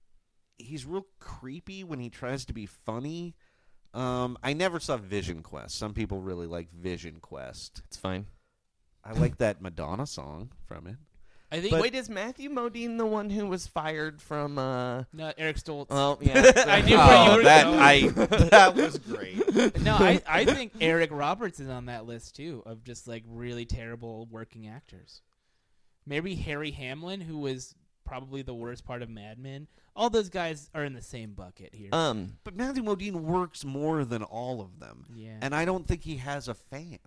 Speaker 4: he's real creepy when he tries to be funny. Um I never saw Vision Quest. Some people really like Vision Quest.
Speaker 3: It's fine.
Speaker 4: I like that Madonna song from it.
Speaker 2: I think.
Speaker 3: Wait, is Matthew Modine the one who was fired from? uh
Speaker 2: no, Eric Stoltz.
Speaker 3: Oh yeah, Oh,
Speaker 2: I knew where you were
Speaker 4: that
Speaker 2: going.
Speaker 4: I that was great.
Speaker 2: no, I, I think Eric Roberts is on that list too of just like really terrible working actors. Maybe Harry Hamlin, who was probably the worst part of Mad Men. All those guys are in the same bucket here.
Speaker 4: Uh,
Speaker 3: Um,
Speaker 4: But Matthew Modine works more than all of them.
Speaker 2: Yeah.
Speaker 4: And I don't think he has a fan.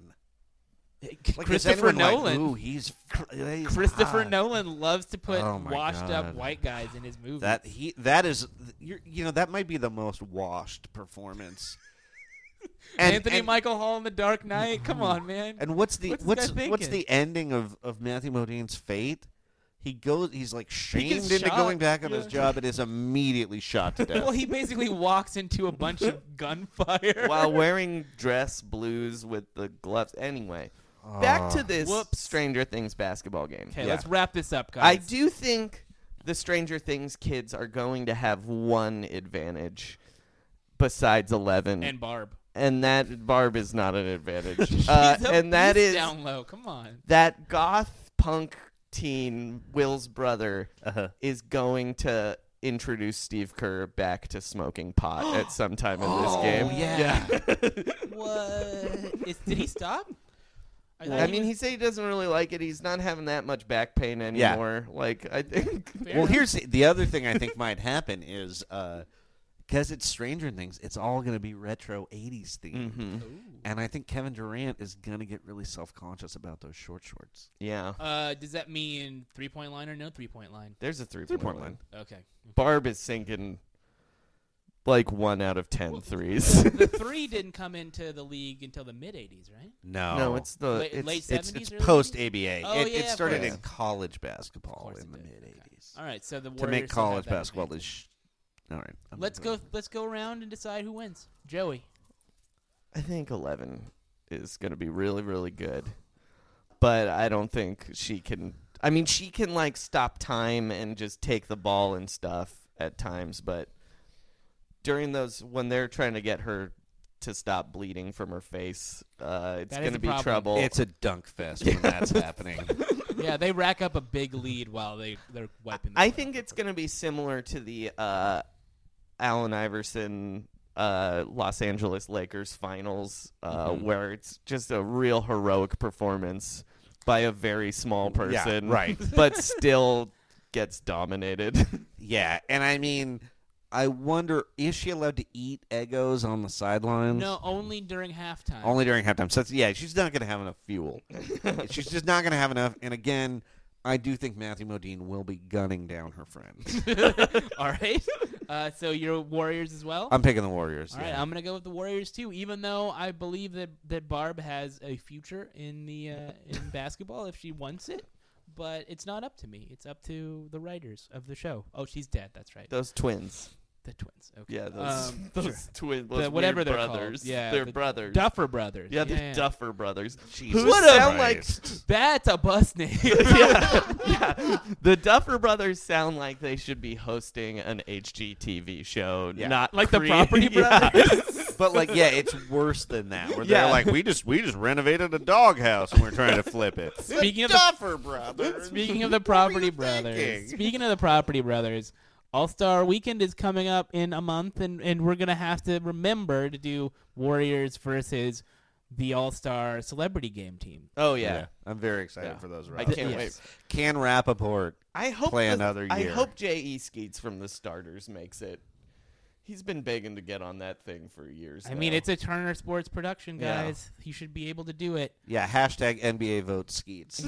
Speaker 4: Like, is
Speaker 2: Christopher
Speaker 4: anyone like,
Speaker 2: Nolan.
Speaker 4: Ooh, he's, he's
Speaker 2: Christopher
Speaker 4: hot."
Speaker 2: Nolan loves to put
Speaker 4: Oh my
Speaker 2: washed up
Speaker 4: God.
Speaker 2: white guys in his movies.
Speaker 4: That he that is you're, you know that might be the most washed performance. and,
Speaker 2: Anthony
Speaker 4: and, Mm-hmm.
Speaker 2: Michael Hall in The Dark Knight. Come on, man.
Speaker 4: and what's the
Speaker 2: what's this
Speaker 4: what's
Speaker 2: guy
Speaker 4: what's
Speaker 2: thinking?
Speaker 4: the ending of of Matthew Modine's fate? He goes he's like shamed
Speaker 2: gets
Speaker 4: into
Speaker 2: shot.
Speaker 4: going back on his
Speaker 2: Yeah.
Speaker 4: job and is immediately shot to death.
Speaker 2: well, he basically walks into a bunch of gunfire.
Speaker 3: while wearing dress blues with the gloves. Anyway, back to this
Speaker 2: Ah. Whoops.
Speaker 3: Stranger Things basketball game.
Speaker 2: okay,
Speaker 4: yeah.
Speaker 2: let's wrap this up, guys.
Speaker 3: I do think the Stranger Things kids are going to have one advantage besides Eleven,
Speaker 2: And Barb.
Speaker 3: and that Barb is not an advantage. uh,
Speaker 2: He's up-
Speaker 3: and that
Speaker 2: he's
Speaker 3: is
Speaker 2: down low. Come on.
Speaker 3: that goth punk teen Will's brother is going to introduce Steve Kerr back to smoking pot at some time in this
Speaker 2: Oh,
Speaker 3: game.
Speaker 4: Ah. Oh, yeah.
Speaker 2: What? Is, did he stop? I, thought
Speaker 3: I
Speaker 2: he
Speaker 3: mean,
Speaker 2: was-
Speaker 3: he said he doesn't really like it. He's not having that much back pain anymore. Like, I think.
Speaker 2: Fair
Speaker 4: Well,
Speaker 2: enough.
Speaker 4: here's the, the other thing I think might happen is because it's Stranger Things, it's all going to be retro '80s
Speaker 2: Mm-hmm.
Speaker 4: themed,
Speaker 3: Mm-hmm.
Speaker 2: Ooh.
Speaker 4: and I think Kevin Durant is going to get really self-conscious about those short shorts.
Speaker 3: Yeah.
Speaker 2: Uh, does that mean three point line or no three point line?
Speaker 3: There's a three,
Speaker 4: Three-point line.
Speaker 2: Okay.
Speaker 3: Barb is sinking like one out of ten threes.
Speaker 2: The three didn't come into the league until the mid '80s, right?
Speaker 4: No,
Speaker 2: Oh.
Speaker 3: no, it's the.
Speaker 2: Late-
Speaker 3: it's,
Speaker 2: late
Speaker 4: it's
Speaker 2: 70s,
Speaker 4: it's
Speaker 2: early
Speaker 4: post ABA.
Speaker 2: Oh,
Speaker 4: it,
Speaker 2: yeah,
Speaker 4: it
Speaker 2: of
Speaker 4: started
Speaker 3: course.
Speaker 4: in college
Speaker 2: Of
Speaker 4: basketball
Speaker 2: course
Speaker 4: in
Speaker 2: it
Speaker 4: the
Speaker 2: did.
Speaker 4: mid
Speaker 2: Okay.
Speaker 4: '80s
Speaker 2: All right, so the
Speaker 4: to
Speaker 2: Warriors
Speaker 4: make
Speaker 2: still have
Speaker 4: college
Speaker 2: that
Speaker 4: basketball.
Speaker 2: advantage.
Speaker 4: Is sh- all right, I'm
Speaker 2: Let's
Speaker 4: gonna-
Speaker 2: go. Let's go around and decide who wins. Joey.
Speaker 3: I think eleven is going to be really, really good, but I don't think she can. I mean, she can like stop time and just take the ball and stuff at times, but during those when they're trying to get her to stop bleeding from her face, uh, it's
Speaker 2: That is
Speaker 3: going
Speaker 2: a
Speaker 3: to be
Speaker 2: problem.
Speaker 3: trouble.
Speaker 4: It's a dunk fest when that's happening.
Speaker 2: yeah, they rack up a big lead while they they're wiping. the
Speaker 3: I
Speaker 2: floor.
Speaker 3: think it's going to be similar to the uh, Allen Iverson uh, Los Angeles Lakers finals, uh,
Speaker 2: Mm-hmm.
Speaker 3: where it's just a real heroic performance by a very small person,
Speaker 4: right.
Speaker 3: but still gets dominated.
Speaker 4: Yeah, and I mean, I wonder is she allowed to eat egos on the sidelines?
Speaker 2: No, only during halftime.
Speaker 4: Only during halftime. So that's- yeah, she's not going to have enough fuel. she's just not going to have enough. And again, I do think Matthew Modine will be gunning down her friends.
Speaker 2: All right. Uh, so your Warriors as well.
Speaker 4: I'm picking the Warriors.
Speaker 2: All right,
Speaker 4: yeah.
Speaker 2: I'm gonna go with the Warriors too. Even though I believe that that Barb has a future in the uh, in basketball if she wants it, but it's not up to me. It's up to the writers of the show. Oh, she's dead. That's right. The,
Speaker 3: those twins,
Speaker 2: twins. Okay.
Speaker 3: yeah, those
Speaker 2: Um,
Speaker 3: those
Speaker 2: sure.
Speaker 3: twins,
Speaker 2: The- whatever they're called.
Speaker 3: brothers,
Speaker 2: Yeah,
Speaker 3: they're
Speaker 2: the
Speaker 3: brothers.
Speaker 2: Duffer Brothers.
Speaker 3: yeah, the Duffer brothers.
Speaker 4: Jesus
Speaker 3: Who sound like
Speaker 4: Christ.
Speaker 2: That's a bus name.
Speaker 3: yeah, yeah. The Duffer Brothers sound like they should be hosting an HGTV show,
Speaker 4: Yeah.
Speaker 3: not
Speaker 2: Like the
Speaker 3: crea-
Speaker 2: Property
Speaker 3: Yeah.
Speaker 2: Brothers.
Speaker 4: But like, yeah, it's worse than that. Where
Speaker 3: Yeah.
Speaker 4: they're like, we just we just renovated a doghouse and we're trying to flip it.
Speaker 2: Speaking of the-
Speaker 4: Duffer Brothers.
Speaker 2: Speaking of the Property Brothers.
Speaker 4: thinking?
Speaker 2: Speaking of the Property Brothers, All Star Weekend is coming up in a month, and, and we're gonna have to remember to do Warriors versus the All Star Celebrity Game team.
Speaker 3: Oh yeah.
Speaker 4: I'm very excited
Speaker 3: Yeah.
Speaker 4: for those.
Speaker 3: I
Speaker 4: Routes.
Speaker 3: can't
Speaker 2: Yes.
Speaker 3: wait.
Speaker 4: Can Rappaport.
Speaker 3: I hope
Speaker 4: Play
Speaker 3: the-
Speaker 4: another
Speaker 3: I
Speaker 4: year.
Speaker 3: hope J.E. Skeets from the starters makes it. He's been begging to get on that thing for years.
Speaker 2: I mean,
Speaker 3: now.
Speaker 2: it's a Turner Sports production,
Speaker 3: Yeah.
Speaker 2: guys. You should be able to do it.
Speaker 4: Yeah, hashtag NBA vote Skeets.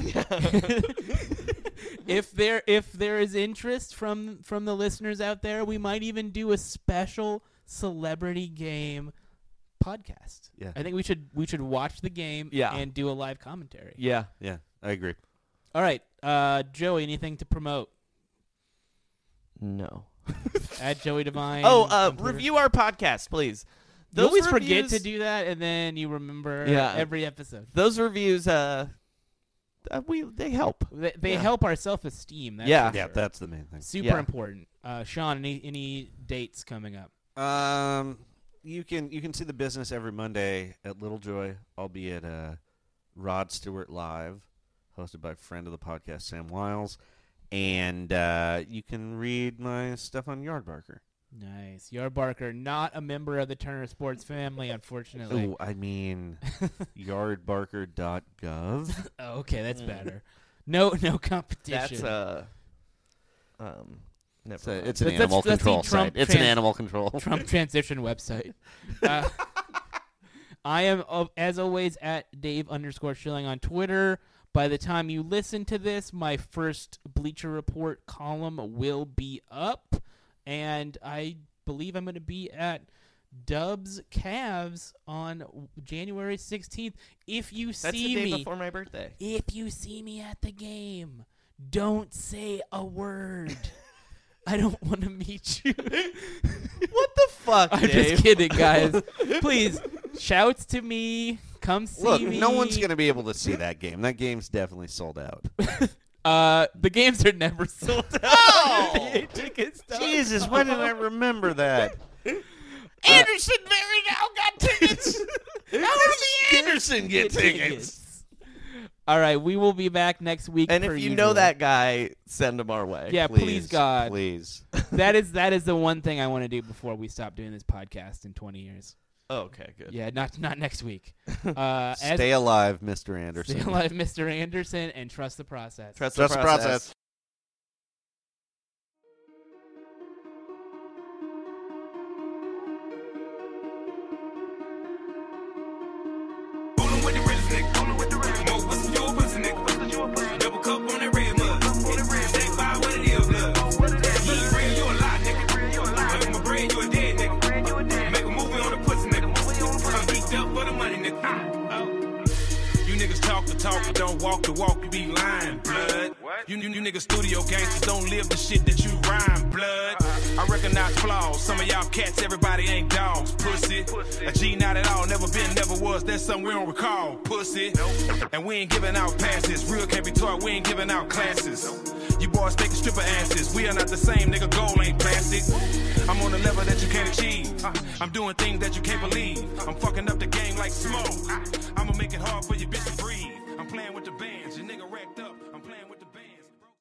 Speaker 2: if there if there is interest from from the listeners out there, we might even do a special celebrity game podcast.
Speaker 4: Yeah.
Speaker 2: I think we should we should watch the game
Speaker 3: Yeah.
Speaker 2: and do a live commentary.
Speaker 3: yeah.
Speaker 4: yeah, I agree.
Speaker 2: All right, uh, Joey, anything to promote
Speaker 3: No.
Speaker 2: at Joey Divine?
Speaker 3: Oh, uh,
Speaker 2: on Twitter?
Speaker 3: review our podcast, please.
Speaker 2: You always forget
Speaker 3: reviews-
Speaker 2: to do that, and then you remember
Speaker 3: Yeah.
Speaker 2: every episode.
Speaker 3: those reviews. Uh, uh, we they help.
Speaker 2: They, they
Speaker 3: Yeah.
Speaker 2: help our self esteem.
Speaker 3: Yeah.
Speaker 4: Yeah, that's the main thing.
Speaker 2: super
Speaker 3: Yeah.
Speaker 2: important. Uh, Sean, any any dates coming up?
Speaker 4: Um, you can you can see the business every Monday at Little Joy. I'll be at uh, Rod Stewart Live, hosted by friend of the podcast Sam Wiles, and uh, you can read my stuff on Yardbarker.
Speaker 2: Nice. Yard Barker, not a member of the Turner Sports family, unfortunately.
Speaker 4: Oh, I mean, yardbarker.gov.
Speaker 2: Oh, okay, that's
Speaker 3: Mm.
Speaker 2: better. No, no competition.
Speaker 3: That's uh, um, never.
Speaker 4: It's, a, it's
Speaker 3: mind.
Speaker 4: an
Speaker 2: That's-
Speaker 4: animal
Speaker 2: that's the
Speaker 4: control
Speaker 2: Trump
Speaker 4: site. It's an
Speaker 2: trans-
Speaker 4: animal control.
Speaker 2: Trump transition website. Uh, I am, uh, as always, at Dave underscore Schilling on Twitter. By the time you listen to this, my first Bleacher Report column will be up, and I believe I'm going to be at Dubs Cavs on w- January 16th. If you
Speaker 3: That's
Speaker 2: see
Speaker 3: the day
Speaker 2: me,
Speaker 3: before my birthday.
Speaker 2: If you see me at the game, don't say a word. I don't want to meet you.
Speaker 3: What the fuck,
Speaker 2: I'm just kidding, guys. Please, shouts to me. Come see
Speaker 4: Look,
Speaker 2: me.
Speaker 4: no one's going to be able to see that game. That game's definitely sold out.
Speaker 2: Uh, the games are never sold out. Oh! tickets. don't-
Speaker 4: Jesus, why didn't I remember that?
Speaker 2: Uh,
Speaker 1: Anderson Barry now got tickets.
Speaker 4: How did the Anderson get
Speaker 2: tickets. All right, we will be back next week.
Speaker 3: And if
Speaker 2: per
Speaker 3: you
Speaker 2: usual.
Speaker 3: know that guy, send him our way.
Speaker 2: yeah, please, God,
Speaker 4: Please.
Speaker 2: that is that is the one thing I want to do before we stop doing this podcast in 20 years.
Speaker 3: Okay, good.
Speaker 2: Yeah, not not next week. Uh, as
Speaker 4: Stay alive, Mr. Anderson.
Speaker 2: Stay alive, Mr. Anderson, and trust the process.
Speaker 3: Trust,
Speaker 4: Trust
Speaker 3: the
Speaker 4: the
Speaker 3: process.
Speaker 4: process.
Speaker 5: Rollin' with the realest nigga. Rollin' with the realest. Mo, what's your pussy, nigga? Double cup on that red mud. Stack by what it is, blood. You ain't real, you a lie, nigga. Make 'em a bread, you a dead nigga. Make a movie on the pussy, nigga. I'm geeked up for the money, nigga. You niggas talk the talk, but don't walk the walk. You be lying, blood. You, you, you niggas studio gangsters don't live the shit that you rhyme, blood. I recognize flaws. Some of y'all cats, everybody ain't dogs, pussy. A G not at all, never been, never was. That's something we don't recall, pussy. And we ain't giving out passes. Real can't be taught. We ain't giving out classes. You boys taking stripper asses. We are not the same, nigga. Gold ain't plastic. I'm on a level that you can't achieve. uh, I'm doing things that you can't believe. I'm fucking up the game like smoke. I'ma make it hard for your bitch to breathe. I'm playing with the